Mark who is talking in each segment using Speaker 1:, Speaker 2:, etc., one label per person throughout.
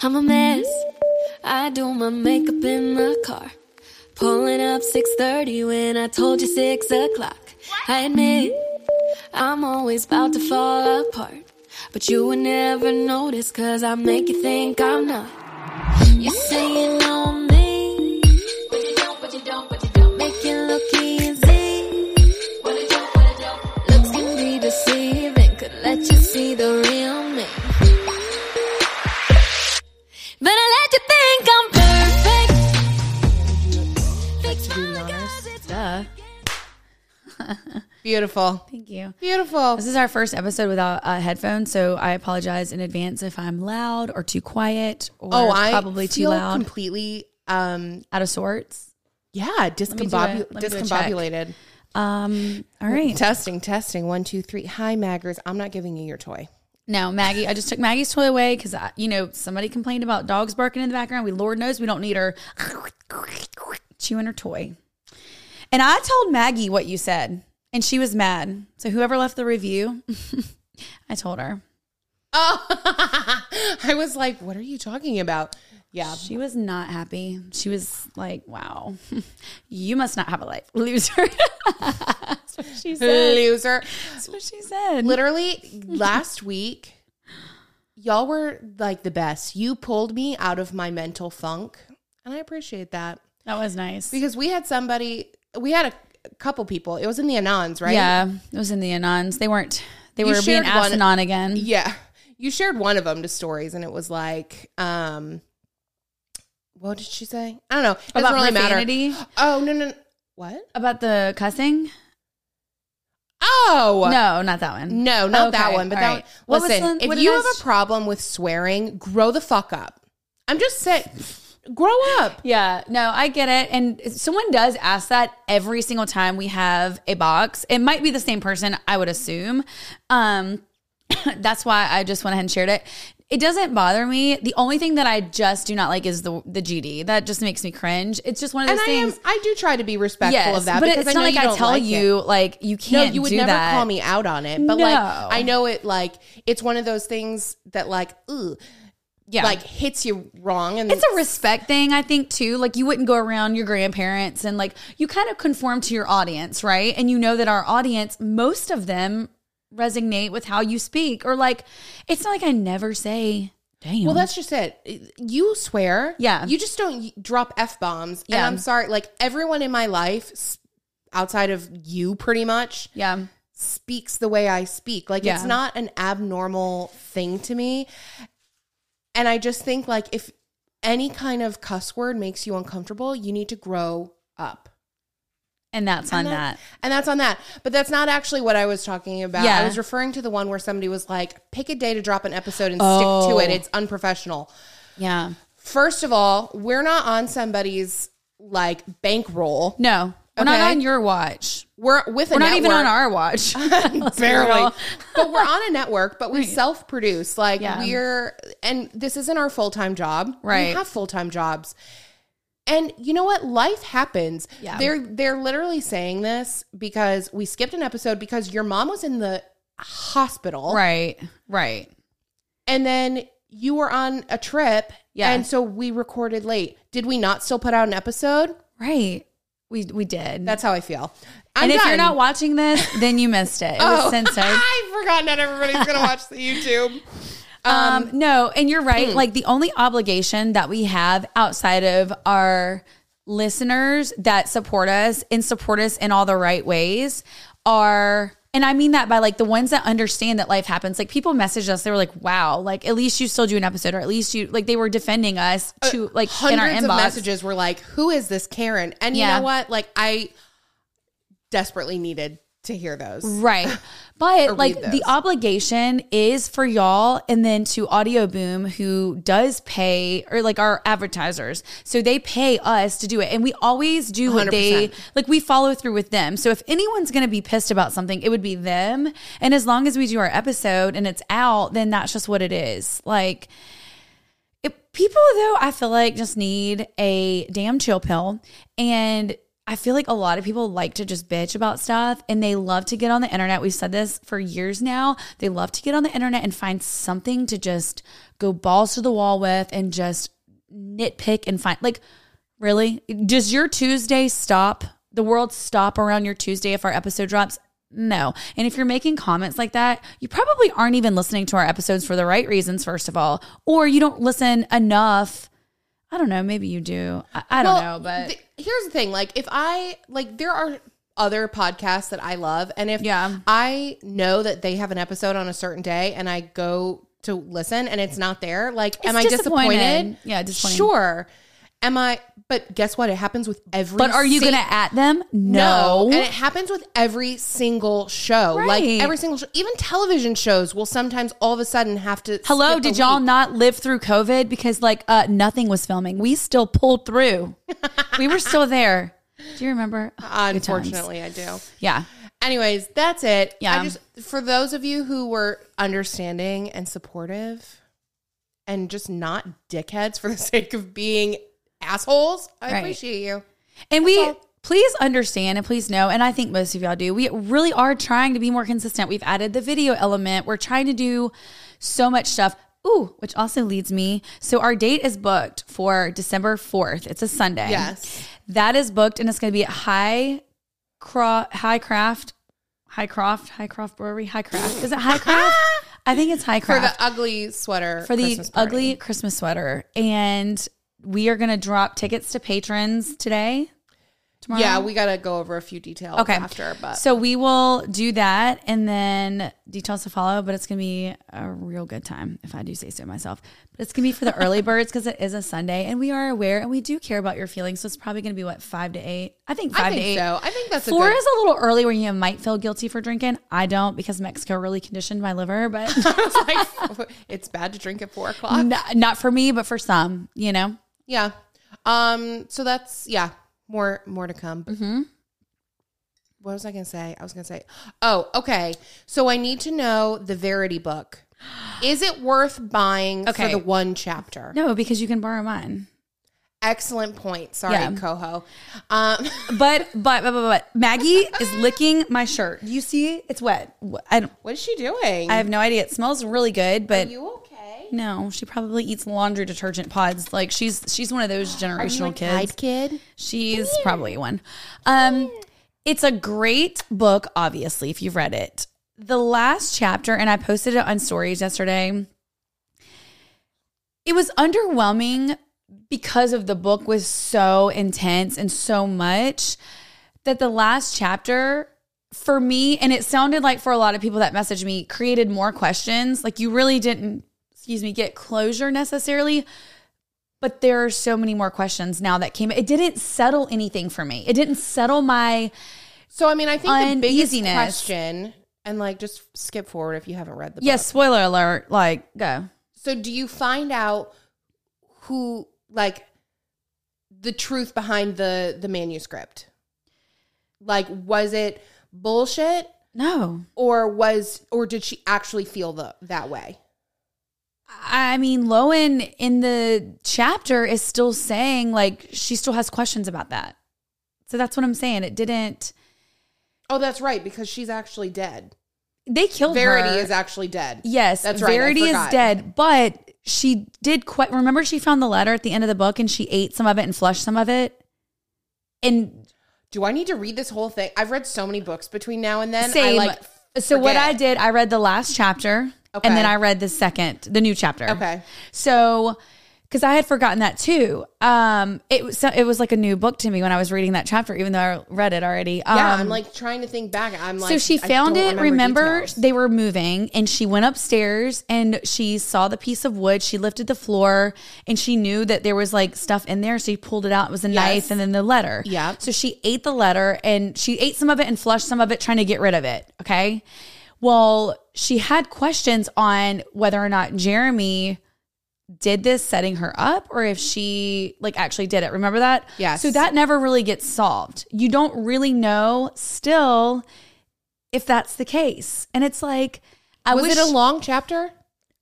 Speaker 1: I'm a mess. I do my makeup in the car. Pulling up 6:30 when I told you 6 o'clock. I admit I'm always about to fall apart, but you would never notice 'cause I make you think I'm not. You're saying on me, but you don't, but you don't, but you don't make it look easy. What a joke, what a joke. Looks can be deceiving, could let you see the real me. But I let you think I'm perfect. Fix
Speaker 2: to be
Speaker 1: my
Speaker 2: Mars.
Speaker 1: cause it's
Speaker 2: Duh.
Speaker 3: Beautiful.
Speaker 2: Thank you.
Speaker 3: Beautiful.
Speaker 2: This is our first episode without uh, headphones, so I apologize in advance if I'm loud or too quiet or
Speaker 3: Oh, I
Speaker 2: probably too
Speaker 3: feel
Speaker 2: loud,
Speaker 3: Completely. Um.
Speaker 2: out of sorts.
Speaker 3: Yeah.
Speaker 2: me do a-
Speaker 3: Discombobu-
Speaker 2: let me do a check.
Speaker 3: discombobulated.
Speaker 2: Um, all right.
Speaker 3: Testing. Testing. One, two, three. Hi, Maggers. I'm not giving you your toy.
Speaker 2: No, Maggie, I just took Maggie's toy away because, you know, somebody complained about dogs barking in the background. We, Lord knows, we don't need her chewing her toy. And I told Maggie what you said, and she was mad. So whoever left the review, I told her.
Speaker 3: Oh. I was like, what are you talking about? Yeah.
Speaker 2: She was not happy. She was like, wow, you must not have a life, loser. That's what she said.
Speaker 3: Loser.
Speaker 2: That's what she said.
Speaker 3: Literally last week, y'all were like the best. You pulled me out of my mental funk, and I appreciate that
Speaker 2: That was nice.
Speaker 3: because we had somebody, we had a, a couple people. It was in the Anons, right?
Speaker 2: Yeah, it was in the Anons. They weren't, they
Speaker 3: You
Speaker 2: were being
Speaker 3: shared
Speaker 2: asked
Speaker 3: one-
Speaker 2: anon again.
Speaker 3: Yeah. You shared one of them to stories, and it was like, um, what did she say? I don't know. It doesn't
Speaker 2: About
Speaker 3: really
Speaker 2: profanity?
Speaker 3: matter. Oh no no. no. What?
Speaker 2: About the cussing?
Speaker 3: Oh
Speaker 2: No, not that one.
Speaker 3: No, not that
Speaker 2: Okay,
Speaker 3: one. But
Speaker 2: all
Speaker 3: that
Speaker 2: right. What
Speaker 3: one.
Speaker 2: was
Speaker 3: Listen,
Speaker 2: the- what
Speaker 3: if
Speaker 2: did
Speaker 3: you
Speaker 2: I
Speaker 3: have
Speaker 2: s-
Speaker 3: a problem with swearing, grow the fuck up. I'm just saying, grow up.
Speaker 2: Yeah, no, I get it. And someone does ask that every single time we have a box. It might be the same person, I would assume. Um, that's why I just went ahead and shared it. It doesn't bother me. The only thing that I just do not like is the the GD. That just makes me cringe. It's just one of
Speaker 3: And
Speaker 2: those
Speaker 3: I am.
Speaker 2: things.
Speaker 3: I do try to be respectful
Speaker 2: yes,
Speaker 3: of that.
Speaker 2: but
Speaker 3: because
Speaker 2: it's
Speaker 3: I
Speaker 2: not
Speaker 3: know
Speaker 2: like
Speaker 3: you
Speaker 2: I
Speaker 3: don't
Speaker 2: tell
Speaker 3: like it.
Speaker 2: you like you
Speaker 3: No,
Speaker 2: can't.
Speaker 3: you would
Speaker 2: do
Speaker 3: never
Speaker 2: that.
Speaker 3: call me out on it. But like,
Speaker 2: No.
Speaker 3: I know it. Like, it's one of those things that like, ooh,
Speaker 2: Yeah,
Speaker 3: like hits you wrong. And
Speaker 2: It's a respect thing, I think, too. Like, you wouldn't go around your grandparents and, like, you kind of conform to your audience, right? And you know that our audience, most of them resonate with how you speak, or like, it's not like I never say, damn.
Speaker 3: Well, that's just it. You swear.
Speaker 2: Yeah.
Speaker 3: You just don't y- drop F bombs. And
Speaker 2: Yeah.
Speaker 3: I'm sorry. Like, everyone in my life, s- outside of you, pretty much,
Speaker 2: yeah.
Speaker 3: speaks the way I speak. Like, it's
Speaker 2: Yeah.
Speaker 3: not an abnormal thing to me. And I just think, like, if any kind of cuss word makes you uncomfortable, you need to grow up.
Speaker 2: And that's on
Speaker 3: And
Speaker 2: that.
Speaker 3: And that's on that. But that's not actually what I was talking about.
Speaker 2: Yeah.
Speaker 3: I was referring to the one where somebody was like, pick a day to drop an episode and
Speaker 2: Oh.
Speaker 3: stick to it. It's unprofessional.
Speaker 2: Yeah.
Speaker 3: First of all, we're not on somebody's like bankroll.
Speaker 2: No, we're not
Speaker 3: Okay.
Speaker 2: on your watch.
Speaker 3: We're with a
Speaker 2: We're not even on
Speaker 3: network.
Speaker 2: our watch. Let's be
Speaker 3: barely,
Speaker 2: real.
Speaker 3: but we're on a network. But we self-produce. Like
Speaker 2: Yeah.
Speaker 3: we're, and this isn't our full-time job. we
Speaker 2: Right.
Speaker 3: have full-time jobs. And you know what? Life happens.
Speaker 2: Yeah.
Speaker 3: They're they're literally saying this because we skipped an episode because your mom was in the hospital,
Speaker 2: Right. Right.
Speaker 3: and then you were on a trip,
Speaker 2: Yeah.
Speaker 3: And so we recorded late. Did we not still put out an episode?
Speaker 2: Right. We, we did.
Speaker 3: That's how I feel. I'm
Speaker 2: and if you're
Speaker 3: done. Oh.
Speaker 2: not watching this, then you missed it. It was censored.
Speaker 3: I forgot not everybody's gonna watch the YouTube.
Speaker 2: Um, no, and you're right.
Speaker 3: hmm.
Speaker 2: Like the only obligation that we have outside of our listeners that support us and support us in all the right ways are and I mean that by like the ones that understand that life happens. Like people messaged us, they were like, "Wow, like at least you still do an episode, or at least you like they were defending us to like in our
Speaker 3: Uh, Hundreds
Speaker 2: inbox."
Speaker 3: of messages were like, "Who is this Karen?" And you
Speaker 2: Yeah.
Speaker 3: know what? Like, I desperately needed to hear those.
Speaker 2: Right. But like
Speaker 3: read
Speaker 2: the
Speaker 3: those.
Speaker 2: obligation is for y'all and then to Audio Boom who does pay or like our advertisers. So they pay us to do it and we always do what they
Speaker 3: 100%.
Speaker 2: like we follow through with them. So if anyone's going to be pissed about something, it would be them. And as long as we do our episode and it's out, then that's just what it is. Like it, people though i feel like just need a damn chill pill and I feel like a lot of people like to just bitch about stuff and they love to get on the internet. We've said this for years now. They love to get on the internet and find something to just go balls to the wall with and just nitpick and find like really does your Tuesday stop? The world stop around your Tuesday if our episode drops? No. And if you're making comments like that, you probably aren't even listening to our episodes for the right reasons first of all, or you don't listen enough. I don't know, maybe you do. I, I don't know, but
Speaker 3: th- here's the thing: like, if I like, there are other podcasts that I love, and if
Speaker 2: Yeah.
Speaker 3: I know that they have an episode on a certain day, and I go to listen and it's not there, like, am I
Speaker 2: disappointed.
Speaker 3: disappointed?
Speaker 2: Yeah, disappointing.
Speaker 3: Sure. Am I? But guess what? It happens with every.
Speaker 2: But are you
Speaker 3: sing-
Speaker 2: going to at them?
Speaker 3: No.
Speaker 2: No.
Speaker 3: And it happens with every single show. Like
Speaker 2: Right.
Speaker 3: every single show, even television shows will sometimes all of a sudden have to.
Speaker 2: Hello,
Speaker 3: skip a
Speaker 2: did y'all
Speaker 3: week.
Speaker 2: not live through COVID because like uh nothing was filming. We still pulled through. we were still there. Do you remember? Good times.
Speaker 3: Unfortunately, I do.
Speaker 2: Yeah.
Speaker 3: Anyways, that's it.
Speaker 2: Yeah.
Speaker 3: I just for those of you who were understanding and supportive and just not dickheads for the sake of being assholes, I
Speaker 2: Right.
Speaker 3: appreciate you.
Speaker 2: And we
Speaker 3: all.
Speaker 2: please understand and please know, and I think most of y'all do, we really are trying to be more consistent. We've added the video element. We're trying to do so much stuff. Ooh, which also leads me. So our date is booked for December 4th. It's a Sunday.
Speaker 3: Yes.
Speaker 2: That is booked and it's going to be at High Cro- High Craft, High Croft, High Croft Brewery, High Craft. Is it High Craft? I think it's High
Speaker 3: For
Speaker 2: Craft
Speaker 3: the ugly sweater.
Speaker 2: for the
Speaker 3: Christmas party.
Speaker 2: ugly Christmas sweater. And we are going to drop tickets to patrons today. Tomorrow.
Speaker 3: Yeah, we gotta go over a few details
Speaker 2: okay.
Speaker 3: after, but
Speaker 2: So we will do that and then details to follow, but it's going to be a real good time if I do say so myself. But it's going to be for the early birds because it is a Sunday and we are aware and we do care about your feelings. So it's probably going to be what, five to eight? I think five
Speaker 3: I
Speaker 2: to eight.
Speaker 3: think so. I think that's
Speaker 2: Four
Speaker 3: a good
Speaker 2: is a little early where you might feel guilty for drinking. I don't because Mexico really conditioned my liver, but
Speaker 3: It's like, it's bad to drink at four o'clock.
Speaker 2: not, not for me, but for some, you know?
Speaker 3: Yeah. Um. So that's yeah. More more to come.
Speaker 2: Mm-hmm.
Speaker 3: What was I gonna say? I was gonna say. Oh, okay. So I need to know the Verity book. Is it worth buying
Speaker 2: Okay.
Speaker 3: for the one chapter?
Speaker 2: No, because you can borrow mine.
Speaker 3: Excellent point. Sorry,
Speaker 2: Yeah.
Speaker 3: Coho. Um,
Speaker 2: But but but but, but Maggie is licking my shirt. You see, it's wet. Wh- I don't,
Speaker 3: what is she doing?
Speaker 2: I have no idea. It smells really good, but
Speaker 3: you okay?
Speaker 2: no, she probably eats laundry detergent pods. Like she's she's one of those generational kids.
Speaker 3: kid.
Speaker 2: She's probably one. Um, it's a great book, obviously, if you've read it. The last chapter, and I posted it on stories yesterday. It was underwhelming because of the book was so intense and so much that the last chapter for me, and it sounded like for a lot of people that messaged me, created more questions. Like you really didn't, excuse me, get closure necessarily. But there are so many more questions now that came. It didn't settle anything for me. It didn't settle my
Speaker 3: So I mean, I think the biggest
Speaker 2: Uneasiness.
Speaker 3: question, and like, just skip forward if you haven't read the book.
Speaker 2: Yes, spoiler alert. Like, go.
Speaker 3: So do you find out who like the truth behind the the manuscript? Like was it bullshit
Speaker 2: No.
Speaker 3: or was or did she actually feel the that way?
Speaker 2: I mean, Lowen in the chapter is still saying, like, she still has questions about that. So that's what I'm saying. It didn't.
Speaker 3: Oh, that's right because she's actually dead.
Speaker 2: They killed
Speaker 3: Verity
Speaker 2: her.
Speaker 3: is actually dead.
Speaker 2: Yes,
Speaker 3: That's right, I
Speaker 2: Verity is
Speaker 3: forgot.
Speaker 2: dead, but she did quite. Remember, she found the letter at the end of the book, and she ate some of it and flushed some of it. And
Speaker 3: Do I need to read this whole thing? I've read so many books between now and then.
Speaker 2: same.
Speaker 3: I like
Speaker 2: so what
Speaker 3: forget.
Speaker 2: I did, I read the last chapter,
Speaker 3: Okay.
Speaker 2: and then I read the second, the new chapter.
Speaker 3: Okay.
Speaker 2: So, because I had forgotten that too. Um, it was so it was like a new book to me when I was reading that chapter, even though I read it already. Um,
Speaker 3: Yeah, I'm like trying to think back. I'm like
Speaker 2: so she
Speaker 3: I
Speaker 2: found
Speaker 3: don't
Speaker 2: it. Remember,
Speaker 3: details.
Speaker 2: they were moving, and she went upstairs and she saw the piece of wood. She lifted the floor, and she knew that there was like stuff in there. So she pulled it out. It was a knife, and then the letter.
Speaker 3: Yeah.
Speaker 2: So she ate the letter, and she ate some of it and flushed some of it, trying to get rid of it. Okay. Well, she had questions on whether or not Jeremy did this setting her up or if she like actually did it. Remember that?
Speaker 3: Yes.
Speaker 2: So that never really gets solved. You don't really know still if that's the case. And it's like I
Speaker 3: was
Speaker 2: wish
Speaker 3: it a long chapter?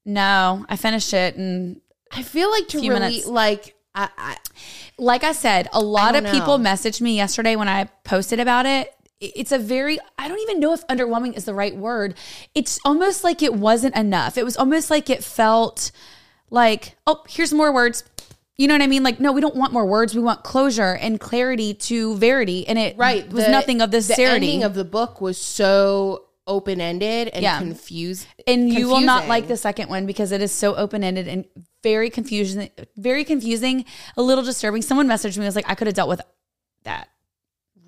Speaker 2: No, I finished it and
Speaker 3: I feel like to
Speaker 2: Few
Speaker 3: really
Speaker 2: minutes.
Speaker 3: like I, I
Speaker 2: like I said, a lot of
Speaker 3: don't
Speaker 2: people
Speaker 3: know.
Speaker 2: messaged me yesterday when I posted about it. I- It's a very, I don't even know if underwhelming is the right word. It's almost like it wasn't enough. It was almost like it felt like, oh, here's more words. You know what I mean? Like, no, we don't want more words. We want closure and clarity to verity. And it
Speaker 3: right
Speaker 2: was
Speaker 3: the-
Speaker 2: nothing of this
Speaker 3: the
Speaker 2: serity.
Speaker 3: ending of the book was so open ended and
Speaker 2: Yeah.
Speaker 3: confused.
Speaker 2: and you will not
Speaker 3: confusing.
Speaker 2: like the second one because it is so open ended and very confusing, very confusing, a little disturbing. Someone messaged me, was like, I could have dealt with that.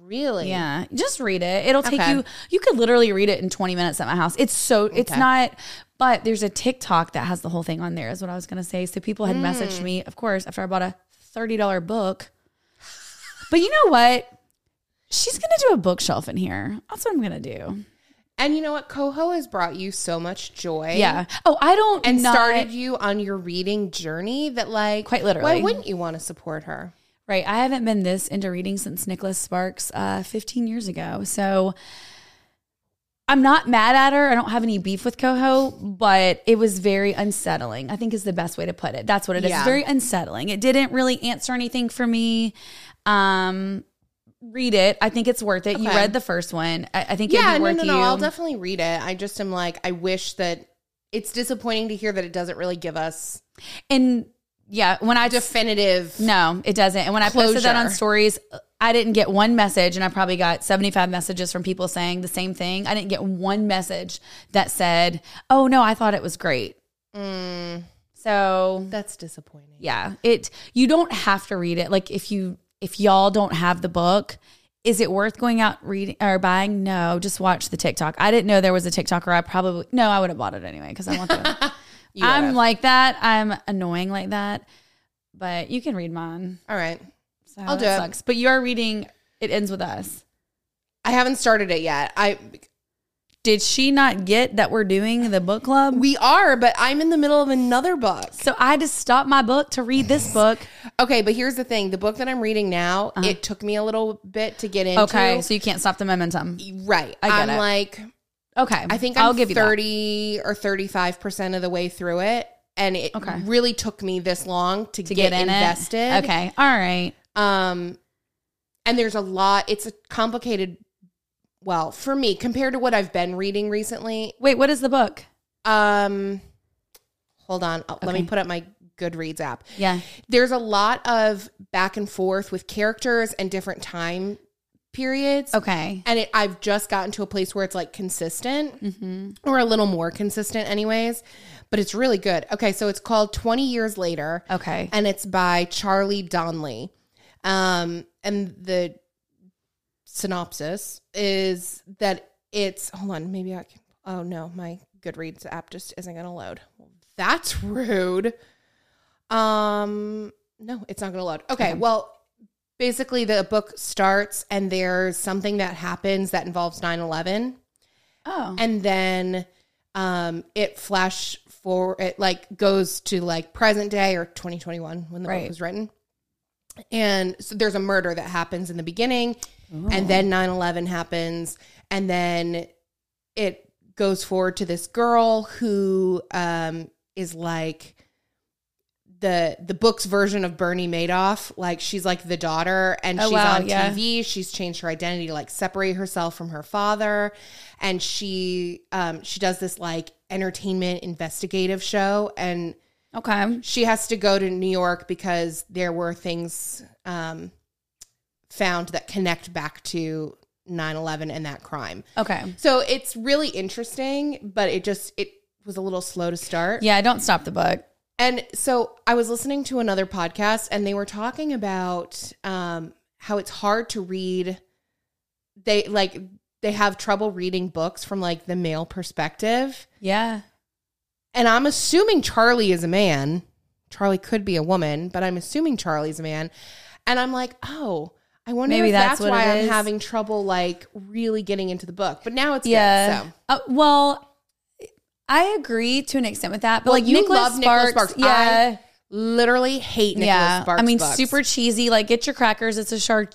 Speaker 3: Really?
Speaker 2: Yeah, just read it. It'll take
Speaker 3: Okay.
Speaker 2: you. You could literally read it in 20 minutes at my house. It's so. It's
Speaker 3: Okay.
Speaker 2: not. But there's a TikTok that has the whole thing on there. Is what I was gonna say. So people had
Speaker 3: Mm.
Speaker 2: messaged me, of course, after I bought a thirty dollar book. But you know what? She's gonna do a bookshelf in here. That's what I'm gonna do.
Speaker 3: And you know what? Coho has brought you so much joy.
Speaker 2: Yeah. Oh, I don't.
Speaker 3: And
Speaker 2: not-
Speaker 3: started you on your reading journey that like
Speaker 2: Quite literally.
Speaker 3: Why wouldn't you want to support her?
Speaker 2: Right. I haven't been this into reading since Nicholas Sparks uh, 15 years ago. So I'm not mad at her. I don't have any beef with Coho, but it was very unsettling, I think is the best way to put it. That's what it is. It's
Speaker 3: Yeah.
Speaker 2: very unsettling. It didn't really answer anything for me. Um, read it. I think it's worth it. You
Speaker 3: Okay.
Speaker 2: read the first one. I, I think
Speaker 3: Yeah,
Speaker 2: it'd be
Speaker 3: no,
Speaker 2: worth
Speaker 3: no, no.
Speaker 2: you.
Speaker 3: I'll definitely read it. I just am like, I wish that it's disappointing to hear that it doesn't really give us
Speaker 2: and yeah, when I just
Speaker 3: definitive.
Speaker 2: No, it doesn't. And when I posted that on
Speaker 3: Closure.
Speaker 2: stories, I didn't get one message, and I probably got 75 messages from people saying the same thing. I didn't get one message that said, oh, no, I thought it was great.
Speaker 3: Mm,
Speaker 2: So,
Speaker 3: that's disappointing.
Speaker 2: yeah, it, you don't have to read it. Like, if you, if y'all don't have the book, is it worth going out reading or buying? No, just watch the TikTok. I didn't know there was a TikToker. I probably, no, I would have bought it anyway because I want the,
Speaker 3: You
Speaker 2: I'm
Speaker 3: would've.
Speaker 2: like that. I'm annoying like that, but you can read mine.
Speaker 3: all right.
Speaker 2: So
Speaker 3: I'll
Speaker 2: that
Speaker 3: do it.
Speaker 2: sucks. But you are reading It Ends With Us.
Speaker 3: I haven't started it yet. I
Speaker 2: Did she not get that we're doing the book club?
Speaker 3: we are, but I'm in the middle of another book.
Speaker 2: So I just stopped my book to read this book.
Speaker 3: Okay, but here's the thing: the book that I'm reading now, it took me a little bit to get into.
Speaker 2: Uh-huh. Okay. So you can't stop the momentum.
Speaker 3: right.
Speaker 2: I get
Speaker 3: I'm
Speaker 2: it.
Speaker 3: like,
Speaker 2: Okay.
Speaker 3: I think I'm
Speaker 2: I'll give you that.
Speaker 3: thirty or thirty-five percent of the way through it, and it
Speaker 2: Okay.
Speaker 3: really took me this long to,
Speaker 2: to
Speaker 3: get,
Speaker 2: get, in
Speaker 3: invested.
Speaker 2: it. Okay. All right.
Speaker 3: Um, and there's a lot. It's a complicated. Well, for me, compared to what I've been reading recently,
Speaker 2: Wait, what is the book?
Speaker 3: um, hold on. uh, Let me
Speaker 2: Okay.
Speaker 3: put up my Goodreads app.
Speaker 2: Yeah.
Speaker 3: there's a lot of back and forth with characters and different time periods.
Speaker 2: Okay.
Speaker 3: And it, I've just gotten to a place where it's like consistent
Speaker 2: Mm-hmm.
Speaker 3: or a little more consistent, anyways, but it's really good. Okay, so it's called 20 Years Later
Speaker 2: Okay.
Speaker 3: and it's by Charlie Donley. Um, and the synopsis is that it's hold on, maybe I can. Oh no, my Goodreads app just isn't going to load. Well, that's rude. Um, no, it's not going to load. Okay, well, basically the book starts and there's something that happens that involves 9/11
Speaker 2: Oh.
Speaker 3: and then um it flash forward it like goes to like present day or 2021 when the
Speaker 2: Right.
Speaker 3: book was written and so there's a murder that happens in the beginning and then 9-11 happens and then it goes forward to this girl who um is like the the book's version of Bernie Madoff. Like she's like the daughter and
Speaker 2: Oh,
Speaker 3: she's
Speaker 2: wow,
Speaker 3: on
Speaker 2: yeah.
Speaker 3: TV. She's changed her identity to like separate herself from her father. And she um she does this like entertainment investigative show and
Speaker 2: Okay.
Speaker 3: she has to go to New York because there were things um found that connect back to 9-11 and that crime.
Speaker 2: Okay.
Speaker 3: So it's really interesting, but it just it was a little slow to start.
Speaker 2: Yeah. Don't stop the book.
Speaker 3: And so I was listening to another podcast and they were talking about um, how it's hard to read. They like they have trouble reading books from like the male perspective.
Speaker 2: Yeah.
Speaker 3: And I'm assuming Charlie is a man. Charlie could be a woman, but I'm assuming Charlie's a man. And I'm like, oh, I wonder
Speaker 2: Maybe
Speaker 3: if
Speaker 2: that's
Speaker 3: that's,
Speaker 2: what
Speaker 3: why
Speaker 2: it
Speaker 3: I'm
Speaker 2: is.
Speaker 3: having trouble like really getting into the book. But now it's
Speaker 2: Yeah.
Speaker 3: good. So
Speaker 2: Uh, well, I agree to an extent with that, but
Speaker 3: Well,
Speaker 2: like
Speaker 3: you
Speaker 2: Nicholas
Speaker 3: love
Speaker 2: Sparks,
Speaker 3: Nicholas Sparks.
Speaker 2: yeah.
Speaker 3: I literally hate Nicholas Sparks.
Speaker 2: I mean,
Speaker 3: books.
Speaker 2: super cheesy. Like, get your crackers. It's a shark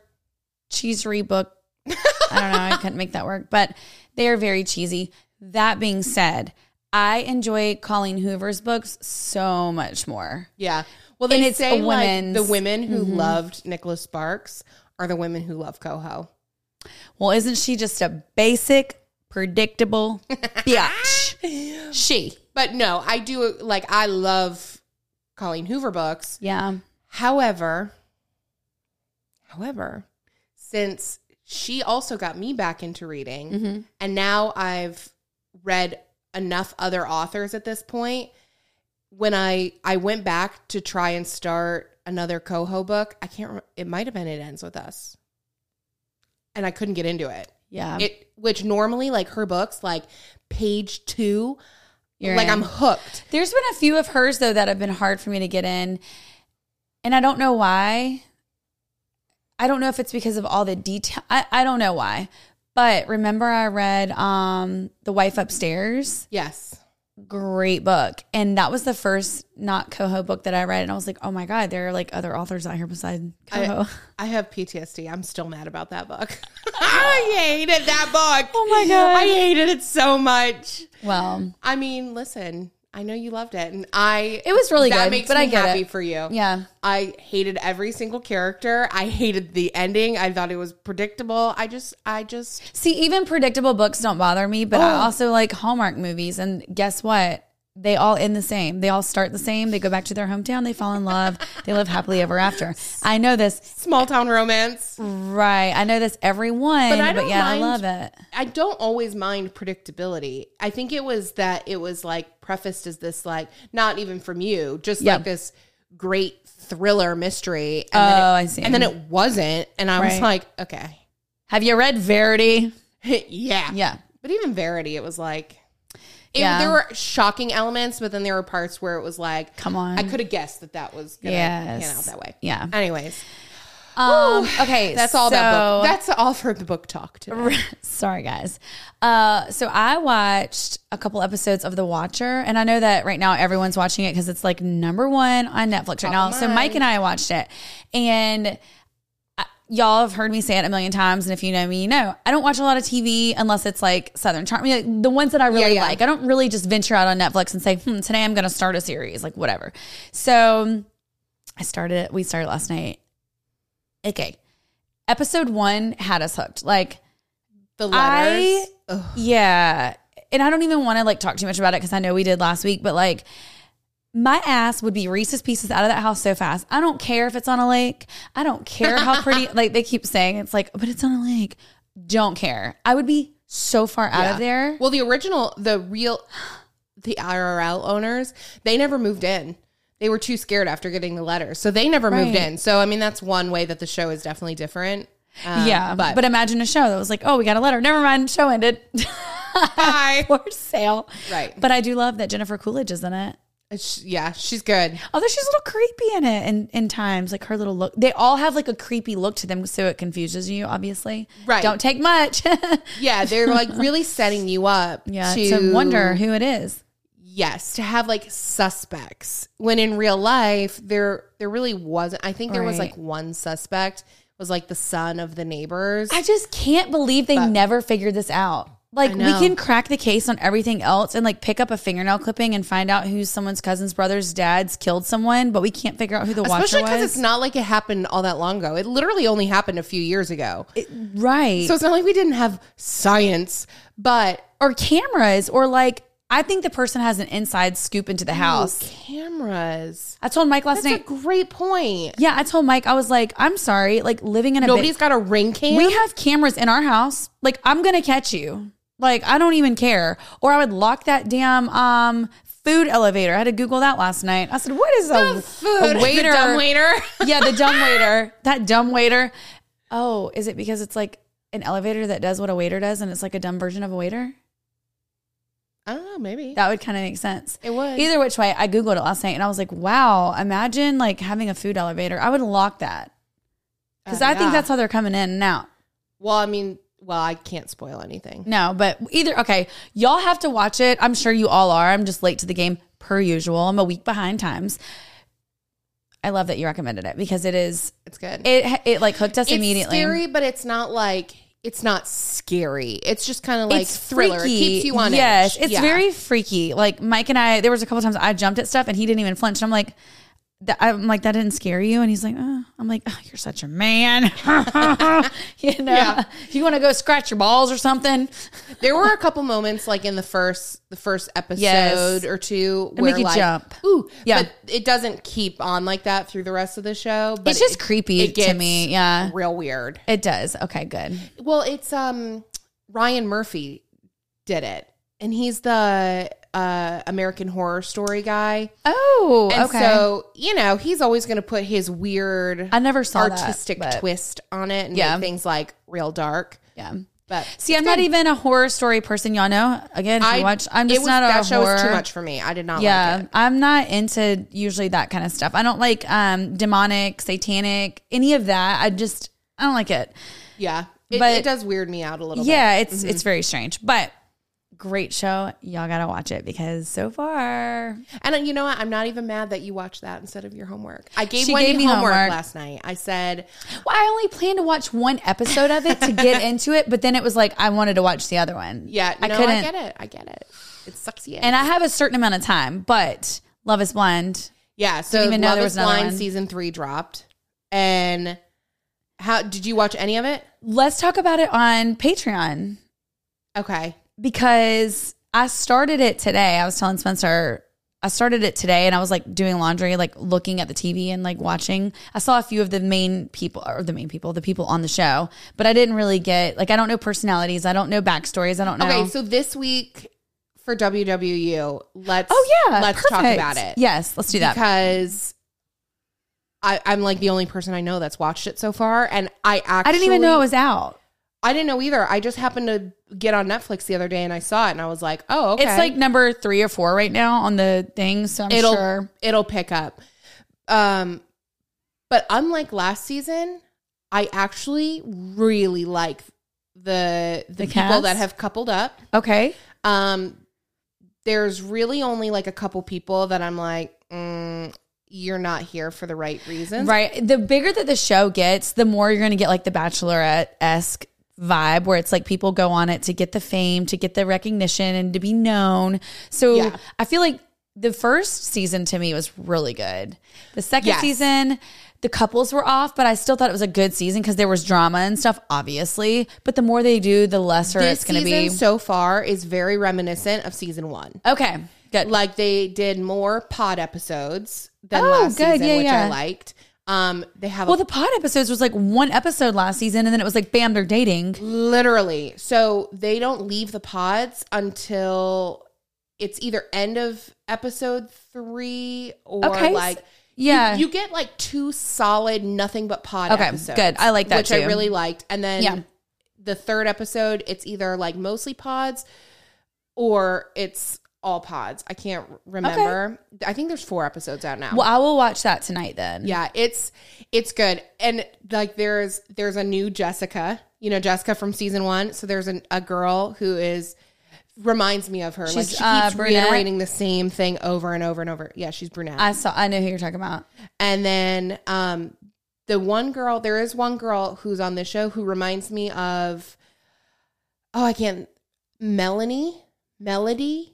Speaker 2: cheesery book. I don't know. I couldn't make that work, but they are very cheesy. That being said, I enjoy Colleen Hoover's books so much more.
Speaker 3: Yeah.
Speaker 2: Well, then
Speaker 3: They
Speaker 2: it's
Speaker 3: say,
Speaker 2: a
Speaker 3: like,
Speaker 2: women's. Mm-hmm.
Speaker 3: the women who loved Nicholas Sparks are the women who love Coho.
Speaker 2: Well, isn't she just a basic, predictable bitch? she.
Speaker 3: But no, I do like I love Colleen Hoover books.
Speaker 2: Yeah.
Speaker 3: However, however, since she also got me back into reading,
Speaker 2: Mm-hmm.
Speaker 3: and now I've read enough other authors at this point, when I I went back to try and start another Coho book, I can't. rem- It might have been It Ends with Us, and I couldn't get into it.
Speaker 2: Yeah.
Speaker 3: It which normally like her books like page two,
Speaker 2: You're
Speaker 3: like
Speaker 2: in.
Speaker 3: I'm hooked.
Speaker 2: There's been a few of hers though that have been hard for me to get in, and I don't know why. I don't know if it's because of all the detail. I, I don't know why, but remember I read um the wife upstairs,
Speaker 3: Yes,
Speaker 2: great book, and that was the first not coho book that I read, and I was like, oh my god, there are like other authors out here besides coho.
Speaker 3: I have PTSD. I'm still mad about that book. I hated that book.
Speaker 2: Oh my God.
Speaker 3: I hated it so much.
Speaker 2: well,
Speaker 3: I mean, listen, I know you loved it, and I
Speaker 2: It was really
Speaker 3: that
Speaker 2: good,
Speaker 3: Makes
Speaker 2: but
Speaker 3: me
Speaker 2: I get
Speaker 3: happy
Speaker 2: it.
Speaker 3: for you.
Speaker 2: yeah,
Speaker 3: I hated every single character. I hated the ending. I thought it was predictable. I just, I just,
Speaker 2: See, even predictable books don't bother me, but
Speaker 3: Oh.
Speaker 2: I also like Hallmark movies. And guess what? They all end the same. They all start the same. They go back to their hometown. They fall in love. they live happily ever after. I know this,
Speaker 3: small town romance.
Speaker 2: right? I know this. Everyone,
Speaker 3: But I
Speaker 2: but,
Speaker 3: don't
Speaker 2: yeah,
Speaker 3: mind-
Speaker 2: I love it.
Speaker 3: I don't always mind predictability. I think it was that it was like prefaced as this, like, not even from you, just
Speaker 2: Yeah.
Speaker 3: like this great thriller mystery. And
Speaker 2: Oh,
Speaker 3: then it
Speaker 2: I see.
Speaker 3: And then it wasn't. And I was
Speaker 2: Right.
Speaker 3: like, okay.
Speaker 2: have you read Verity?
Speaker 3: yeah.
Speaker 2: Yeah,
Speaker 3: But even Verity, it was like, it-
Speaker 2: Yeah.
Speaker 3: there were shocking elements, but then there were parts where it was like,
Speaker 2: Come on.
Speaker 3: I could have guessed that that was going to pan out
Speaker 2: Yes.
Speaker 3: that way.
Speaker 2: Yeah.
Speaker 3: Anyways,
Speaker 2: Um, okay,
Speaker 3: that's all that
Speaker 2: so-
Speaker 3: book. That's all for the book talk today.
Speaker 2: Sorry, guys. Uh, so I watched a couple episodes of The Watcher, and I know that right now everyone's watching it because it's like number one on Netflix right now. So Mike and I watched it, and I, y'all have heard me say it a million times. And if you know me, you know I don't watch a lot of TV unless it's like Southern Charm, I mean, like the ones that I really
Speaker 3: yeah.
Speaker 2: like. I don't really just venture out on Netflix and say, hmm, "Today I'm going to start a series," like whatever. So I started. it. We started last night. Okay. Episode one had us hooked. Like,
Speaker 3: The
Speaker 2: I-
Speaker 3: letters. Ugh.
Speaker 2: yeah. And I don't even want to like talk too much about it because I know we did last week, but like my ass would be Reese's pieces out of that house so fast. I don't care if it's on a lake. I don't care how pretty, like they keep saying it's like, but it's on a lake. Don't care. I would be so far out of there.
Speaker 3: Well, the original, the real, the IRL owners, they never moved in. They were too scared after getting the letter, so they never moved
Speaker 2: Right.
Speaker 3: in. So, I mean, that's one way that the show is definitely different. Um,
Speaker 2: yeah. But,
Speaker 3: but,
Speaker 2: imagine a show that was like, oh, we got a letter. Never mind. Show ended.
Speaker 3: Bye.
Speaker 2: For sale.
Speaker 3: Right.
Speaker 2: But I do love that Jennifer Coolidge is in it.
Speaker 3: It's- yeah, she's good.
Speaker 2: Although she's Oh, a little creepy in it, and in times like her little look, they all have like a creepy look to them, so it confuses you. Obviously,
Speaker 3: Right.
Speaker 2: Don't take much.
Speaker 3: Yeah, they're like really setting you up.
Speaker 2: yeah,
Speaker 3: to,
Speaker 2: to wonder who it is.
Speaker 3: Yes, to have like suspects when in real life there there really wasn't. I think there was
Speaker 2: Right.
Speaker 3: like one suspect was like the son of the neighbors.
Speaker 2: I just can't believe they never figured this out. Like we
Speaker 3: know.
Speaker 2: can crack the case on everything else and like pick up a fingernail clipping and find out who someone's cousin's brother's dad's killed someone, but we can't figure out who the
Speaker 3: Especially
Speaker 2: watcher
Speaker 3: because
Speaker 2: was.
Speaker 3: it's not like it happened all that long ago. It literally only happened a few years ago.
Speaker 2: right.
Speaker 3: so it's not like we didn't have science, but
Speaker 2: or cameras or like I think the person has an inside scoop into the house.
Speaker 3: cameras.
Speaker 2: I told Mike last
Speaker 3: That's a
Speaker 2: night.
Speaker 3: great point.
Speaker 2: yeah, I told Mike I was like, I'm sorry, like living in a big-
Speaker 3: Nobody's got a ring cam.
Speaker 2: We have cameras in our house. Like I'm gonna catch you. Like I don't even care. Or I would lock that damn um food elevator. I had to Google that last night. I said, "What is a, a
Speaker 3: food.
Speaker 2: waiter?
Speaker 3: The dumb waiter.
Speaker 2: yeah, the dumb waiter. That dumb waiter. Oh, is it because it's like an elevator that does what a waiter does, and it's like a dumb version of a waiter?
Speaker 3: I don't know. Ah, Maybe
Speaker 2: That would kind of make sense.
Speaker 3: It would.
Speaker 2: Either which way, I googled it last night, and I was like, "Wow, imagine like having a food elevator. I would lock that because
Speaker 3: Uh,
Speaker 2: I
Speaker 3: yeah.
Speaker 2: think that's how they're coming in and out."
Speaker 3: Well, I mean, well, I can't spoil anything.
Speaker 2: No, but either okay, y'all have to watch it. I'm sure you all are. I'm just late to the game per usual. I'm a week behind times. I love that you recommended it because it is
Speaker 3: It's good.
Speaker 2: it it like hooked us
Speaker 3: it's
Speaker 2: immediately.
Speaker 3: scary, but it's not like it's not scary. It's just kind of like
Speaker 2: it's
Speaker 3: thriller.
Speaker 2: freaky.
Speaker 3: It keeps you on
Speaker 2: yes,
Speaker 3: edge.
Speaker 2: it's
Speaker 3: Yeah.
Speaker 2: very freaky. Like Mike and I, there was a couple times I jumped at stuff and he didn't even flinch. And I'm like, that I'm like, that didn't scare you. And he's like, oh. I'm like, oh, you're such a man. you know,
Speaker 3: Yeah.
Speaker 2: if you want to go scratch your balls or something,
Speaker 3: There were a couple moments, like in the first the first episode
Speaker 2: Yes.
Speaker 3: or two,
Speaker 2: make
Speaker 3: where
Speaker 2: you
Speaker 3: like,
Speaker 2: jump.
Speaker 3: ooh,
Speaker 2: Yeah.
Speaker 3: but it doesn't keep on like that through the rest of the show. But
Speaker 2: it's just
Speaker 3: it-
Speaker 2: creepy
Speaker 3: it
Speaker 2: to
Speaker 3: gets
Speaker 2: me. Yeah,
Speaker 3: real weird.
Speaker 2: it does. Okay, good.
Speaker 3: Well, it's um Ryan Murphy did it, and he's the uh American Horror Story guy.
Speaker 2: Oh,
Speaker 3: And
Speaker 2: okay.
Speaker 3: so you know he's always going to put his weird
Speaker 2: I never saw that,
Speaker 3: artistic
Speaker 2: but-
Speaker 3: twist on it and
Speaker 2: Yeah.
Speaker 3: make things like real dark.
Speaker 2: yeah.
Speaker 3: But
Speaker 2: See, I'm not even a horror story person, y'all know. Again, if you watch, I'm
Speaker 3: it
Speaker 2: just
Speaker 3: was-
Speaker 2: not a
Speaker 3: that show
Speaker 2: horror.
Speaker 3: was too much for me. I did not.
Speaker 2: yeah,
Speaker 3: like it.
Speaker 2: I'm not into usually that kind of stuff. I don't like um demonic, satanic, any of that. I just I don't like it.
Speaker 3: yeah. It,
Speaker 2: But-
Speaker 3: it does weird me out a little. bit.
Speaker 2: Yeah, it's it's very strange, but great show. Y'all gotta watch it because so far
Speaker 3: And uh, you know what? I'm not even mad that you watched that instead of your homework. I gave
Speaker 2: She
Speaker 3: Wendy
Speaker 2: gave me
Speaker 3: homework,
Speaker 2: homework.
Speaker 3: last night. I said,
Speaker 2: Well, I only planned to watch one episode of it to get into it, but then it was like I wanted to watch the other one.
Speaker 3: "Yeah,
Speaker 2: I
Speaker 3: no,
Speaker 2: couldn't.
Speaker 3: I get it. I get it. It sucks you."
Speaker 2: And I have a certain amount of time, but Love is Blind.
Speaker 3: yeah, so
Speaker 2: even know
Speaker 3: Love
Speaker 2: there
Speaker 3: Is
Speaker 2: was another
Speaker 3: Blind
Speaker 2: one.
Speaker 3: season three dropped. And how did you watch any of it?
Speaker 2: Let's talk about it on Patreon
Speaker 3: Okay,
Speaker 2: because I started it today. I was telling Spencer I started it today and I was like doing laundry, like looking at the TV and like watching. I saw a few of the main people or the main people, the people on the show, but I didn't really get like I don't know personalities, I don't know backstories, I don't know.
Speaker 3: okay. So this week for WWU, let's
Speaker 2: oh yeah,
Speaker 3: let's talk
Speaker 2: perfect.
Speaker 3: about it.
Speaker 2: Yes, let's do that.
Speaker 3: because I, I'm like the only person I know that's watched it so far, and I actually
Speaker 2: I didn't even know it was out.
Speaker 3: I didn't know either. I just happened to get on Netflix the other day and I saw it, and I was like, oh, okay.
Speaker 2: It's like number three or four right now on the thing, so I'm
Speaker 3: it'll
Speaker 2: sure.
Speaker 3: it'll pick up. Um, but unlike last season, I actually really like the the,
Speaker 2: The
Speaker 3: people that
Speaker 2: cast?
Speaker 3: have coupled up.
Speaker 2: Okay.
Speaker 3: Um, there's really only like a couple people that I'm like, mm, you're not here for the right reasons,
Speaker 2: Right. The bigger that the show gets, the more you're going to get like the Bachelorette esque vibe where it's like people go on it to get the fame, to get the recognition, and to be known. So
Speaker 3: Yeah.
Speaker 2: I feel like the first season to me was really good. The second
Speaker 3: Yes.
Speaker 2: season, the couples were off, but I still thought it was a good season because there was drama and stuff, obviously. But the more they do, the lesser
Speaker 3: This
Speaker 2: it's going to
Speaker 3: season
Speaker 2: be.
Speaker 3: so far is very reminiscent of season one.
Speaker 2: okay. Good.
Speaker 3: like they did more pod episodes than
Speaker 2: Oh,
Speaker 3: last
Speaker 2: good.
Speaker 3: season,
Speaker 2: Yeah,
Speaker 3: which
Speaker 2: yeah.
Speaker 3: I liked. Um, they have
Speaker 2: Well, the pod episodes was like one episode last season, and then it was like, bam, they're dating.
Speaker 3: literally so they don't leave the pods until it's either end of episode three or
Speaker 2: Okay,
Speaker 3: like
Speaker 2: Yeah.
Speaker 3: you get like two solid nothing but pod.
Speaker 2: Okay,
Speaker 3: episodes,
Speaker 2: good. I like that
Speaker 3: which I
Speaker 2: too.
Speaker 3: really liked. And then
Speaker 2: Yeah.
Speaker 3: the third episode, it's either like mostly pods or it's all pods. I can't remember. I think there's four episodes out now.
Speaker 2: well, I will watch that tonight then.
Speaker 3: Yeah, it's it's good. And like there's there's a new Jessica, you know, Jessica from season one. So there's an, a girl who is reminds me of her. like
Speaker 2: She's,
Speaker 3: she
Speaker 2: uh,
Speaker 3: keeps
Speaker 2: brunette?
Speaker 3: reiterating the same thing over and over and over. Yeah, she's brunette.
Speaker 2: I saw. I know who you're talking about.
Speaker 3: and then um the one girl, there is one girl who's on this show who reminds me of oh I can't Melanie? Melody?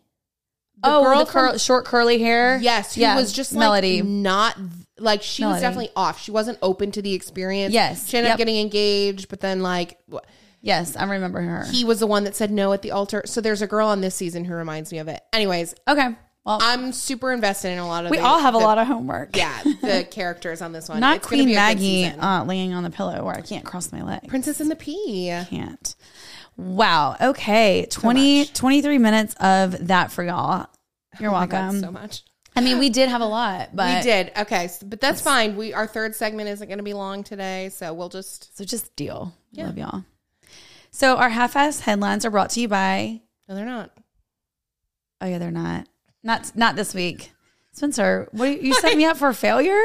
Speaker 3: The
Speaker 2: oh,
Speaker 3: girl
Speaker 2: the curl,
Speaker 3: from-
Speaker 2: short curly hair.
Speaker 3: Yes, who
Speaker 2: Yeah,
Speaker 3: was just
Speaker 2: Melody.
Speaker 3: like not like she
Speaker 2: Melody.
Speaker 3: was definitely off. She wasn't open to the experience.
Speaker 2: Yes,
Speaker 3: she ended
Speaker 2: yep.
Speaker 3: up getting engaged, but then like wh-
Speaker 2: yes, I remember her.
Speaker 3: he was the one that said no at the altar. So there's a girl on this season who reminds me of it. Anyways,
Speaker 2: okay. Well,
Speaker 3: I'm super invested in a lot of.
Speaker 2: we
Speaker 3: the-
Speaker 2: all have a
Speaker 3: the-
Speaker 2: lot of homework.
Speaker 3: yeah, the characters on this one.
Speaker 2: Not
Speaker 3: It's gonna
Speaker 2: Queen
Speaker 3: be a good
Speaker 2: Maggie
Speaker 3: season.
Speaker 2: uh, laying on the pillow where I can't cross my leg.
Speaker 3: Princess and the Pea.
Speaker 2: can't. Wow. Okay. 20, 23 minutes of that for y'all. You're
Speaker 3: I got
Speaker 2: welcome.
Speaker 3: Oh so much.
Speaker 2: I mean, we did have a lot, um, but
Speaker 3: We did okay, s- but that's fine. We our third segment isn't going to be long today, so we'll just
Speaker 2: So just deal. Love y'all. So our half-ass headlines are brought to you by.
Speaker 3: no, they're not.
Speaker 2: Oh yeah, they're not. Not not this week, Spencer. What you you set me up for failure?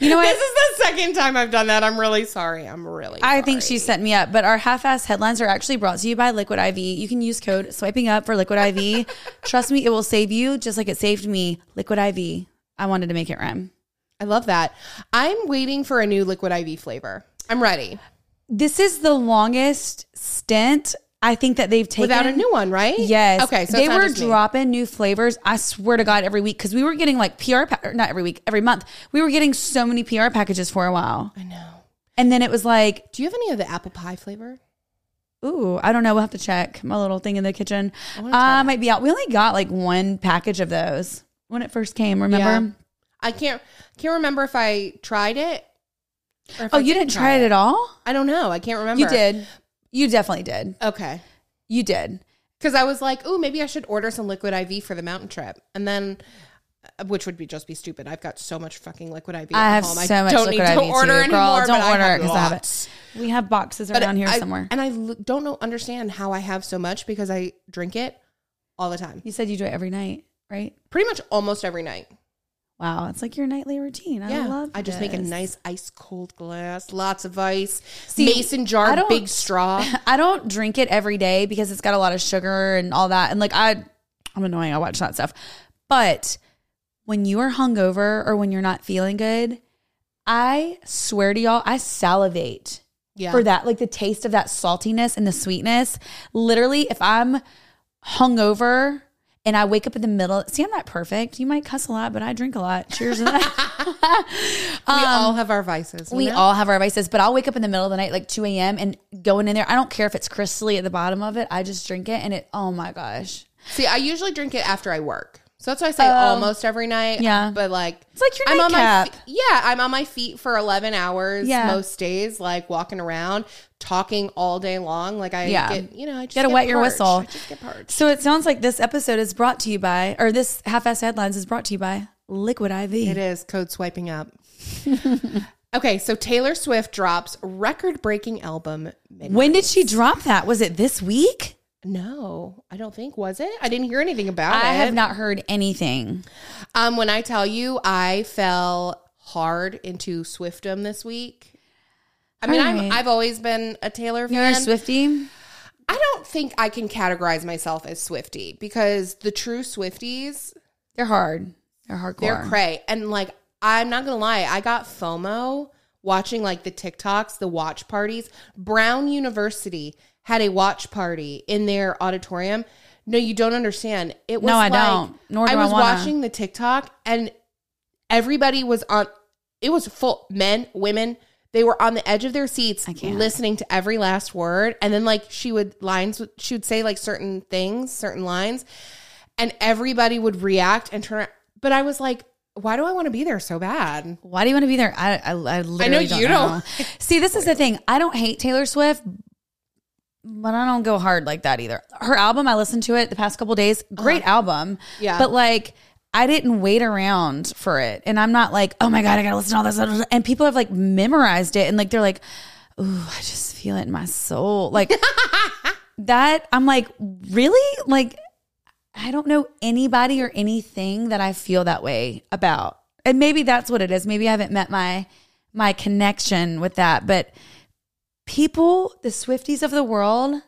Speaker 2: You know what?
Speaker 3: This is the second time I've done that. I'm really sorry. I'm really.
Speaker 2: I think
Speaker 3: sorry.
Speaker 2: she set me up, but our half-ass headlines are actually brought to you by Liquid IV. You can use code swiping up for Liquid IV. Trust me, it will save you just like it saved me. Liquid IV. I wanted to make it rhyme.
Speaker 3: I love that. I'm waiting for a new liquid IV flavor. I'm ready.
Speaker 2: This is the longest stint I think that they've taken
Speaker 3: without a new one, right?
Speaker 2: Yes.
Speaker 3: Okay. So
Speaker 2: they
Speaker 3: it's not
Speaker 2: were
Speaker 3: just me.
Speaker 2: dropping new flavors. I swear to God, every week because we were getting like PR, pa- or not every week, every month. We were getting so many PR packages for a while,
Speaker 3: I know.
Speaker 2: and then it was like,
Speaker 3: Do you have any of the apple pie flavor?
Speaker 2: ooh, I don't know. We'll have to check my little thing in the kitchen.
Speaker 3: wanna try
Speaker 2: I
Speaker 3: that.
Speaker 2: might be out. We only got like one package of those when it first came. Remember?
Speaker 3: I can't can't remember if I tried it. or if
Speaker 2: Oh,
Speaker 3: I
Speaker 2: you didn't try it at all.
Speaker 3: I don't know. I can't remember.
Speaker 2: You did. You definitely did.
Speaker 3: Okay.
Speaker 2: You did.
Speaker 3: Because I was like, oh, maybe I should order some liquid IV for the mountain trip, and then, uh, which would be just be stupid. I've got so much fucking liquid IV.
Speaker 2: I
Speaker 3: at
Speaker 2: have
Speaker 3: home.
Speaker 2: so much
Speaker 3: don't
Speaker 2: liquid
Speaker 3: need to
Speaker 2: IV
Speaker 3: order
Speaker 2: too, girl.
Speaker 3: anymore.
Speaker 2: Don't
Speaker 3: but
Speaker 2: order
Speaker 3: I
Speaker 2: it
Speaker 3: have
Speaker 2: 'cause I have it.
Speaker 3: lots.
Speaker 2: We have boxes
Speaker 3: But
Speaker 2: around here
Speaker 3: I-
Speaker 2: somewhere.
Speaker 3: And I l- don't know understand how I have so much because I drink it all the time,
Speaker 2: you said you do it every night, right?
Speaker 3: pretty much almost every night.
Speaker 2: Wow, it's like your nightly routine. I
Speaker 3: yeah,
Speaker 2: love.
Speaker 3: I just make a
Speaker 2: this.
Speaker 3: nice ice cold glass, lots of ice,
Speaker 2: See,
Speaker 3: mason
Speaker 2: I
Speaker 3: jar,
Speaker 2: don't-
Speaker 3: big straw.
Speaker 2: I don't drink it every day because it's got a lot of sugar and all that. And like I, I'm annoying. I watch that stuff. But when you are hungover or when you're not feeling good, I swear to y'all, I salivate
Speaker 3: Yeah,
Speaker 2: for that. Like the taste of that saltiness and the sweetness. Literally, if I'm hungover and I wake up in the middle, see, I'm not perfect. You might cuss a lot, but I drink a lot. Cheers to that.
Speaker 3: we all have our vices. you
Speaker 2: Um, We
Speaker 3: know?
Speaker 2: all have our vices, but I'll wake up in the middle of the night, like 2 a.m., and going in there. I don't care if it's crystally at the bottom of it. I just drink it, and it, oh my gosh.
Speaker 3: See, I usually drink it after I work. So that's why I say almost every night.
Speaker 2: Um, yeah.
Speaker 3: But like
Speaker 2: It's like your
Speaker 3: on my
Speaker 2: nightcap.
Speaker 3: feet, yeah, I'm on my feet for 11 hours
Speaker 2: Yeah.
Speaker 3: most days, like walking around, talking all day long. Like I
Speaker 2: Yeah.
Speaker 3: get, you know, I just
Speaker 2: Gotta
Speaker 3: get
Speaker 2: wet your
Speaker 3: parched.
Speaker 2: whistle.
Speaker 3: I just get parched.
Speaker 2: So it sounds like this episode is brought to you by, or this half assed headlines is brought to you by Liquid
Speaker 3: It
Speaker 2: IV.
Speaker 3: is code swiping up. okay, so Taylor Swift drops record-breaking album. Midnight.
Speaker 2: When did she drop that? Was it this week?
Speaker 3: No, I don't think was it. I didn't hear anything about it.
Speaker 2: I have not heard anything.
Speaker 3: Um, when I tell you, I fell hard into Swiftum this week. I mean, I'm,
Speaker 2: Alright.
Speaker 3: I've always been a Taylor
Speaker 2: You're a
Speaker 3: fan.
Speaker 2: Swifty?
Speaker 3: I don't think I can categorize myself as Swifty because the true Swifties,
Speaker 2: They're hard. They're hardcore.
Speaker 3: they're cray. And like, I'm not gonna lie, I got FOMO watching like the TikToks, the watch parties. Brown University had a watch party in their auditorium. No, you don't understand. It was
Speaker 2: No, I
Speaker 3: like-
Speaker 2: don't. Nor do I
Speaker 3: was
Speaker 2: wanna.
Speaker 3: watching the TikTok and everybody was on. It was full men, women. They were on the edge of their seats,
Speaker 2: can't.
Speaker 3: listening to every last word. And then like she would lines, would- she would say like certain things, certain lines, and everybody would react and turn. But I was like, why do I want to be there so bad?
Speaker 2: Why do you want to be there? I I, I literally don't
Speaker 3: you
Speaker 2: know.
Speaker 3: don't.
Speaker 2: See, this is the thing. I don't hate Taylor Swift, but I don't go hard like that either. Her album, I listened to it the past couple days. Great album.
Speaker 3: Uh-huh. Yeah.
Speaker 2: But like I didn't wait around for it. And I'm not like, oh my God, I gotta listen to all this. And people have like memorized it and like they're like, ooh, I just feel it in my soul. Like that, I'm like, really? Like I don't know anybody or anything that I feel that way about. And maybe that's what it is. Maybe I haven't met my my connection with that, but people, the Swifties of the world,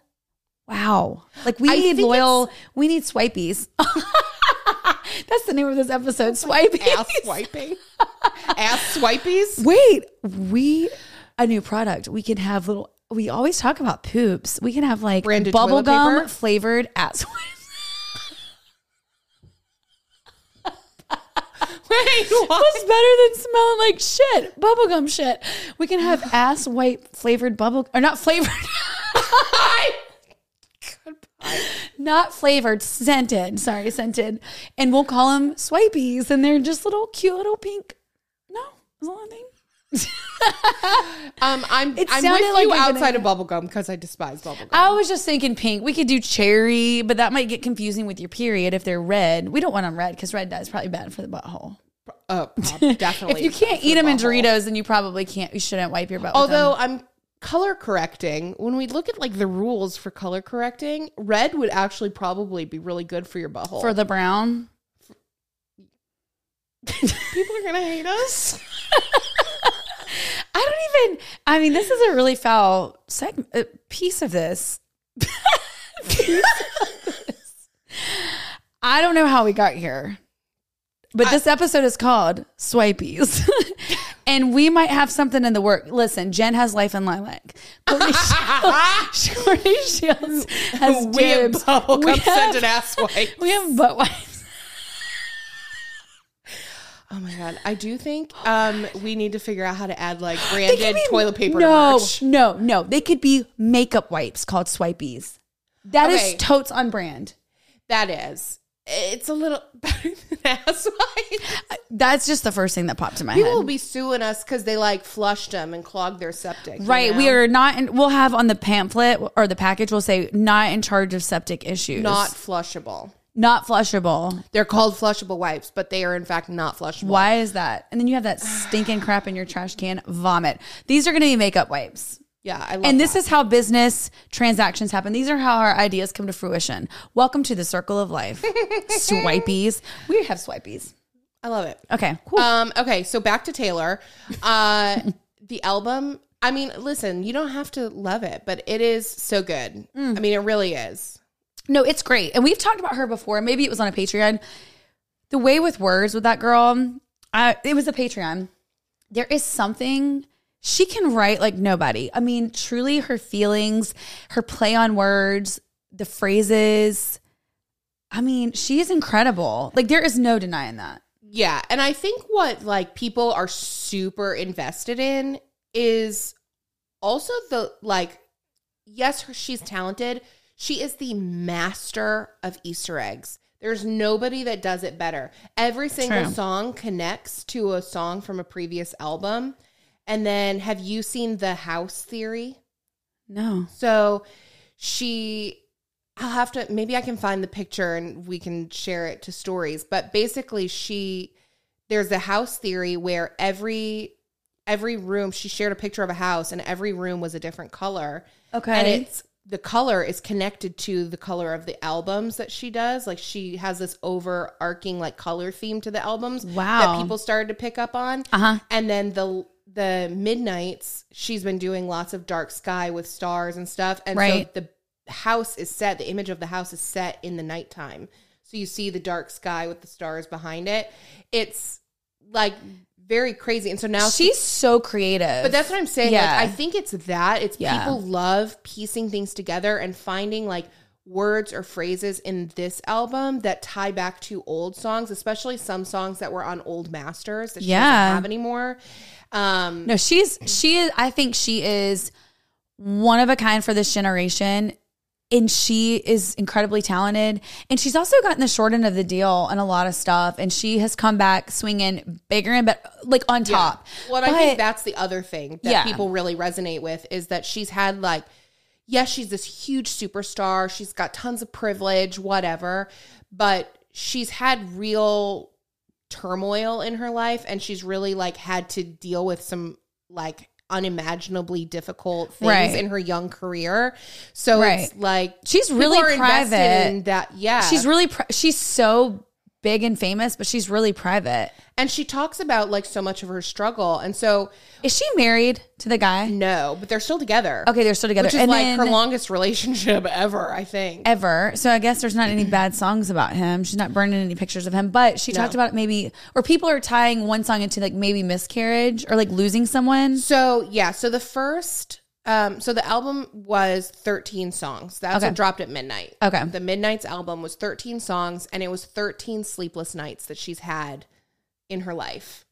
Speaker 2: wow. Like we
Speaker 3: I
Speaker 2: need
Speaker 3: think
Speaker 2: loyal, we need swipies. that's the name of this episode, swipies.
Speaker 3: Ass swiping, ass swipies.
Speaker 2: Wait, we a new product. We can have little we always talk about poops. We can have like
Speaker 3: Branded toilet paper?
Speaker 2: bubblegum flavored at
Speaker 3: Wait,
Speaker 2: That's better than smelling like shit, bubblegum shit. We can have ass white flavored bubble or not flavored, not flavored, scented. Sorry, scented. And we'll call them swipies, and they're just little cute little pink. No, is all I think.
Speaker 3: Um, I'm
Speaker 2: It
Speaker 3: I'm
Speaker 2: sounded
Speaker 3: with
Speaker 2: like
Speaker 3: you
Speaker 2: you're gonna-
Speaker 3: outside of bubblegum because I despise bubblegum.
Speaker 2: I was just thinking pink. We could do cherry, but that might get confusing with your period if they're red. We don't want them red because red dye is probably bad for the butthole.
Speaker 3: Oh,
Speaker 2: If
Speaker 3: definitely.
Speaker 2: you can't eat them in
Speaker 3: butthole.
Speaker 2: Doritos, then you probably can't. You shouldn't wipe your butt. with them.
Speaker 3: Although I'm color correcting, when we look at like the rules for color correcting, red would actually probably be really good for your butthole.
Speaker 2: for the brown,
Speaker 3: people are gonna hate us.
Speaker 2: I don't even. I mean, this is a really foul segment, uh, piece of this. I don't know how we got here, but this episode is called Swipies. and we might have something in the work. Listen, Jen has life in lilac. Courtney Shields, Courtney Shields has
Speaker 3: we have
Speaker 2: dibs.
Speaker 3: both
Speaker 2: We
Speaker 3: have such
Speaker 2: have,
Speaker 3: an ass wife.
Speaker 2: we have butt wipes.
Speaker 3: Oh my god! I do think um, we need to figure out how to add like branded
Speaker 2: They could be-
Speaker 3: toilet paper.
Speaker 2: No,
Speaker 3: to merch.
Speaker 2: no, no. They could be makeup wipes called swipies. That is
Speaker 3: Okay.
Speaker 2: totes on brand.
Speaker 3: that is. It's a little better than ass wife.
Speaker 2: That's just the first thing that popped in my
Speaker 3: People
Speaker 2: head.
Speaker 3: will be suing us because they like flushed them and clogged their septic. you
Speaker 2: Right. We
Speaker 3: know?
Speaker 2: are not, in, we'll have on the pamphlet or the package, we'll say not in charge of septic issues.
Speaker 3: not flushable.
Speaker 2: not flushable.
Speaker 3: They're called flushable wipes, but they are in fact not flushable.
Speaker 2: Why is that? And then you have that stinking crap in your trash can, vomit. These are going to be makeup wipes.
Speaker 3: Yeah, I love.
Speaker 2: And this
Speaker 3: that.
Speaker 2: is how business transactions happen. These are how our ideas come to fruition. Welcome to the circle of life. swipies. We have swipies.
Speaker 3: I love it.
Speaker 2: Okay, cool.
Speaker 3: Um, okay, so back to Taylor. Uh, the album. I mean, listen, you don't have to love it, but it is so good.
Speaker 2: Mm.
Speaker 3: I mean, it really is.
Speaker 2: No, it's great. And we've talked about her before. Maybe it was on a Patreon. The way with words with that girl, I, it was a Patreon. There is something she can write like nobody. I mean, truly her feelings, her play on words, the phrases. I mean, she is incredible. Like there is no denying that.
Speaker 3: Yeah, and I think what like people are super invested in is also the like yes, her, she's talented. She is the master of Easter eggs. There's nobody that does it better. Every single
Speaker 2: True.
Speaker 3: song connects to a song from a previous album. And then have you seen the house theory?
Speaker 2: No.
Speaker 3: So she, I'll have to, maybe I can find the picture and we can share it to stories. But basically, she, there's a house theory where every, every room, she shared a picture of a house and every room was a different color.
Speaker 2: Okay.
Speaker 3: And it's, the color is connected to the color of the albums that she does. Like she has this overarching like color theme to the albums
Speaker 2: Wow.
Speaker 3: that people started to pick up on.
Speaker 2: Uh-huh.
Speaker 3: And then the the midnights, she's been doing lots of dark sky with stars and stuff. And
Speaker 2: Right.
Speaker 3: so the house is set, the image of the house is set in the nighttime. So you see the dark sky with the stars behind it. It's like very crazy. And so now
Speaker 2: She's so creative.
Speaker 3: but that's what I'm saying.
Speaker 2: Yeah.
Speaker 3: Like, I think it's that. It's
Speaker 2: Yeah.
Speaker 3: people love piecing things together and finding like words or phrases in this album that tie back to old songs, especially some songs that were on old masters that she
Speaker 2: Yeah.
Speaker 3: doesn't have anymore. Um,
Speaker 2: No, she's she is I think she is one of a kind for this generation and she is incredibly talented and she's also gotten the short end of the deal and a lot of stuff and she has come back swinging bigger and but like on top.
Speaker 3: What
Speaker 2: But
Speaker 3: I think that's the other thing that
Speaker 2: Yeah.
Speaker 3: people really resonate with is that she's had like, yes, she's this huge superstar. She's got tons of privilege, whatever, but she's had real turmoil in her life and she's really like had to deal with some like unimaginably difficult things
Speaker 2: Right.
Speaker 3: in her young career. So it's
Speaker 2: Right.
Speaker 3: like
Speaker 2: She's
Speaker 3: people
Speaker 2: really
Speaker 3: are invested
Speaker 2: private.
Speaker 3: in that. Yeah.
Speaker 2: she's really pri- she's so big and famous but she's really private.
Speaker 3: and she talks about like so much of her struggle. And so
Speaker 2: Is she married to the guy?
Speaker 3: no, but they're still together.
Speaker 2: Okay, they're still together.
Speaker 3: Which is
Speaker 2: And
Speaker 3: like her
Speaker 2: then-
Speaker 3: longest relationship ever, I think.
Speaker 2: ever. So I guess there's not any bad songs about him. She's not burning any pictures of him, but she talked about maybe, or people are tying one song into like maybe miscarriage or like losing someone.
Speaker 3: So yeah, so the first um so the album was 13 songs. That's
Speaker 2: Okay.
Speaker 3: what dropped at midnight.
Speaker 2: Okay.
Speaker 3: The Midnight's album was 13 songs and it was 13 sleepless nights that she's had in her life.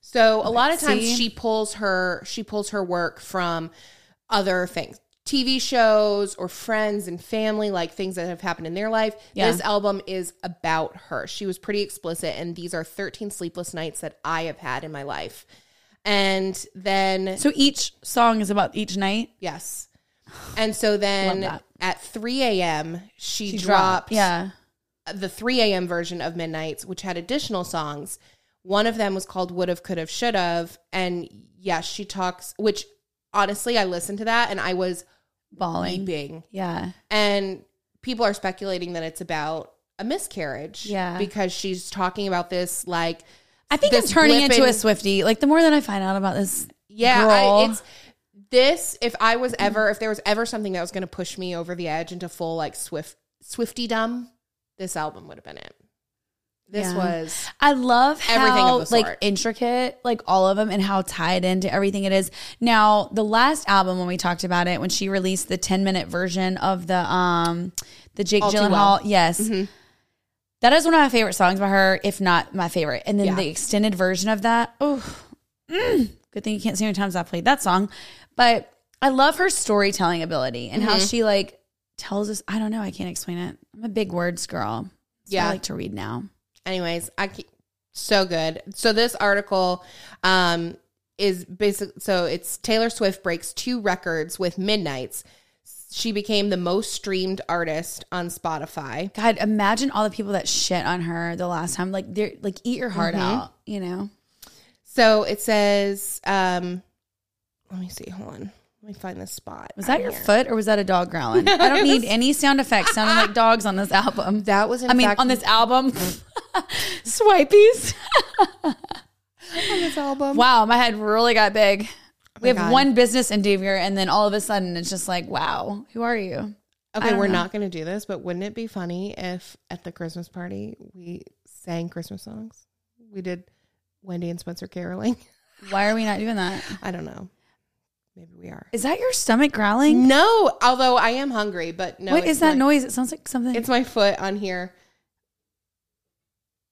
Speaker 3: So a lot of times
Speaker 2: See?
Speaker 3: she pulls her she pulls her work from other things. TV shows or friends and family, like things that have happened in their life.
Speaker 2: Yeah.
Speaker 3: This album is about her. She was pretty explicit, and these are 13 sleepless nights that I have had in my life. And then,
Speaker 2: So each song is about each night.
Speaker 3: yes. And so then
Speaker 2: Love
Speaker 3: at 3 a.m., she,
Speaker 2: She
Speaker 3: dropped
Speaker 2: Yeah.
Speaker 3: the 3 a.m. version of Midnight's, which had additional songs. One of them was called Would Have, Could Have, Should Have. And yes, she talks, which honestly, I listened to that and I was
Speaker 2: Bawling.
Speaker 3: weeping.
Speaker 2: Yeah.
Speaker 3: And people are speculating that it's about a miscarriage.
Speaker 2: Yeah.
Speaker 3: Because she's talking about this, like,
Speaker 2: I think
Speaker 3: This
Speaker 2: I'm turning
Speaker 3: blip
Speaker 2: into
Speaker 3: in-
Speaker 2: a Swifty. Like the more that I find out about this,
Speaker 3: yeah,
Speaker 2: Girl.
Speaker 3: I, it's this. If I was ever, if there was ever something that was going to push me over the edge into full, like, swift, Swifty dumb, this album would have been it. This was
Speaker 2: I love
Speaker 3: Everything of
Speaker 2: how
Speaker 3: the sort.
Speaker 2: like intricate, like all of them, and how tied into everything it is. Now, the last album when we talked about it, when she released the ten minute version of the um the Jake
Speaker 3: All Too
Speaker 2: Gyllenhaal,
Speaker 3: Well. Mm-hmm.
Speaker 2: yes, That is one of my favorite songs by her, if not my favorite. And then
Speaker 3: Yeah.
Speaker 2: the extended version of that, oh, good thing you can't see how many times I played that song. But I love her storytelling ability and
Speaker 3: Mm-hmm.
Speaker 2: how she like tells us. I don't know, I can't explain it. I'm a big words girl. That's what
Speaker 3: Yeah.
Speaker 2: I like to read now.
Speaker 3: anyways i ke- so good so this article um is basic so it's taylor swift breaks two records with midnights she became the most streamed artist on spotify
Speaker 2: God, imagine all the people that shit on her the last time. Like they're like eat your
Speaker 3: Mm-hmm.
Speaker 2: heart out, you know?
Speaker 3: so it says um let me see hold on let me find this spot
Speaker 2: Was that your foot or was that a dog growling? I don't need any sound effects sounding like dogs on this album.
Speaker 3: that Mm. was in
Speaker 2: I mean,
Speaker 3: fact
Speaker 2: on this album. Swipies.
Speaker 3: this album
Speaker 2: Wow, my head really got big. we have
Speaker 3: God.
Speaker 2: one business endeavor, and then all of a sudden it's just like, wow, who are you?
Speaker 3: okay we're not gonna do this but wouldn't it be funny if at the christmas party we sang christmas songs we did wendy and spencer caroling
Speaker 2: Why are we not doing that?
Speaker 3: i don't know maybe we are
Speaker 2: Is that your stomach growling?
Speaker 3: No, although I am hungry, but no.
Speaker 2: what is
Speaker 3: it's
Speaker 2: that
Speaker 3: my-
Speaker 2: noise? It sounds like something.
Speaker 3: It's my foot on here.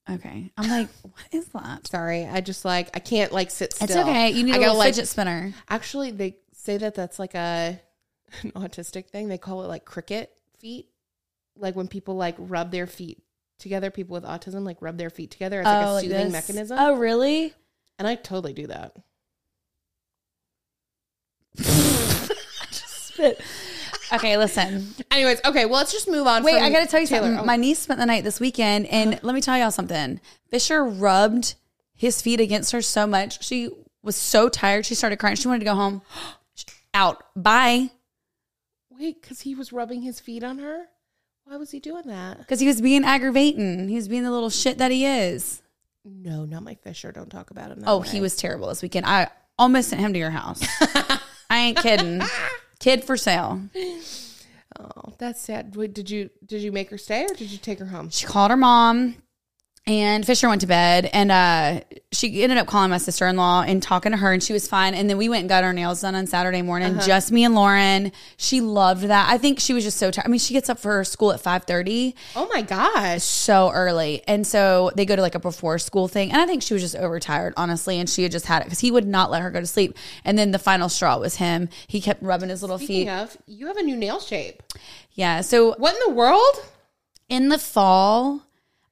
Speaker 2: okay. I'm like, what is that?
Speaker 3: Sorry, I just like I can't like sit still.
Speaker 2: It's okay. You need a
Speaker 3: I
Speaker 2: little
Speaker 3: gotta, like-
Speaker 2: fidget spinner.
Speaker 3: Actually, they say that that's like a an autistic thing. They call it like cricket feet. Like when people like rub their feet together, people with autism like rub their feet together. It's like a
Speaker 2: like
Speaker 3: soothing
Speaker 2: Oh, this?
Speaker 3: mechanism.
Speaker 2: Oh, really?
Speaker 3: And I totally do that.
Speaker 2: Spit. Okay, listen.
Speaker 3: Anyways, okay, well let's just move on.
Speaker 2: Wait,
Speaker 3: from
Speaker 2: I got to tell you
Speaker 3: Taylor.
Speaker 2: something.
Speaker 3: Oh, Uh-huh.
Speaker 2: My niece spent the night this weekend, and let me tell y'all something. Fisher rubbed his feet against her so much. She was so tired. She started crying. She wanted to go home. Out. Bye.
Speaker 3: wait, because he was rubbing his feet on her. Why was he doing that?
Speaker 2: Because he was being aggravating. He was being the little shit that he is.
Speaker 3: No, not my Fisher. Don't talk about him. that
Speaker 2: Oh,
Speaker 3: way.
Speaker 2: he was terrible this weekend. I almost sent him to your house. I ain't kidding. Kid for sale.
Speaker 3: Oh, that's sad. Wait, did you did you make her stay or did you take her home?
Speaker 2: she called her mom and Fisher went to bed and uh, she ended up calling my sister in law and talking to her and she was fine. And then we went and got our nails done on Saturday morning,
Speaker 3: Uh-huh.
Speaker 2: just me and Lauren. She loved that. I think she was just so tired. I mean, she gets up for her school at five thirty
Speaker 3: Oh my gosh.
Speaker 2: so early. And so they go to like a before school thing. And I think she was just overtired, honestly. And she had just had it because he would not let her go to sleep. And then the final straw was him. He kept rubbing his little
Speaker 3: Speaking
Speaker 2: feet.
Speaker 3: of, you have a new nail shape.
Speaker 2: yeah. So
Speaker 3: What in the world?
Speaker 2: in the fall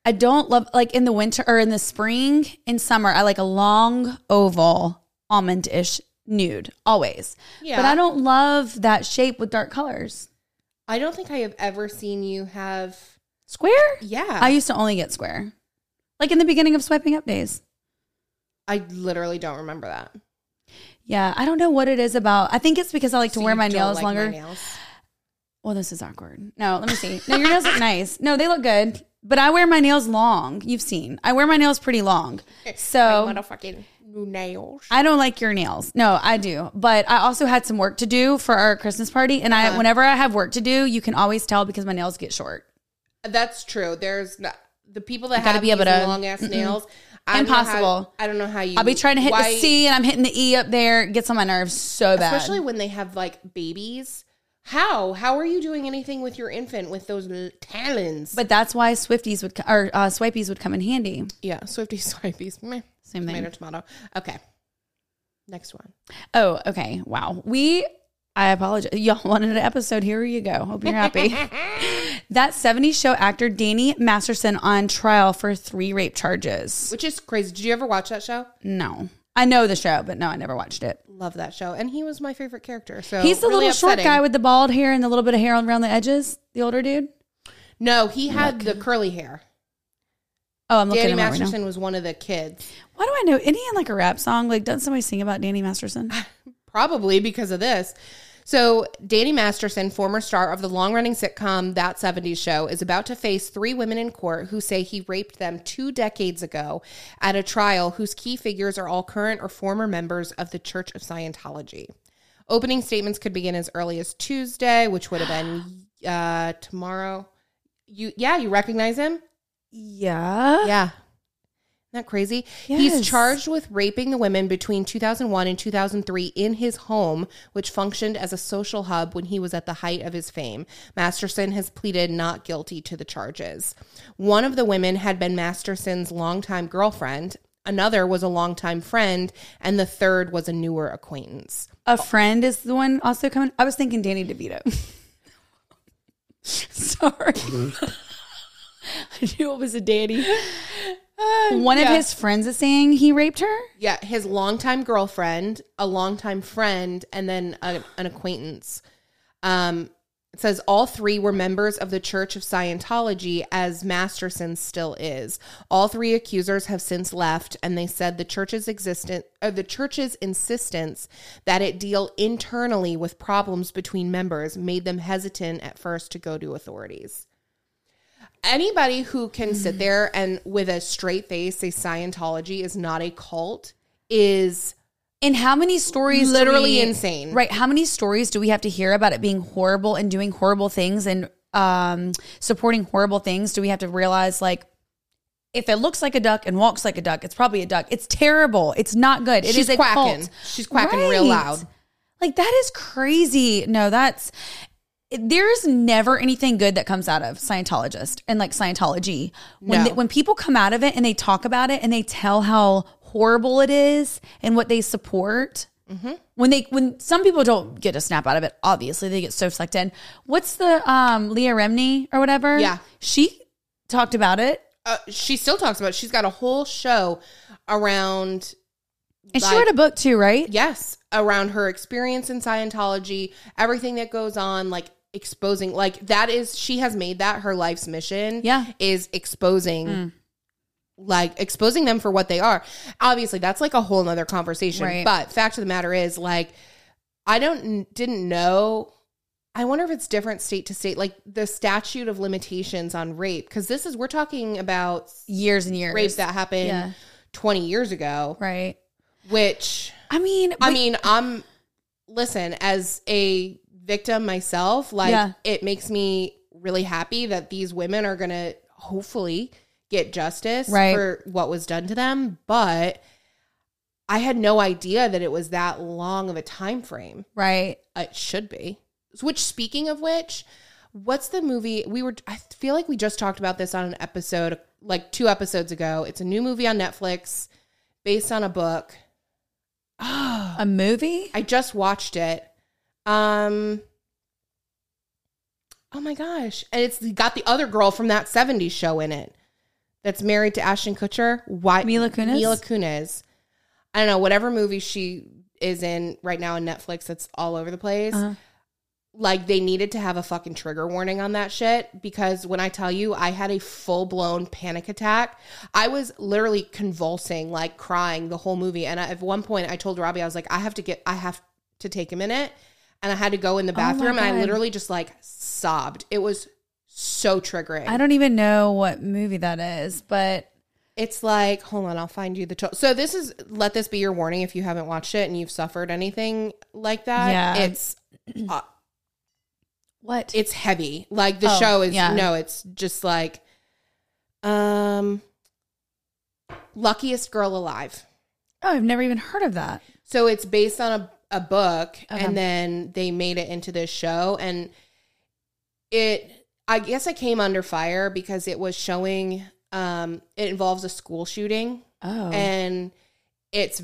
Speaker 2: i don't love like in the winter or in the spring in summer i like a long oval almond-ish nude always
Speaker 3: Yeah.
Speaker 2: but i don't love that shape with dark colors
Speaker 3: I don't think I have ever seen you have.
Speaker 2: square
Speaker 3: Yeah,
Speaker 2: i
Speaker 3: I
Speaker 2: used to only get square like in the beginning of swiping up days
Speaker 3: I literally don't remember that.
Speaker 2: yeah i don't know what it is about i think it's because i like to
Speaker 3: So
Speaker 2: wear
Speaker 3: you
Speaker 2: my
Speaker 3: don't
Speaker 2: nails
Speaker 3: like my
Speaker 2: longer
Speaker 3: nails?
Speaker 2: well this is awkward no let me see no your nails look nice no they look good but i wear my nails long you've seen i wear my nails pretty long so
Speaker 3: My motherfucking new nails.
Speaker 2: I don't like your nails. No, I do. But I also had some work to do for our Christmas party. And
Speaker 3: Uh-huh.
Speaker 2: I, whenever I have work to do, you can always tell because my nails get short.
Speaker 3: That's true. There's not, the people that
Speaker 2: gotta
Speaker 3: have
Speaker 2: be able
Speaker 3: these
Speaker 2: to-
Speaker 3: long ass nails. I don't know
Speaker 2: Impossible.
Speaker 3: How, I don't know how you.
Speaker 2: I'll be trying to hit
Speaker 3: why-
Speaker 2: the C and I'm hitting the E up there. It gets on my nerves so bad.
Speaker 3: especially when they have like babies. How how are you doing anything with your infant with those l- talons?
Speaker 2: but that's why Swifties would, co- or uh, Swipies would come in handy.
Speaker 3: Yeah, Swifty Swifties. Meh.
Speaker 2: Same thing.
Speaker 3: Tomato, tomato. Okay. Next one.
Speaker 2: Oh, okay. Wow. We, I apologize. Y'all wanted an episode. Here you go. Hope you're happy. that 70s show actor Danny Masterson on trial for three rape charges.
Speaker 3: Which is crazy. Did you ever watch that show?
Speaker 2: No. I know the show, but no, I never watched it.
Speaker 3: Love that show. And he was my favorite character. So
Speaker 2: He's the
Speaker 3: really
Speaker 2: little short
Speaker 3: upsetting.
Speaker 2: guy with the bald hair and the little bit of hair around the edges. The older dude.
Speaker 3: No, he had the curly hair.
Speaker 2: Oh, I'm looking
Speaker 3: Danny
Speaker 2: at him up right now.
Speaker 3: Masterson was one of the kids.
Speaker 2: Why do I know? Isn't he in like a rap song? Like, doesn't somebody sing about Danny Masterson?
Speaker 3: Probably because of this. So, Danny Masterson, former star of the long running sitcom That 70s Show, is about to face three women in court who say he raped them two decades ago at a trial whose key figures are all current or former members of the Church of Scientology. Opening statements could begin as early as Tuesday, which would have been uh, tomorrow. You, yeah, you recognize him?
Speaker 2: Yeah.
Speaker 3: Yeah. Isn't that crazy?
Speaker 2: Yes.
Speaker 3: He's charged with raping the women between 2001 and 2003 in his home, which functioned as a social hub when he was at the height of his fame. Masterson has pleaded not guilty to the charges. One of the women had been Masterson's longtime girlfriend, another was a longtime friend, and the third was a newer acquaintance.
Speaker 2: A friend is the one also coming. I was thinking Danny DeVito. Sorry. I knew it was a Danny. one of his friends is saying he raped her.
Speaker 3: Yeah, his longtime girlfriend, a longtime friend, and then a, an acquaintance. Um, it says all three were members of the Church of Scientology, as Masterson still is. All three accusers have since left, and they said the church's existence, or the church's insistence that it deal internally with problems between members, made them hesitant at first to go to authorities anybody who can
Speaker 2: Mm-hmm.
Speaker 3: sit there and with a straight face say Scientology is not a cult is
Speaker 2: And how many stories? do
Speaker 3: Literally
Speaker 2: we-
Speaker 3: insane.
Speaker 2: right? How many stories do we have to hear about it being horrible and doing horrible things and um, supporting horrible things? Do we have to realize like? If it looks like a duck and walks like a duck, it's probably a duck. It's terrible. It's not good. It is
Speaker 3: she's
Speaker 2: a
Speaker 3: quacking.
Speaker 2: cult.
Speaker 3: She's quacking real
Speaker 2: Right.
Speaker 3: loud.
Speaker 2: Like that is crazy. No, that's there is never anything good that comes out of Scientologist and like Scientology. When
Speaker 3: No.
Speaker 2: they- when people come out of it and they talk about it and they tell how horrible it is and what they support. When they when some people don't get a snap out of it, obviously they get so sucked in. What's the um Leah Remney or whatever?
Speaker 3: Yeah.
Speaker 2: she talked about it
Speaker 3: Uh, she still talks about. it. She's got a whole show around
Speaker 2: and she
Speaker 3: Like-
Speaker 2: wrote a book too, right?
Speaker 3: yes around her experience in Scientology, everything that goes on, like exposing like that is she has made that her life's mission.
Speaker 2: Yeah. Mm.
Speaker 3: is exposing. Like exposing them for what they are. Obviously, that's like a whole nother conversation.
Speaker 2: Right.
Speaker 3: But fact of the matter is, like, I don't didn't know. I wonder if it's different state to state, like the statute of limitations on rape, because this is we're talking about
Speaker 2: Years and years.
Speaker 3: rape that happened
Speaker 2: Yeah.
Speaker 3: twenty years ago,
Speaker 2: Right.
Speaker 3: which
Speaker 2: I mean,
Speaker 3: I
Speaker 2: but-
Speaker 3: mean, I'm listen as a victim myself. Like,
Speaker 2: Yeah.
Speaker 3: it makes me really happy that these women are gonna hopefully get justice
Speaker 2: Right.
Speaker 3: for what was done to them. But I had no idea that it was that long of a time frame. Uh,
Speaker 2: right.
Speaker 3: It should be. Which, speaking of which, what's the movie we were? I feel like we just talked about this on an episode, like two episodes ago. It's a new movie on Netflix, based on a book. Oh,
Speaker 2: A movie?
Speaker 3: I just watched it. Um Oh my gosh. And it's got the other girl from that 70s show in it that's married to Ashton Kutcher. Why
Speaker 2: Mila Kunis?
Speaker 3: Mila Kunis. I don't know, whatever movie she is in right now on Netflix that's all over the place.
Speaker 2: Uh-huh.
Speaker 3: Like they needed to have a fucking trigger warning on that shit because when I tell you I had a full blown panic attack, I was literally convulsing, like crying the whole movie. And I, at one point, I told Robbie, I was like, I have to get, I have to take a minute, and I had to go in the
Speaker 2: Oh my
Speaker 3: bathroom, and I
Speaker 2: God.
Speaker 3: literally just like sobbed. It was so triggering.
Speaker 2: I don't even know what movie that is, but
Speaker 3: It's like, hold on, I'll find you the total. So this is let this be your warning if you haven't watched it and you've suffered anything like that.
Speaker 2: Yeah.
Speaker 3: It's uh,
Speaker 2: what?
Speaker 3: it's heavy. Like the
Speaker 2: Oh,
Speaker 3: show is
Speaker 2: yeah.
Speaker 3: no, it's just like um Luckiest Girl Alive.
Speaker 2: oh, I've never even heard of that.
Speaker 3: So it's based on a a book
Speaker 2: Okay.
Speaker 3: and then they made it into this show and it I guess I came under fire because it was showing um it involves a school shooting.
Speaker 2: Oh,
Speaker 3: and it's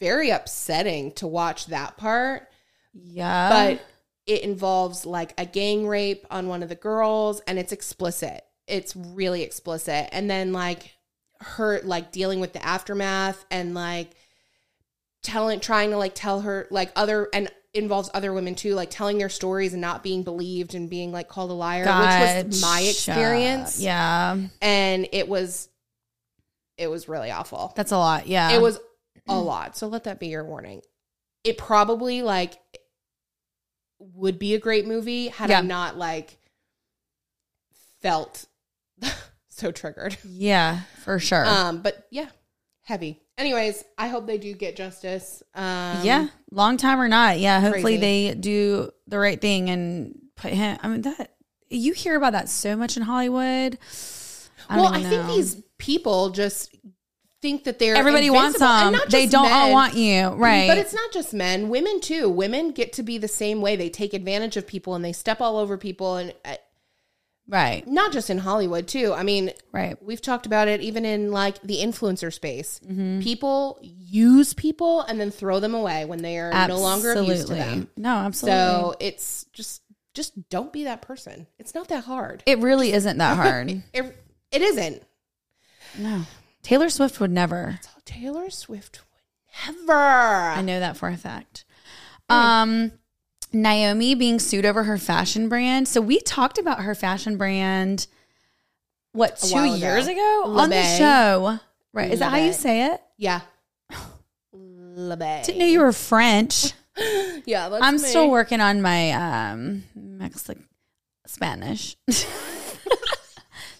Speaker 3: very upsetting to watch that part
Speaker 2: yeah.
Speaker 3: but it involves like a gang rape on one of the girls and it's explicit it's really explicit and then like her like dealing with the aftermath and like telling trying to like tell her like other and involves other women too like telling their stories and not being believed and being like called a liar which was my
Speaker 2: Gotcha.
Speaker 3: experience
Speaker 2: Yeah,
Speaker 3: and it was it was really awful
Speaker 2: that's a lot. Yeah,
Speaker 3: it was
Speaker 2: mm.
Speaker 3: a lot. So let that be your warning. It probably like would be a great movie had
Speaker 2: Yeah.
Speaker 3: I not like felt so triggered.
Speaker 2: yeah for sure.
Speaker 3: Um, but yeah, heavy. Anyways, I hope they do get justice. Um,
Speaker 2: yeah, long time or not. Yeah, hopefully
Speaker 3: crazy.
Speaker 2: they do the right thing and put him. I mean that you hear about that so much in Hollywood. I don't
Speaker 3: well, I
Speaker 2: even
Speaker 3: think
Speaker 2: know.
Speaker 3: these people just think that they're
Speaker 2: everybody wants
Speaker 3: invincible, and
Speaker 2: them.
Speaker 3: not
Speaker 2: They
Speaker 3: just
Speaker 2: don't all
Speaker 3: men.
Speaker 2: want you, right?
Speaker 3: But it's not just men; women too. Women get to be the same way. They take advantage of people and they step all over people, and uh,
Speaker 2: right,
Speaker 3: not just in Hollywood too. I mean,
Speaker 2: right.
Speaker 3: we've talked about it even in like the influencer space.
Speaker 2: Mm-hmm.
Speaker 3: People use people and then throw them away when they are no longer of use to them.
Speaker 2: No, absolutely.
Speaker 3: So it's just just don't be that person. It's not that hard.
Speaker 2: it really isn't that hard.
Speaker 3: It, it isn't.
Speaker 2: no, Taylor Swift would never.
Speaker 3: Taylor Swift would never.
Speaker 2: I know that for a fact.
Speaker 3: Hmm.
Speaker 2: Um, Naomi being sued over her fashion brand. So we talked about her fashion brand. What
Speaker 3: A
Speaker 2: two
Speaker 3: while ago.
Speaker 2: years ago on the
Speaker 3: LeBay.
Speaker 2: show? Right? Is that how you
Speaker 3: LeBay.
Speaker 2: say it?
Speaker 3: Yeah. LeBay.
Speaker 2: Didn't know you were French.
Speaker 3: Yeah, that's
Speaker 2: I'm
Speaker 3: me.
Speaker 2: still working on my um Mexican Spanish.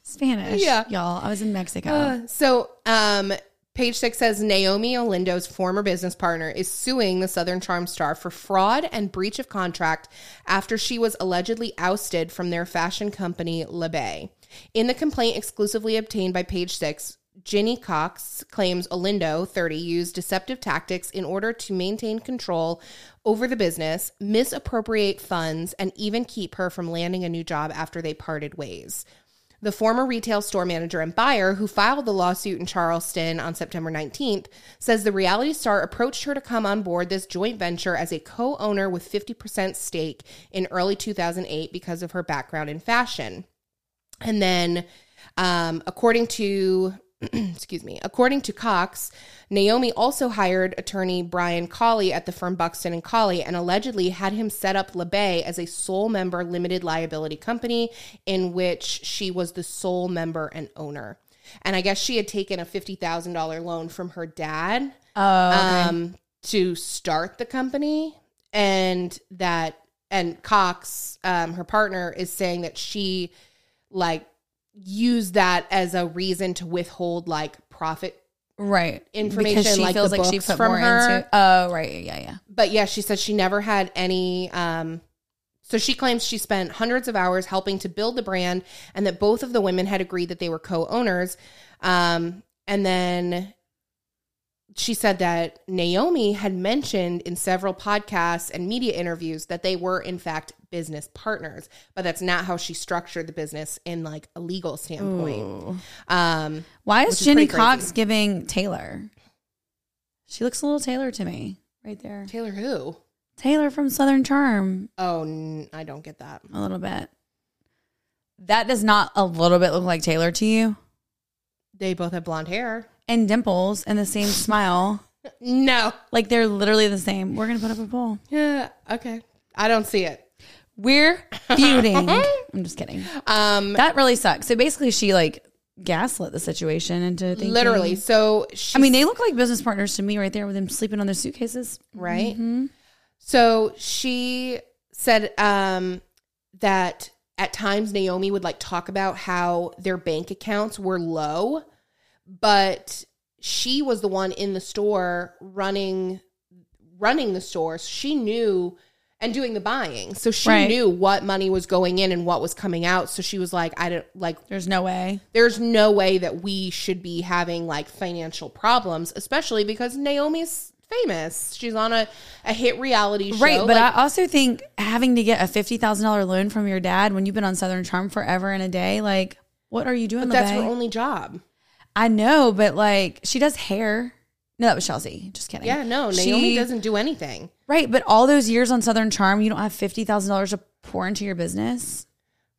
Speaker 2: Spanish,
Speaker 3: Yeah.
Speaker 2: y'all. I was in Mexico.
Speaker 3: Uh, so, um, page six says Naomi Olindo's former business partner is suing the Southern Charm star for fraud and breach of contract after she was allegedly ousted from their fashion company, LeBay. In the complaint exclusively obtained by page six, Ginny Cox claims Olindo, 30, used deceptive tactics in order to maintain control over the business, misappropriate funds, and even keep her from landing a new job after they parted ways. The former retail store manager and buyer who filed the lawsuit in Charleston on September 19th says the reality star approached her to come on board this joint venture as a co owner with 50% stake in early 2008 because of her background in fashion. And then, um, according to excuse me, according to Cox, Naomi also hired attorney Brian Colley at the firm Buxton and Colley and allegedly had him set up LeBay as a sole member limited liability company in which she was the sole member and owner. And I guess she had taken a fifty thousand dollar loan from her dad
Speaker 2: oh, okay.
Speaker 3: um, to start the company, and that and Cox, um, her partner, is saying that she like used that as a reason to withhold like profit.
Speaker 2: right.
Speaker 3: information,
Speaker 2: because she
Speaker 3: like
Speaker 2: feels
Speaker 3: the
Speaker 2: like she
Speaker 3: books
Speaker 2: put
Speaker 3: from
Speaker 2: more
Speaker 3: her.
Speaker 2: into. Oh, right. Yeah, yeah.
Speaker 3: But yeah, she said she never had any. Um, so she claims she spent hundreds of hours helping to build the brand, and that both of the women had agreed that they were co-owners. Um, and then she said that Naomi had mentioned in several podcasts and media interviews that they were in fact business partners, but that's not how she structured the business in like a legal standpoint. Um,
Speaker 2: Why
Speaker 3: Which
Speaker 2: is
Speaker 3: is
Speaker 2: Jenny
Speaker 3: pretty
Speaker 2: Cox
Speaker 3: crazy.
Speaker 2: giving Taylor? She looks a little Taylor to me, right there.
Speaker 3: Taylor, who?
Speaker 2: Taylor from Southern Charm,
Speaker 3: Oh, n- I don't get that.
Speaker 2: a little bit. That does not a little bit look like Taylor to you.
Speaker 3: They both have blonde hair.
Speaker 2: And dimples and the same smile.
Speaker 3: No.
Speaker 2: Like they're literally the same. We're gonna put up a poll.
Speaker 3: Yeah. Okay. I don't see it.
Speaker 2: We're feuding. I'm just kidding.
Speaker 3: Um,
Speaker 2: That really sucks. So basically, she like gaslit the situation into thinking,
Speaker 3: literally. So
Speaker 2: I
Speaker 3: she,
Speaker 2: mean, they look like business partners to me right there with them sleeping on their suitcases.
Speaker 3: right?
Speaker 2: mm-hmm.
Speaker 3: So she said um, that at times Naomi would like talk about how their bank accounts were low, but she was the one in the store running running the store. So she knew and doing the buying. So she
Speaker 2: Right.
Speaker 3: knew what money was going in and what was coming out. So she was like, I don't like
Speaker 2: There's no way.
Speaker 3: there's no way that we should be having like financial problems, especially because Naomi's famous. She's on a, a hit reality show.
Speaker 2: Right, but
Speaker 3: Like,
Speaker 2: I also think having to get a fifty thousand dollar loan from your dad when you've been on Southern Charm forever and a day, like, what are you doing?
Speaker 3: that's her
Speaker 2: LeBay?
Speaker 3: only job.
Speaker 2: I know, but like, she does hair. No, that was Chelsea. Just kidding.
Speaker 3: Yeah, no,
Speaker 2: She-
Speaker 3: Naomi doesn't do anything.
Speaker 2: Right, but all those years on Southern Charm, you don't have fifty thousand dollars to pour into your business.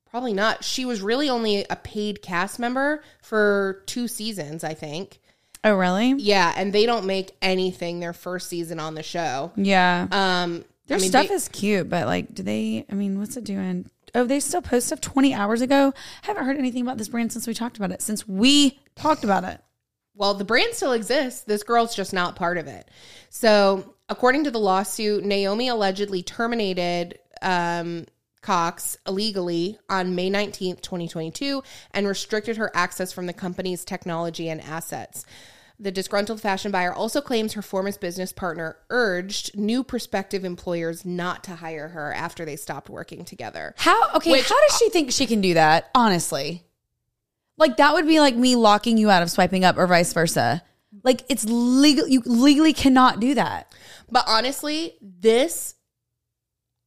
Speaker 3: Probably not. She was really only a paid cast member for two seasons, I think.
Speaker 2: Oh, really?
Speaker 3: Yeah, and they don't make anything their first season on the show.
Speaker 2: Yeah.
Speaker 3: Um,
Speaker 2: Their
Speaker 3: I mean,
Speaker 2: stuff
Speaker 3: they-
Speaker 2: is cute, but like, do they? I mean, what's it doing? Oh, they still post stuff 20 hours ago. I haven't heard anything about this brand since we talked about it, since we talked about it.
Speaker 3: Well, the brand still exists. This girl's just not part of it. So, according to the lawsuit, Naomi allegedly terminated um, Cox illegally on May 19th, 2022, and restricted her access from the company's technology and assets. The disgruntled fashion buyer also claims her former business partner urged new prospective employers not to hire her after they stopped working together.
Speaker 2: How, okay,
Speaker 3: Which-
Speaker 2: how does she think she can do that? Honestly. Like that would be like me locking you out of swiping up or vice versa. Like it's legal you legally cannot do that.
Speaker 3: But honestly, this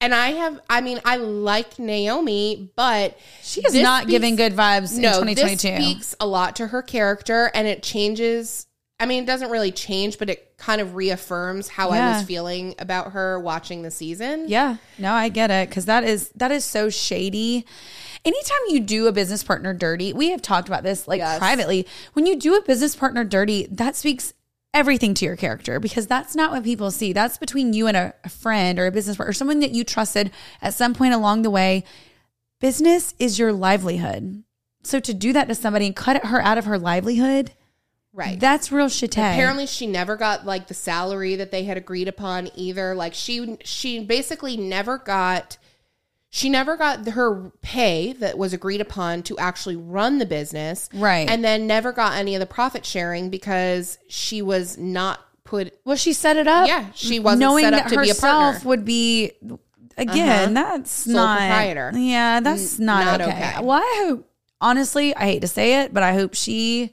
Speaker 3: and I have I mean, I like Naomi, but
Speaker 2: She is not giving good vibes
Speaker 3: no,
Speaker 2: in
Speaker 3: This
Speaker 2: 2022.
Speaker 3: speaks a lot to her character and it changes. I mean, it doesn't really change, but it kind of reaffirms how I was
Speaker 2: Yeah.
Speaker 3: feeling about her watching the season.
Speaker 2: Yeah, no, I get it because that is that is so shady. Anytime you do a business partner dirty, we have talked about this like
Speaker 3: Yes.
Speaker 2: privately. When you do a business partner dirty, that speaks everything to your character because that's not what people see. That's between you and a, a friend or a business partner or someone that you trusted at some point along the way. Business is your livelihood. So to do that to somebody and cut her out of her livelihood,
Speaker 3: Right.
Speaker 2: that's real shit.
Speaker 3: Apparently she never got like the salary that they had agreed upon either. Like she she basically never got she never got her pay that was agreed upon to actually run the business.
Speaker 2: Right.
Speaker 3: And then never got any of the profit sharing because she was not put
Speaker 2: Well, she set it up.
Speaker 3: Yeah, she wasn't
Speaker 2: knowing
Speaker 3: set up
Speaker 2: that
Speaker 3: to be a
Speaker 2: herself
Speaker 3: partner. Uh-huh.
Speaker 2: would be again. That's
Speaker 3: Sole
Speaker 2: not
Speaker 3: proprietor.
Speaker 2: Yeah, that's not,
Speaker 3: not
Speaker 2: okay.
Speaker 3: okay.
Speaker 2: Well, I hope honestly, I hate to say it, but I hope she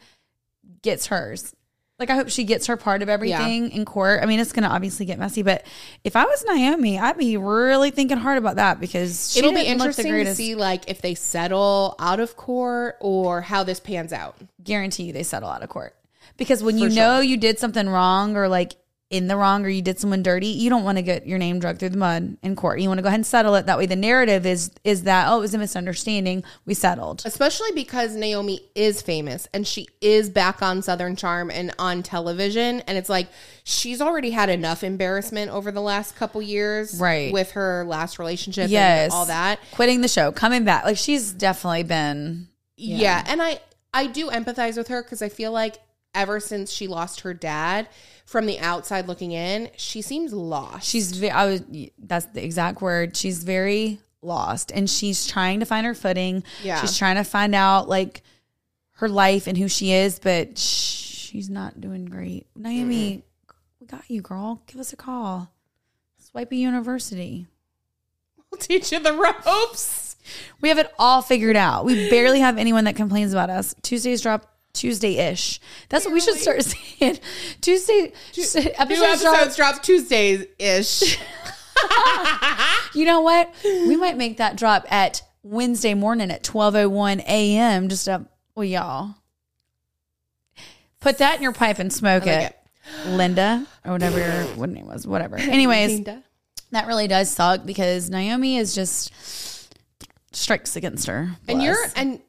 Speaker 2: gets hers. Like I hope she gets her part of everything in court. I mean, it's going to obviously get messy, but if I was Naomi, I'd be really thinking hard about that because she
Speaker 3: It'll be
Speaker 2: didn't look the
Speaker 3: interesting to
Speaker 2: greatest.
Speaker 3: see like if they settle out of court or how this pans out.
Speaker 2: guarantee you they settle out of court. Because when you know you did something wrong or like in the wrong or you did someone dirty, you don't want to get your name dragged through the mud in court. You want to go ahead and settle it. That way the narrative is is that, oh, it was a misunderstanding. We settled.
Speaker 3: Especially because Naomi is famous and she is back on Southern Charm and on television. And it's like she's already had enough embarrassment over the last couple years
Speaker 2: Right.
Speaker 3: with her last relationship
Speaker 2: Yes.
Speaker 3: and all that.
Speaker 2: Quitting the show, coming back. Like she's definitely been
Speaker 3: Yeah. And I, I do empathize with her because I feel like ever since she lost her dad, from the outside looking in, she seems lost.
Speaker 2: She's ve- I was that's the exact word. She's very lost and she's trying to find her footing.
Speaker 3: Yeah.
Speaker 2: She's trying to find out like her life and who she is, but she's not doing great. Naomi, we got you, girl. Give us a call. Swipe a university.
Speaker 3: will teach you the ropes.
Speaker 2: We have it all figured out. We barely have anyone that complains about us. Tuesdays drop Tuesday ish. That's what we should start saying. Tuesday
Speaker 3: New
Speaker 2: episodes drop
Speaker 3: episodes drop Tuesdays ish.
Speaker 2: You know what? We might make that drop at Wednesday morning at 12:01 a.m. Just up well y'all. Put that in your pipe and smoke
Speaker 3: like
Speaker 2: it. Linda or whatever your what name was, whatever. Anyways,
Speaker 3: Linda.
Speaker 2: that really does suck because Naomi is just strikes against her.
Speaker 3: And
Speaker 2: Bless.
Speaker 3: you're and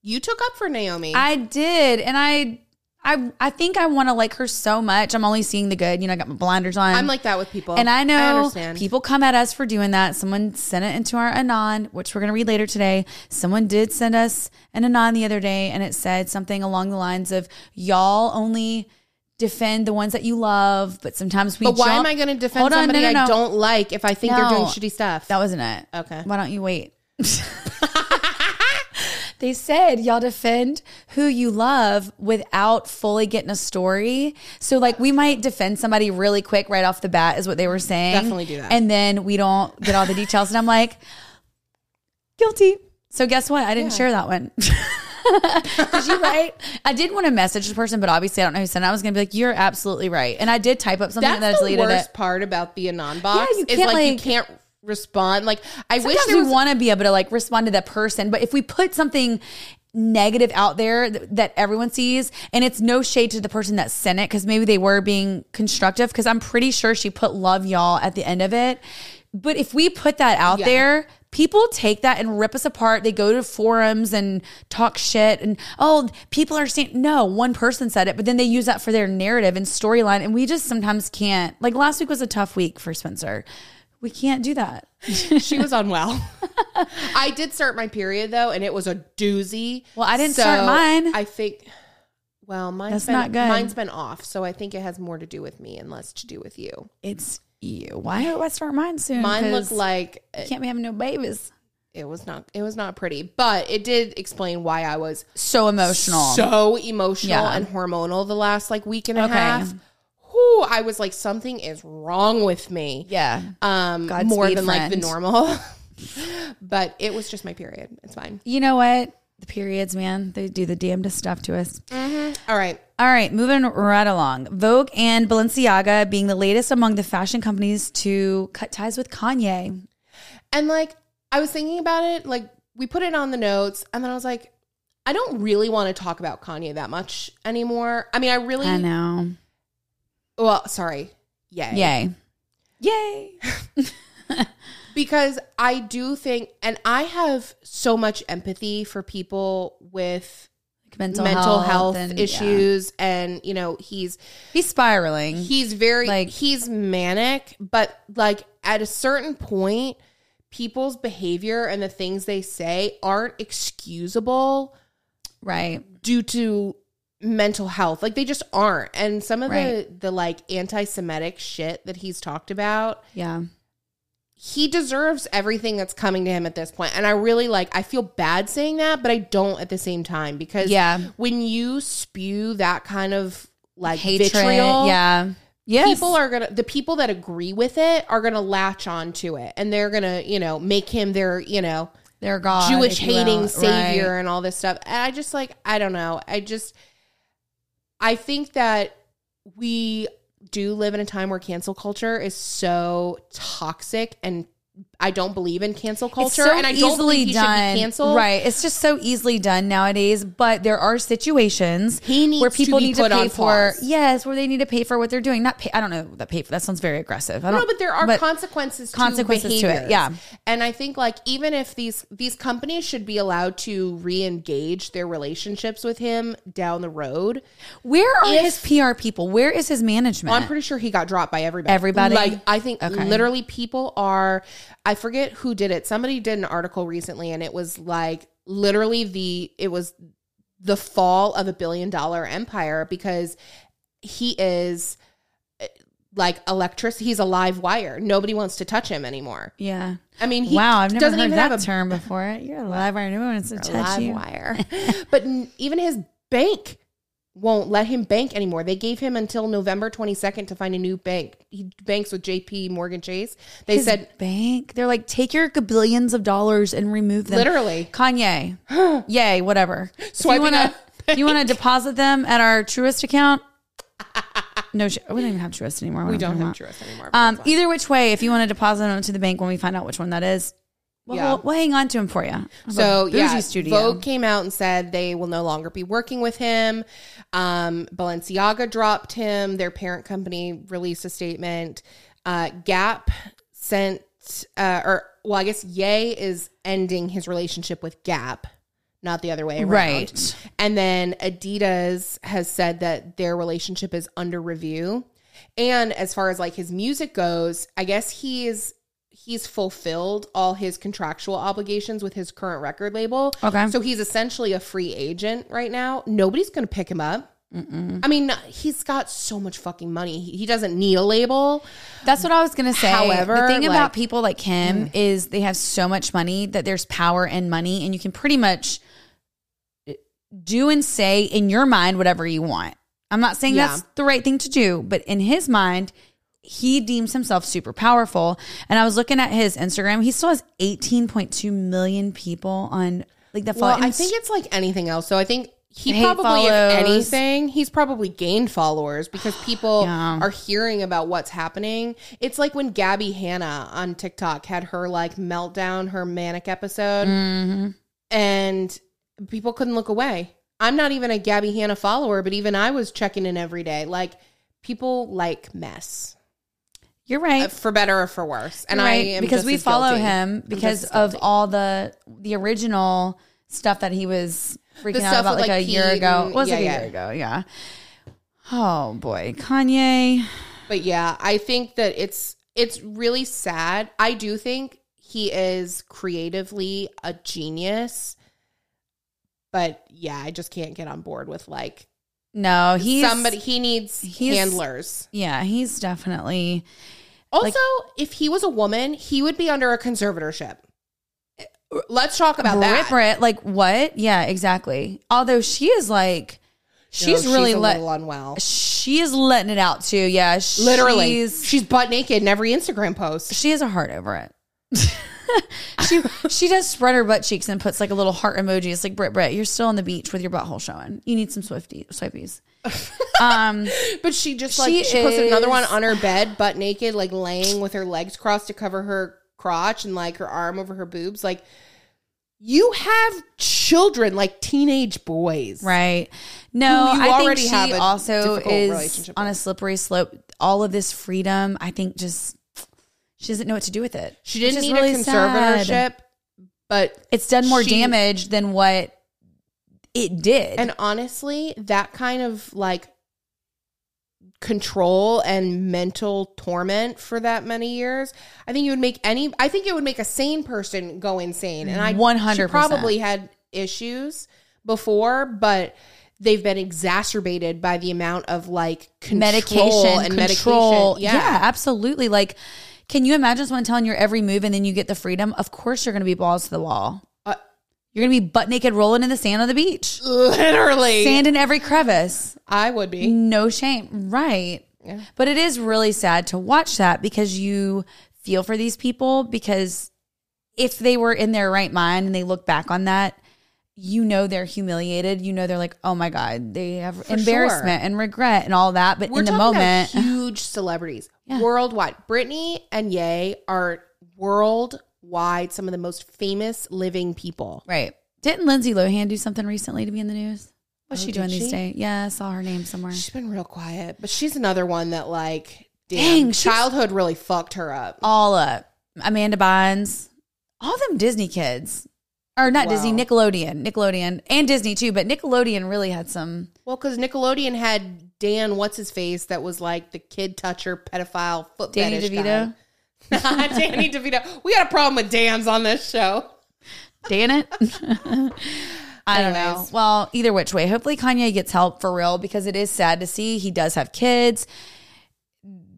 Speaker 3: you took up for Naomi.
Speaker 2: I did and I I I think I want to like her so much. I'm only seeing the good. You know, I got my blinders on.
Speaker 3: I'm like that with people.
Speaker 2: And I know
Speaker 3: understand.
Speaker 2: people come at us for doing that. Someone sent it into our Anon, which we're going to read later today. Someone did send us an Anon the other day, and it said something along the lines of, Y'all only defend the ones that you love, but sometimes we
Speaker 3: But why am
Speaker 2: jump-
Speaker 3: I going to defend
Speaker 2: Hold on,
Speaker 3: somebody
Speaker 2: no, no,
Speaker 3: I
Speaker 2: no.
Speaker 3: don't like if I think they're doing
Speaker 2: No.
Speaker 3: shitty stuff?
Speaker 2: That wasn't it.
Speaker 3: Okay.
Speaker 2: Why don't you wait? they said y'all defend who you love without fully getting a story. So like we might defend somebody really quick right off the bat is what they were saying.
Speaker 3: Definitely do that.
Speaker 2: And then we don't get all the details and I'm like guilty. So guess what? I didn't share that one. Did you right? I did want to message the person, but obviously I don't know who sent it. I was gonna be like, You're absolutely right. And I did type up something
Speaker 3: That's
Speaker 2: and then I
Speaker 3: the
Speaker 2: deleted
Speaker 3: worst
Speaker 2: it.
Speaker 3: part about the anon box
Speaker 2: Yeah, you
Speaker 3: is
Speaker 2: can't,
Speaker 3: like, you
Speaker 2: like-
Speaker 3: can't respond. Like I wish
Speaker 2: Sometimes
Speaker 3: there
Speaker 2: we
Speaker 3: was
Speaker 2: want to be able to like respond to that person, but if we put something negative out there th- that everyone sees, and it's no shade to the person that sent it because maybe they were being constructive. Because I'm pretty sure she put love y'all at the end of it, but if we put that out
Speaker 3: Yeah.
Speaker 2: there. People take that and rip us apart. They go to forums and talk shit and oh, people are saying no, one person said it, but then they use that for their narrative and storyline and we just sometimes can't. Like last week was a tough week for Spencer. We can't do that.
Speaker 3: she was unwell. I did start my period though, and it was a doozy.
Speaker 2: Well, I didn't start mine.
Speaker 3: I think. Well, mine's
Speaker 2: That's
Speaker 3: been,
Speaker 2: not good.
Speaker 3: Mine's been off, so I think it has more to do with me and less to do with you.
Speaker 2: It's you. Why hope I start mine soon?
Speaker 3: Mine looked
Speaker 2: 'Cause
Speaker 3: like
Speaker 2: I can't be having no babies.
Speaker 3: it was not. It was not pretty, but it did explain why I was
Speaker 2: So emotional.
Speaker 3: so emotional
Speaker 2: Yeah.
Speaker 3: and hormonal the last like week and a
Speaker 2: Okay.
Speaker 3: half. Whew, I was like, something is wrong with me.
Speaker 2: yeah.
Speaker 3: Um,
Speaker 2: Godspeed,
Speaker 3: more than like
Speaker 2: friend.
Speaker 3: the normal. but it was just my period. It's fine.
Speaker 2: You know what? The periods, man, they do the damnedest stuff to us. Mm-hmm.
Speaker 3: All right.
Speaker 2: All right, moving right along. Vogue and Balenciaga being the latest among the fashion companies to cut ties with Kanye.
Speaker 3: And like I was thinking about it, like we put it on the notes, and then I was like, I don't really want to talk about Kanye that much anymore. I mean, I really
Speaker 2: I know.
Speaker 3: well, sorry. Yay.
Speaker 2: Yay. Yay.
Speaker 3: Because I do think and I have so much empathy for people with mental, health,
Speaker 2: and- yeah.
Speaker 3: issues and you know, he's
Speaker 2: He's spiraling.
Speaker 3: he's very
Speaker 2: Like-
Speaker 3: like he's manic, but like at a certain point people's behavior and the things they say aren't excusable
Speaker 2: right.
Speaker 3: due to mental health like they just aren't and some of the
Speaker 2: Right.
Speaker 3: the like anti-semitic shit that he's talked about
Speaker 2: Yeah.
Speaker 3: he deserves everything that's coming to him at this point and i really like i feel bad saying that but i don't at the same time because
Speaker 2: Yeah.
Speaker 3: when you spew that kind of like
Speaker 2: Hatred.
Speaker 3: vitriol
Speaker 2: Yeah. Yes.
Speaker 3: people are gonna the people that agree with it are gonna latch on to it and they're gonna you know make him their you know
Speaker 2: They're God.
Speaker 3: Jewish
Speaker 2: if you will.
Speaker 3: hating
Speaker 2: Right.
Speaker 3: savior and all this stuff. And I just like, I don't know. I just, I think that we do live in a time where cancel culture is so toxic and I don't believe in cancel culture
Speaker 2: It's so
Speaker 3: and I don't believe he should be canceled.
Speaker 2: Right. It's just so easily done nowadays. But there are situations
Speaker 3: He needs
Speaker 2: where people
Speaker 3: to be
Speaker 2: need
Speaker 3: put
Speaker 2: to pay
Speaker 3: on
Speaker 2: for
Speaker 3: pause.
Speaker 2: yes, where they need to pay for what they're doing. Not pay. I don't know that pay for. That sounds very aggressive. I don't
Speaker 3: No, but there are
Speaker 2: but
Speaker 3: consequences to
Speaker 2: consequences to it,
Speaker 3: behaviors.
Speaker 2: yeah.
Speaker 3: And I think like even if these these companies should be allowed to re-engage their relationships with him down the road.
Speaker 2: where are
Speaker 3: if-
Speaker 2: his PR people? Where is his management?
Speaker 3: I'm pretty sure he got dropped by everybody.
Speaker 2: Everybody?
Speaker 3: Like I think
Speaker 2: Okay.
Speaker 3: literally people are I forget who did it. Somebody did an article recently and it was like literally the it was the fall of a billion dollar empire because he is eh, like electricity he's a live wire. Nobody wants to touch him anymore.
Speaker 2: yeah.
Speaker 3: I mean, he
Speaker 2: wow, I've never
Speaker 3: doesn't
Speaker 2: heard
Speaker 3: even
Speaker 2: that
Speaker 3: have a
Speaker 2: term before. You're alive, I know it's a touch
Speaker 3: live
Speaker 2: you.
Speaker 3: wire. but n- even his bank won't let him bank anymore. They gave him until November 22nd to find a new bank. He banks with JP Morgan Chase. They
Speaker 2: His
Speaker 3: said
Speaker 2: bank. They're like, take your billions of dollars and remove them.
Speaker 3: literally.
Speaker 2: Kanye, yay, whatever. If you
Speaker 3: Swiping
Speaker 2: wanna,
Speaker 3: up.
Speaker 2: if you want to deposit them at our Truist account? No, sh- we don't even have Truist anymore.
Speaker 3: We don't have Truist anymore. but
Speaker 2: Um,
Speaker 3: that's
Speaker 2: either which way, if you want to deposit them to the bank when we find out which one that is, we'll,
Speaker 3: Yeah.
Speaker 2: we'll hang on to them for you.
Speaker 3: fine. so
Speaker 2: bougie
Speaker 3: yeah,
Speaker 2: studio.
Speaker 3: Vogue came out and said they will no longer be working with him. Um, Balenciaga dropped him. Their parent company released a statement. Uh, Gap sent, uh, or well, I guess Ye is ending his relationship with Gap, not the other way around.
Speaker 2: Right.
Speaker 3: And then Adidas has said that their relationship is under review. And as far as like his music goes, I guess he is he's fulfilled all his contractual obligations with his current record label.
Speaker 2: Okay.
Speaker 3: So he's essentially a free agent right now. Nobody's going to pick him up. I mean, he's got so much fucking money. He he doesn't need a label.
Speaker 2: That's what I was gonna say. the
Speaker 3: However,
Speaker 2: thing about
Speaker 3: like- mm.
Speaker 2: people like him is they have so much money that there's power in money, and you can pretty much eh, do and say in your mind whatever you want. I'm not saying
Speaker 3: Yeah.
Speaker 2: that's the right thing to do, but in his mind, he deems himself super powerful. And I was looking at his Instagram; he still has 18.2 million people on like the
Speaker 3: Well,
Speaker 2: follow.
Speaker 3: I think it's like anything else. So I think he
Speaker 2: Hate
Speaker 3: probably,
Speaker 2: follows.
Speaker 3: if anything, he's probably gained followers because people
Speaker 2: Yeah.
Speaker 3: are hearing about what's happening. It's like when Gabby Hanna on TikTok had her like meltdown, her manic episode,
Speaker 2: Mm-hmm.
Speaker 3: and people couldn't look away. I'm not even a Gabby Hanna follower, but even I was checking in every day. Like people like mess.
Speaker 2: you're right.
Speaker 3: For better or for worse, and I
Speaker 2: right,
Speaker 3: am
Speaker 2: because
Speaker 3: just
Speaker 2: we
Speaker 3: as
Speaker 2: follow
Speaker 3: guilty.
Speaker 2: him because
Speaker 3: just as
Speaker 2: of
Speaker 3: guilty.
Speaker 2: all the the original stuff that he was freaking out
Speaker 3: stuff
Speaker 2: about
Speaker 3: with,
Speaker 2: like,
Speaker 3: like,
Speaker 2: a year
Speaker 3: Pete
Speaker 2: ago.
Speaker 3: and-
Speaker 2: It was
Speaker 3: yeah,
Speaker 2: like a
Speaker 3: yeah.
Speaker 2: year ago, yeah. Oh boy, Kanye.
Speaker 3: But yeah, I think that it's it's really sad. I do think he is creatively a genius. But yeah, I just can't get on board with like
Speaker 2: No, he's
Speaker 3: somebody he needs
Speaker 2: he's-
Speaker 3: handlers.
Speaker 2: Yeah, he's definitely
Speaker 3: Also, if he was a woman, he would be under a conservatorship. Let's talk about
Speaker 2: Brit
Speaker 3: that.
Speaker 2: Brit. Like what? Yeah, exactly. Although she is like,
Speaker 3: No,
Speaker 2: she's really
Speaker 3: Oh, a
Speaker 2: let
Speaker 3: little unwell.
Speaker 2: she is letting it out too. Yeah,
Speaker 3: Literally,
Speaker 2: she's,
Speaker 3: she's butt naked in every Instagram post.
Speaker 2: she has a heart over it. she she does spread her butt cheeks and puts like a little heart emoji. It's like Brit Brit, you're still on the beach with your butthole showing. You need some swifty swifties. um,
Speaker 3: But she just like
Speaker 2: She
Speaker 3: she, posted another one
Speaker 2: is-
Speaker 3: on her bed, butt naked, like laying with her legs crossed to cover her crotch and like her arm over her boobs. Like you have children, like teenage boys.
Speaker 2: right? No,
Speaker 3: Who you
Speaker 2: I think
Speaker 3: already
Speaker 2: she
Speaker 3: have a
Speaker 2: also
Speaker 3: difficult
Speaker 2: is
Speaker 3: relationship
Speaker 2: on a
Speaker 3: with.
Speaker 2: slippery slope. All of this freedom, I think, just she doesn't know what to do with it.
Speaker 3: She didn't
Speaker 2: which is
Speaker 3: need a
Speaker 2: really
Speaker 3: conservatorship,
Speaker 2: sad.
Speaker 3: but
Speaker 2: It's done more
Speaker 3: She-
Speaker 2: damage than what it did.
Speaker 3: and honestly, that kind of like control and mental torment for that many years, I think it would make any I think it would make a sane person go insane. And I she
Speaker 2: 100%.
Speaker 3: probably had issues before, but they've been exacerbated by the amount of like control
Speaker 2: medication
Speaker 3: and
Speaker 2: control.
Speaker 3: medication.
Speaker 2: Yeah. absolutely. Like, can you imagine someone telling you every move and then you get the freedom? Of course, you're going to be balls to the wall.
Speaker 3: Uh,
Speaker 2: you're going to be butt naked rolling in the sand on the beach,
Speaker 3: Literally.
Speaker 2: sand in every crevice.
Speaker 3: I would be.
Speaker 2: No shame, right? But it is really sad to watch that because you feel for these people because if they were in their right mind and they look back on that, you know they're humiliated. You know they're like, oh my god, they have
Speaker 3: sure.
Speaker 2: embarrassment and regret and all that. But
Speaker 3: We're
Speaker 2: in the
Speaker 3: talking
Speaker 2: moment,
Speaker 3: about huge celebrities
Speaker 2: Yeah.
Speaker 3: worldwide. Britney and Ye are worldwide some of the most famous living people.
Speaker 2: Right. Didn't Lindsay Lohan do something recently to be in the news? What's
Speaker 3: Oh,
Speaker 2: she
Speaker 3: did
Speaker 2: doing these
Speaker 3: she?
Speaker 2: days? Yeah, I saw her name somewhere.
Speaker 3: She's been real quiet, but she's another one that like
Speaker 2: Dang,
Speaker 3: damn
Speaker 2: she's-
Speaker 3: childhood really fucked her up.
Speaker 2: All up. Amanda Bynes. All them Disney kids. Or not Disney,
Speaker 3: Wow.
Speaker 2: Nickelodeon. Nickelodeon and Disney too, but Nickelodeon really had some
Speaker 3: Well, because Nickelodeon had Dan what's his face that was like the kid toucher pedophile foot
Speaker 2: Danny
Speaker 3: fetish
Speaker 2: DeVito.
Speaker 3: guy. Not Danny DeVito. We got a problem with Dan's on this show.
Speaker 2: Dan it. I don't know.
Speaker 3: Anyways.
Speaker 2: Well, either which way, hopefully Kanye gets help for real because it is sad to see he does have kids.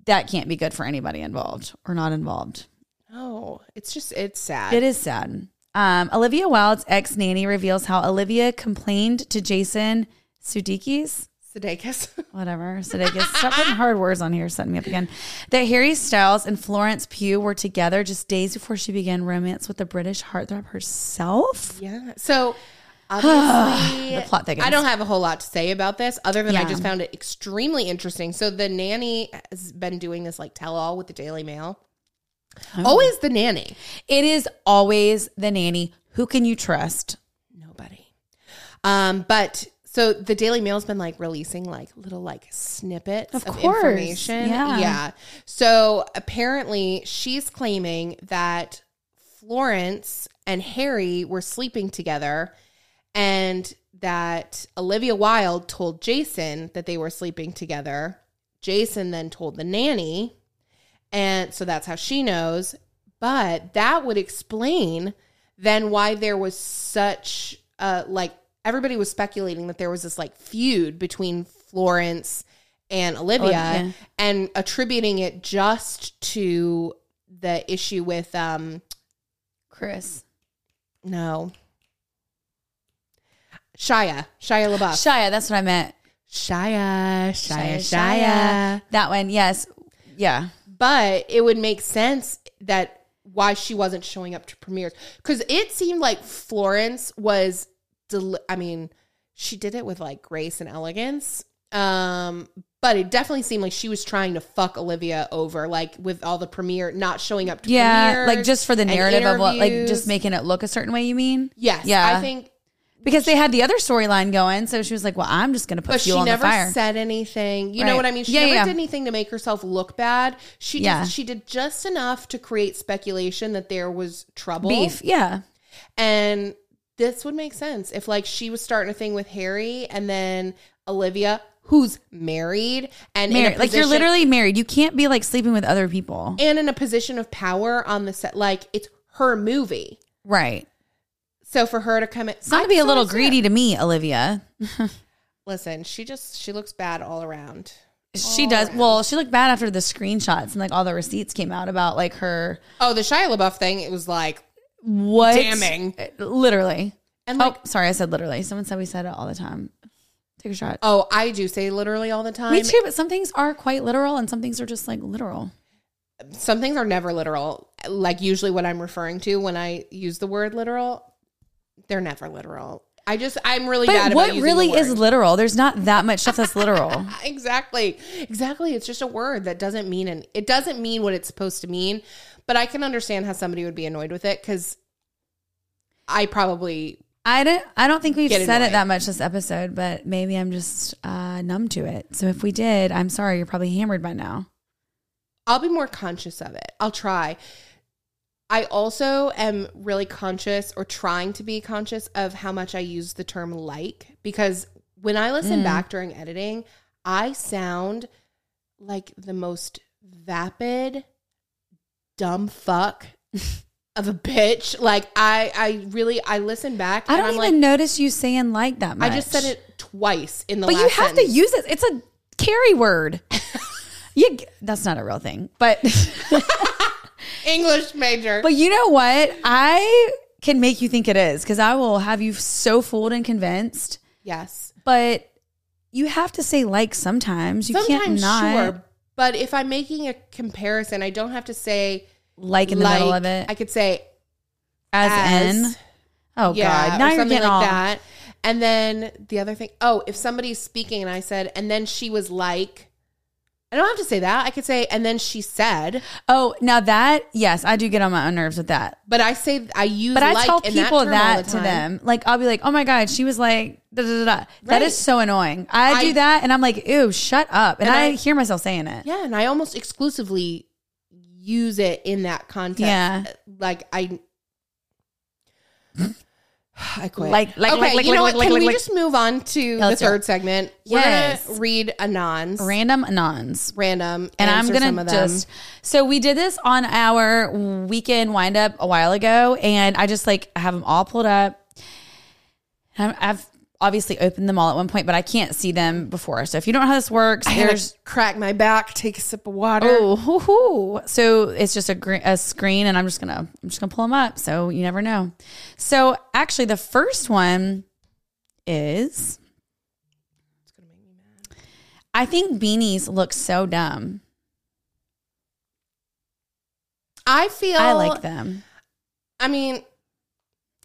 Speaker 2: That can't be good for anybody involved or not involved.
Speaker 3: Oh, it's just it's sad.
Speaker 2: It is sad. Um, Olivia Wilde's ex nanny reveals how Olivia complained to Jason Sudeikis,
Speaker 3: Sudeikis.
Speaker 2: whatever Sudeikis. Stop putting hard words on here, setting me up again. That Harry Styles and Florence Pugh were together just days before she began romance with the British heartthrob herself.
Speaker 3: Yeah. So obviously,
Speaker 2: The plot thickens.
Speaker 3: I don't have a whole lot to say about this other than I
Speaker 2: Yeah.
Speaker 3: just found it extremely interesting. So the nanny has been doing this like tell all with the Daily Mail.
Speaker 2: Oh.
Speaker 3: Always the nanny.
Speaker 2: It is always the nanny. Who can you trust?
Speaker 3: Nobody. Um, but so the Daily Mail's been like releasing like little like snippets of,
Speaker 2: course.
Speaker 3: information.
Speaker 2: Yeah.
Speaker 3: yeah. So apparently she's claiming that Florence and Harry were sleeping together and that Olivia Wilde told Jason that they were sleeping together. Jason then told the nanny. And so that's how she knows. But that would explain then why there was such uh like everybody was speculating that there was this like feud between Florence and Olivia
Speaker 2: Olivia.
Speaker 3: and attributing it just to the issue with um
Speaker 2: Chris.
Speaker 3: no Shia, Shia LaBeouf.
Speaker 2: Shia, that's what I meant.
Speaker 3: Shia, Shia, Shia.
Speaker 2: That one, yes. Yeah.
Speaker 3: But it would make sense that why she wasn't showing up to premieres because it seemed like Florence was. Del- I mean, she did it with like grace and elegance. Um, but it definitely seemed like she was trying to fuck Olivia over, like with all the premiere not showing up to
Speaker 2: Yeah.
Speaker 3: premieres
Speaker 2: Like just for the
Speaker 3: and
Speaker 2: narrative of what, like
Speaker 3: interviews.
Speaker 2: just making it look a certain way, you mean?
Speaker 3: Yes,
Speaker 2: Yeah.
Speaker 3: I think
Speaker 2: because they had the other storyline going. So she was like, "Well, I'm just going to put
Speaker 3: But
Speaker 2: fuel
Speaker 3: she
Speaker 2: on the
Speaker 3: never
Speaker 2: fire."
Speaker 3: said anything. You
Speaker 2: Right.
Speaker 3: know what I mean? She
Speaker 2: Yeah,
Speaker 3: never
Speaker 2: yeah.
Speaker 3: did anything to make herself look bad. She
Speaker 2: Yeah.
Speaker 3: just, she did just enough to create speculation that there was trouble.
Speaker 2: Beef, yeah,
Speaker 3: And this would make sense if like she was starting a thing with Harry and then Olivia, who's married and in a
Speaker 2: married. Like you're
Speaker 3: position-
Speaker 2: literally married. You can't be like sleeping with other people,
Speaker 3: and in a position of power on the set. Like it's her movie.
Speaker 2: right?
Speaker 3: So for her to come in,
Speaker 2: It's not to be a little greedy to me, Olivia.
Speaker 3: Listen, she just she looks bad all around. Oh.
Speaker 2: She does well. She looked bad after the screenshots and like all the receipts came out about like her
Speaker 3: Oh, the Shia LaBeouf thing. It was like
Speaker 2: what Uh,
Speaker 3: Damning.
Speaker 2: literally.
Speaker 3: and like
Speaker 2: oh, sorry, I said literally. Someone said we said it all the time. Take a shot.
Speaker 3: Oh, I do say literally all the time.
Speaker 2: Me too, but some things are quite literal, and some things are just like literal.
Speaker 3: Some things are never literal. like usually what I'm referring to when I use the word literal, they're never literal. I just I'm really
Speaker 2: But
Speaker 3: bad about
Speaker 2: what
Speaker 3: using the
Speaker 2: really is
Speaker 3: word.
Speaker 2: literal? There's not that much stuff that's literal.
Speaker 3: exactly exactly it's just a word that doesn't mean and it doesn't mean what it's supposed to mean but i can understand how somebody would be annoyed with it because i probably
Speaker 2: I don't. I don't think we've
Speaker 3: Get
Speaker 2: said
Speaker 3: annoyed.
Speaker 2: it that much this episode, but maybe I'm just uh, numb to it. So if we did, I'm sorry. You're probably hammered by now.
Speaker 3: i'll be more conscious of it i'll try i also am really conscious or trying to be conscious of how much i use the term like because when i
Speaker 2: Mm.
Speaker 3: listen back during editing i sound like the most vapid dumb fuck of a bitch like i i really i listen back
Speaker 2: I
Speaker 3: and
Speaker 2: don't
Speaker 3: I'm
Speaker 2: even notice you saying like that much.
Speaker 3: like i just said it twice in the
Speaker 2: but
Speaker 3: last
Speaker 2: you have
Speaker 3: sentence.
Speaker 2: to use it. It's a carry word. you, g- that's not a real thing, but
Speaker 3: english major
Speaker 2: but you know what? I can make you think it is because I will have you so fooled and convinced.
Speaker 3: yes
Speaker 2: But you have to say like sometimes. You can't
Speaker 3: sometimes
Speaker 2: not
Speaker 3: sure but if i'm making a comparison i don't have to say
Speaker 2: like in the middle
Speaker 3: like.
Speaker 2: of it
Speaker 3: i could say
Speaker 2: as,
Speaker 3: as.
Speaker 2: n. Oh
Speaker 3: yeah
Speaker 2: god,
Speaker 3: or
Speaker 2: now you're
Speaker 3: something
Speaker 2: getting
Speaker 3: like
Speaker 2: all.
Speaker 3: that and then the other thing oh if somebody's speaking and i said and then she was like i don't have to say that i could say and then she said
Speaker 2: Oh, now that yes, I do get on my own nerves with that.
Speaker 3: But I say I use.
Speaker 2: But
Speaker 3: like
Speaker 2: I tell
Speaker 3: in
Speaker 2: people
Speaker 3: term all
Speaker 2: that,
Speaker 3: the
Speaker 2: to
Speaker 3: time.
Speaker 2: them. Like I'll be like, "Oh my god, she was like da da da." da. That
Speaker 3: Right.
Speaker 2: is so annoying. I,
Speaker 3: I-
Speaker 2: do that, and I'm like, "Ew, shut up!" And,
Speaker 3: And
Speaker 2: I,
Speaker 3: I-
Speaker 2: hear myself saying it.
Speaker 3: Yeah, and I almost exclusively use it in that context.
Speaker 2: Yeah.
Speaker 3: like I. I quit.
Speaker 2: Like- like-
Speaker 3: okay,
Speaker 2: like- like-
Speaker 3: you know
Speaker 2: like-
Speaker 3: what?
Speaker 2: like-
Speaker 3: Can
Speaker 2: like-
Speaker 3: we
Speaker 2: like-
Speaker 3: just move on to
Speaker 2: let's
Speaker 3: the
Speaker 2: do it.
Speaker 3: third segment? We're
Speaker 2: Yes.
Speaker 3: gonna read anons,
Speaker 2: Random anons.
Speaker 3: random,
Speaker 2: And I'm
Speaker 3: answer some
Speaker 2: gonna
Speaker 3: of them.
Speaker 2: just so we did this on our weekend wind up a while ago, and I just like have them all pulled up. And I'm- I've obviously opened them all at one point, but I can't see them before. So if you don't know how this works,
Speaker 3: I
Speaker 2: there's
Speaker 3: gotta crack my back, take a sip of water.
Speaker 2: Oh, hoo, hoo. so it's just a, gr- a screen, and I'm just gonna I'm just gonna pull them up. So you never know. So actually, the first one is. I think beanies look so dumb.
Speaker 3: I feel
Speaker 2: I like them.
Speaker 3: I mean,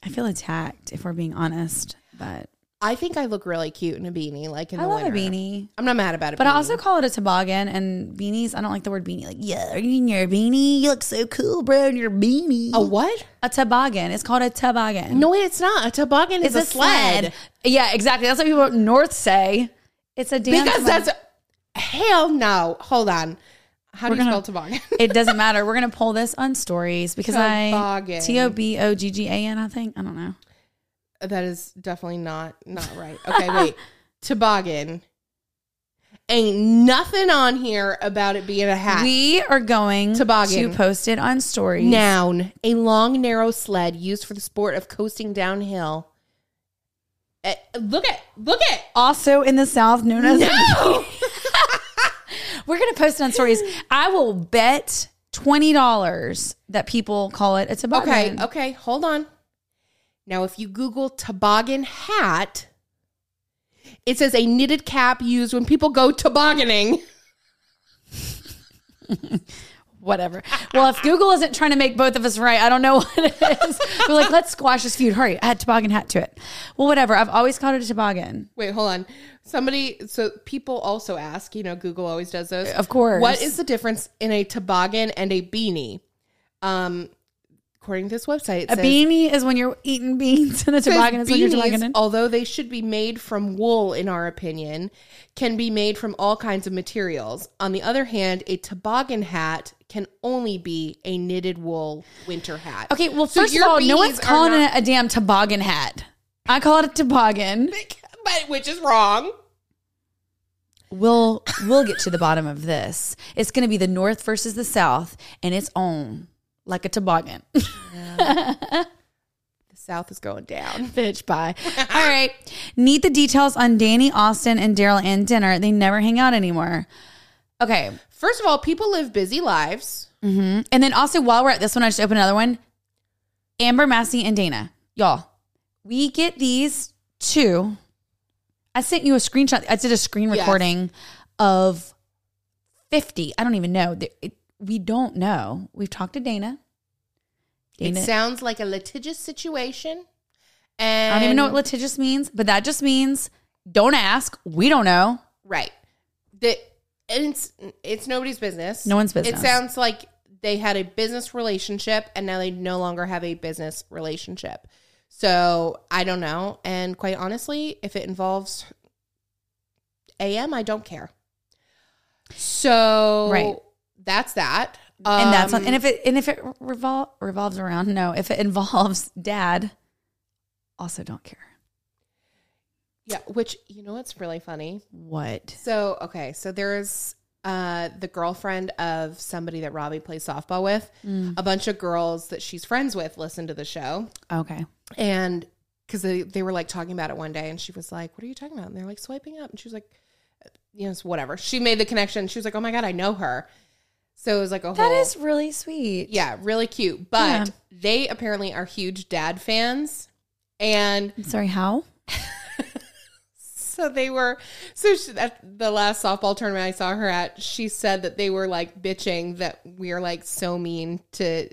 Speaker 2: I feel attacked if we're being honest, but
Speaker 3: I think I look really cute in a beanie, like in
Speaker 2: I
Speaker 3: the
Speaker 2: love
Speaker 3: winter.
Speaker 2: a beanie.
Speaker 3: I'm not mad about it,
Speaker 2: But I also call it a toboggan and beanies. I don't like the word beanie. Like, yeah, are you in your beanie? You look so cool, bro, in your beanie.
Speaker 3: a what?
Speaker 2: a toboggan. It's called a toboggan.
Speaker 3: No, wait, it's not. A toboggan is a, sled.
Speaker 2: Yeah, exactly. That's what people up north say. It's a damn
Speaker 3: Because
Speaker 2: toboggan.
Speaker 3: that's hell no. Hold on. How do you spell toboggan?
Speaker 2: it doesn't matter. We're gonna pull this on stories because I
Speaker 3: Toboggan.
Speaker 2: T O B O G G A N. I think I don't know.
Speaker 3: that is definitely not not right. Okay, wait. toboggan. Ain't nothing on here about it being a hat.
Speaker 2: We are going
Speaker 3: Toboggan.
Speaker 2: to post it on stories.
Speaker 3: Noun: a long, narrow sled used for the sport of coasting downhill. Eh, look at look at
Speaker 2: Also in the south, known as
Speaker 3: no.
Speaker 2: we're gonna post it on stories. I will bet twenty dollars that people call it a
Speaker 3: Okay, uh,
Speaker 2: toboggan.
Speaker 3: okay, hold on. Now, if you Google toboggan hat, it says a knitted cap used when people go tobogganing.
Speaker 2: whatever. Well, if Google isn't trying to make both of us right, I don't know what it is. We're like, let's squash this feud. Hurry, add toboggan hat to it. Well, whatever. I've always called it a toboggan.
Speaker 3: Wait, hold on. Somebody, so people also ask, you know, Google always does those.
Speaker 2: Of course.
Speaker 3: What is the difference in a toboggan and a beanie? Um, according to this website, it
Speaker 2: A
Speaker 3: says,
Speaker 2: beanie is when you're eating beans, and a
Speaker 3: says
Speaker 2: toboggan is when you're
Speaker 3: beanies,
Speaker 2: tobogganing.
Speaker 3: although they should be made from wool, in our opinion, can be made from all kinds of materials. On the other hand, a toboggan hat can only be a knitted wool winter hat.
Speaker 2: Okay, well,
Speaker 3: So
Speaker 2: first of
Speaker 3: your
Speaker 2: all, no
Speaker 3: beanies
Speaker 2: one's
Speaker 3: are
Speaker 2: calling
Speaker 3: not-
Speaker 2: it a damn toboggan hat. I call it a toboggan.
Speaker 3: but which is wrong.
Speaker 2: We'll we'll get to the bottom of this. It's going to be the North versus the South, and it's on like a toboggan.
Speaker 3: The South is going down.
Speaker 2: Bitch, bye. All right. Need the details on Danny Austin and Daryl and dinner. They never hang out anymore. Okay.
Speaker 3: First of all, people live busy lives.
Speaker 2: And then also, while we're at this one, I just opened another one. Amber Massey and Dana. Y'all, we get these two. I sent you a screenshot. I did a screen
Speaker 3: Yes.
Speaker 2: recording of 50. I don't even know. There- it- we don't know. We've talked to Dana. Ain't
Speaker 3: it,
Speaker 2: it?
Speaker 3: sounds like a litigious situation.
Speaker 2: I
Speaker 3: And
Speaker 2: don't even know what litigious means, but that just means don't ask. We don't know.
Speaker 3: Right. The and it's it's nobody's business.
Speaker 2: No one's business.
Speaker 3: It sounds like they had a business relationship and now they no longer have a business relationship. So I don't know. And quite honestly, if it involves AM, I don't care. So
Speaker 2: Right.
Speaker 3: that's that.
Speaker 2: and that's
Speaker 3: Um,
Speaker 2: and if it and if it revol- revolves around no, if it involves dad, also don't care.
Speaker 3: yeah, which you know what's really funny?
Speaker 2: What?
Speaker 3: So okay, so there's uh the girlfriend of somebody that Robbie plays softball with.
Speaker 2: Mm.
Speaker 3: A bunch of girls that she's friends with listen to the show,
Speaker 2: Okay.
Speaker 3: and because they they were like talking about it one day, and she was like, "What are you talking about?" And they're like swiping up, and she was like, "Uh, "You know, it's whatever." She made the connection. She was like, "Oh my god, I know her." So it was like a
Speaker 2: That
Speaker 3: whole,
Speaker 2: is really sweet.
Speaker 3: yeah, really cute. But
Speaker 2: Yeah.
Speaker 3: they apparently are huge dad fans, and
Speaker 2: I'm sorry, how?
Speaker 3: So they were. So she, at the last softball tournament I saw her at, she said that they were like bitching that we are like so mean to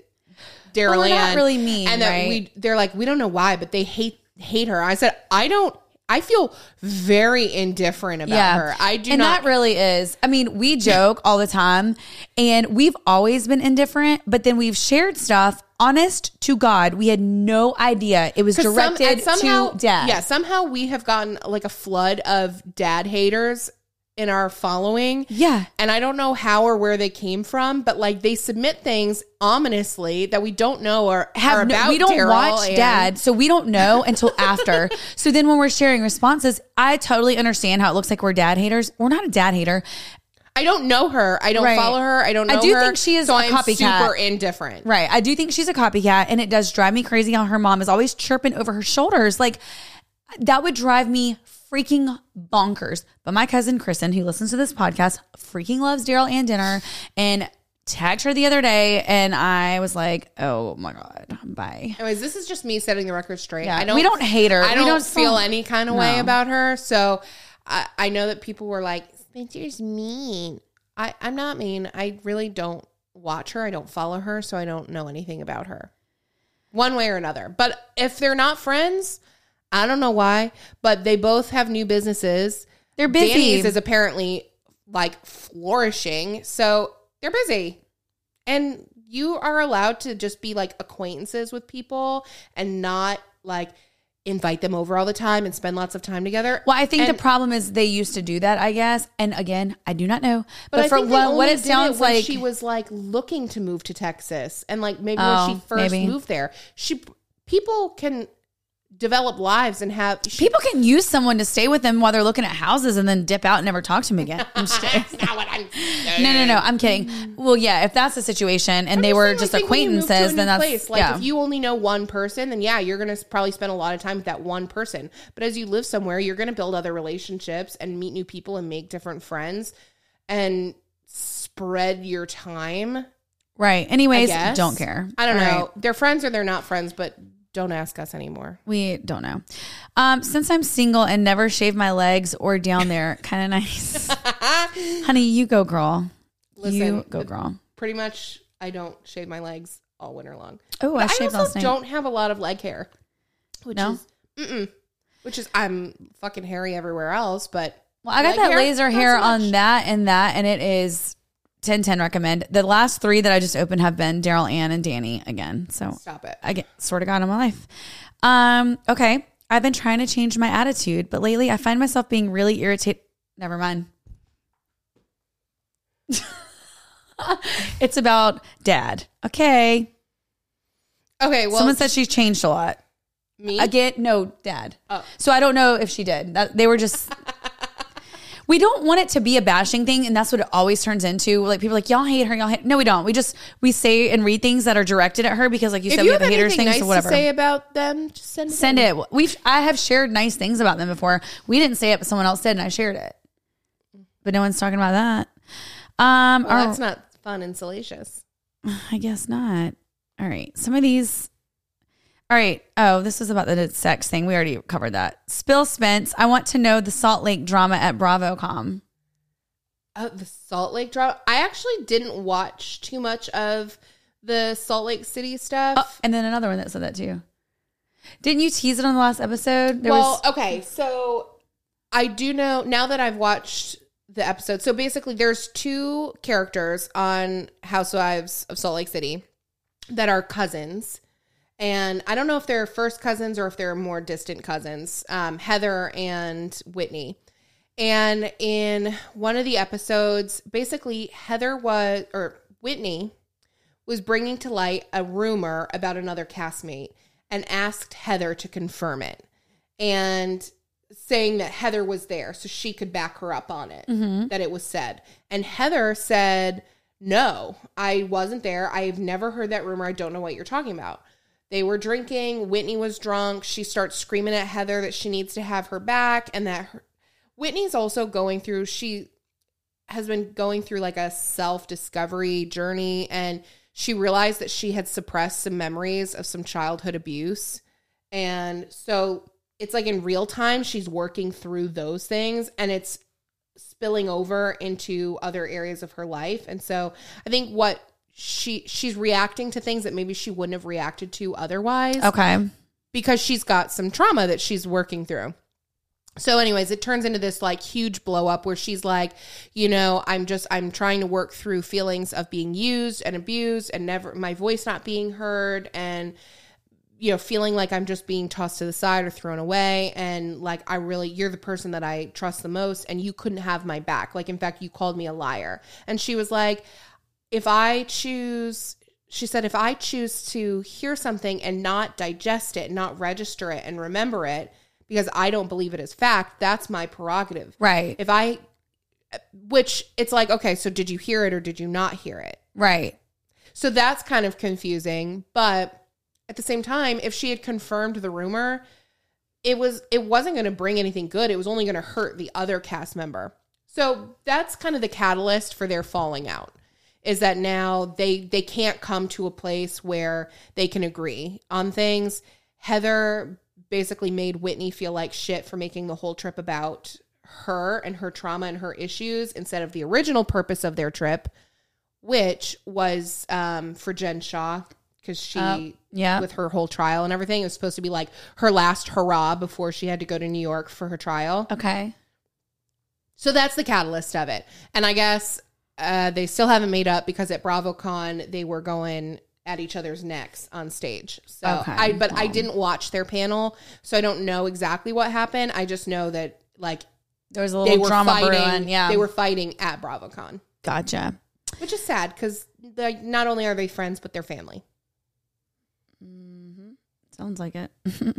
Speaker 3: Daryl
Speaker 2: Well, we're not
Speaker 3: Ann.
Speaker 2: really mean,
Speaker 3: and that
Speaker 2: right?
Speaker 3: we they're like we don't know why, but they hate hate her. I said I don't. I feel very indifferent about her. I do
Speaker 2: and
Speaker 3: not.
Speaker 2: that really is. I mean, we joke all the time and we've always been indifferent, but then we've shared stuff. Honest to God, we had no idea it was
Speaker 3: 'cause some-
Speaker 2: directed
Speaker 3: and somehow,
Speaker 2: to dad.
Speaker 3: Yeah, somehow we have gotten like a flood of dad haters in our following.
Speaker 2: Yeah.
Speaker 3: and I don't know how or where they came from, but like they submit things ominously that we don't know or are
Speaker 2: Have no,
Speaker 3: about.
Speaker 2: we don't
Speaker 3: Daryl
Speaker 2: watch
Speaker 3: and-
Speaker 2: dad, so we don't know until after. so then when we're sharing responses, I totally understand how it looks like we're dad haters. We're not a dad hater.
Speaker 3: I don't know her. I don't
Speaker 2: Right.
Speaker 3: follow her. I don't.
Speaker 2: I
Speaker 3: know
Speaker 2: do
Speaker 3: her,
Speaker 2: think she is
Speaker 3: so
Speaker 2: a
Speaker 3: I'm
Speaker 2: copycat.
Speaker 3: Super indifferent.
Speaker 2: Right. I do think she's a copycat, and it does drive me crazy how her mom is always chirping over her shoulders. Like, that would drive me freaking bonkers. But my cousin Kristen, who listens to this podcast, freaking loves Daryl and dinner and tagged her the other day. And I was like, oh my God, bye.
Speaker 3: Anyways, this is just me setting the record straight.
Speaker 2: Yeah,
Speaker 3: I don't.
Speaker 2: we don't hate her.
Speaker 3: I
Speaker 2: We
Speaker 3: don't,
Speaker 2: don't
Speaker 3: feel
Speaker 2: feel-
Speaker 3: any kind of way about her. So I, I know that people were like, "Spencer's mean." I, I'm not mean. I really don't watch her. I don't follow her, so I don't know anything about her, one way or another. But if they're not friends, I don't know why. But they both have new businesses.
Speaker 2: They're busy.
Speaker 3: Danny's is apparently like flourishing, so they're busy. And you are allowed to just be like acquaintances with people and not like invite them over all the time and spend lots of time together.
Speaker 2: Well, I think
Speaker 3: And-
Speaker 2: the problem is they used to do that, I guess. And again, I do not know. But,
Speaker 3: I
Speaker 2: for
Speaker 3: think they
Speaker 2: what, what
Speaker 3: only
Speaker 2: it
Speaker 3: did
Speaker 2: sounds
Speaker 3: when
Speaker 2: like,
Speaker 3: she was like looking to move to Texas and like maybe when
Speaker 2: Oh,
Speaker 3: she first
Speaker 2: maybe.
Speaker 3: moved there. She people can develop lives and have she,
Speaker 2: people can use someone to stay with them while they're looking at houses and then dip out and never talk to them again. I'm just kidding.
Speaker 3: That's not what I'm saying.
Speaker 2: No, no, no. I'm kidding. Well, yeah, if that's the situation and they were
Speaker 3: Mm. saying,
Speaker 2: just
Speaker 3: like, think when you move to a
Speaker 2: acquaintances,
Speaker 3: new
Speaker 2: then that's
Speaker 3: place. like
Speaker 2: yeah.
Speaker 3: if you only know one person, then yeah, you're gonna s- probably spend a lot of time with that one person. But as you live somewhere, you're gonna build other relationships and meet new people and make different friends and spread your time.
Speaker 2: right. Anyways,
Speaker 3: Yes,
Speaker 2: don't care.
Speaker 3: I don't
Speaker 2: All
Speaker 3: know.
Speaker 2: right.
Speaker 3: They're friends or they're not friends, but don't ask us anymore.
Speaker 2: We don't know. Um, since I'm single and never shave my legs or down there, kind of nice. Honey, you go, girl. you
Speaker 3: Listen,
Speaker 2: go, girl.
Speaker 3: Pretty much, I don't shave my legs all winter long.
Speaker 2: Oh, I
Speaker 3: But
Speaker 2: shaved
Speaker 3: I
Speaker 2: last
Speaker 3: also
Speaker 2: night.
Speaker 3: don't have a lot of leg hair, which
Speaker 2: No?
Speaker 3: is mm-mm, which is I'm fucking hairy everywhere else, but
Speaker 2: Well, I got
Speaker 3: Leg
Speaker 2: that
Speaker 3: hair?
Speaker 2: laser
Speaker 3: Not
Speaker 2: hair
Speaker 3: so
Speaker 2: on
Speaker 3: much.
Speaker 2: that and that, and it is 10 10 recommend. The last three that I just opened have been Daryl, Ann, and Danny again. So
Speaker 3: stop it.
Speaker 2: I get sort of got in my life. Um, okay. I've been trying to change my attitude, but lately I find myself being really irritated. Never mind. it's about dad. Okay.
Speaker 3: Okay, well,
Speaker 2: Someone said she's changed a lot.
Speaker 3: me.
Speaker 2: Again, no, dad.
Speaker 3: Oh.
Speaker 2: So I don't know if she did. That, they were just. we don't want it to be a bashing thing, and that's what it always turns into. Like people are like y'all hate her, y'all hate. No, we don't. We just we say and read things that are directed at her because, like you
Speaker 3: if
Speaker 2: said,
Speaker 3: you
Speaker 2: we have
Speaker 3: have
Speaker 2: a haters
Speaker 3: anything
Speaker 2: thing,
Speaker 3: nice
Speaker 2: so whatever.
Speaker 3: to say about them, just send it.
Speaker 2: Send it. We've I have shared nice things about them before. We didn't say it, but someone else did, and I shared it. But no one's talking about that. Um,
Speaker 3: Well,
Speaker 2: or-
Speaker 3: that's not fun and salacious.
Speaker 2: I guess not. All right. Some of these. All right. Oh, this was about the sex thing. We already covered that. Spill Spence. I want to know the Salt Lake drama at BravoCom.
Speaker 3: Oh, the Salt Lake drama. I actually didn't watch too much of the Salt Lake City stuff.
Speaker 2: And then another one that said that too. Didn't you tease it on the last episode? There
Speaker 3: well, uh,
Speaker 2: was
Speaker 3: okay, so I do know now that I've watched the episode. So basically, there's two characters on Housewives of Salt Lake City that are cousins, and I don't know if they're first cousins or if they're more distant cousins. Um, Heather and Whitney. And in one of the episodes, basically Heather was or Whitney was bringing to light a rumor about another castmate and asked Heather to confirm it and saying that Heather was there so she could back her up on it
Speaker 2: Mm-hmm.
Speaker 3: that it was said. And Heather said, No, I wasn't there. I've never heard that rumor. I don't know what you're talking about. They were drinking. Whitney was drunk. She starts screaming at Heather that she needs to have her back and that her, Whitney's also going through, she has been going through like a self discovery journey and she realized that she had suppressed some memories of some childhood abuse. And so it's like in real time, she's working through those things and it's spilling over into other areas of her life. And so I think what she she's reacting to things that maybe she wouldn't have reacted to otherwise
Speaker 2: okay.
Speaker 3: because she's got some trauma that she's working through. So, anyways, it turns into this like huge blow up where she's like, you know, I'm just, I'm trying to work through feelings of being used and abused and never, my voice not being heard and, you know, feeling like I'm just being tossed to the side or thrown away. And like, I really, you're the person that I trust the most and you couldn't have my back. Like, in fact, you called me a liar. And she was like, if I choose, she said, if I choose to hear something and not digest it, not register it and remember it, because I don't believe it as fact, that's my prerogative.
Speaker 2: Right.
Speaker 3: If I, which it's like, okay, so did you hear it or did you not hear it?
Speaker 2: right.
Speaker 3: So that's kind of confusing. But at the same time, if she had confirmed the rumor, it was it wasn't going to bring anything good. It was only going to hurt the other cast member. So that's kind of the catalyst for their falling out. Is that now they they can't come to a place where they can agree on things. Heather basically made Whitney feel like shit for making the whole trip about her and her trauma and her issues instead of the original purpose of their trip, which was um, for Jen Shaw because she
Speaker 2: Oh, yeah.
Speaker 3: with her whole trial and everything it was supposed to be like her last hurrah before she had to go to New York for her trial.
Speaker 2: Okay.
Speaker 3: So that's the catalyst of it, and I guess uh, they still haven't made up because at BravoCon they were going at each other's necks on stage. So
Speaker 2: Okay.
Speaker 3: I but I didn't watch their panel, so I don't know exactly what happened. I just know that like
Speaker 2: There was a
Speaker 3: they
Speaker 2: little
Speaker 3: were
Speaker 2: drama
Speaker 3: fighting.
Speaker 2: brewing. Yeah.
Speaker 3: They were fighting at BravoCon.
Speaker 2: gotcha.
Speaker 3: Which is sad because not only are they friends, but they're family.
Speaker 2: Sounds like it.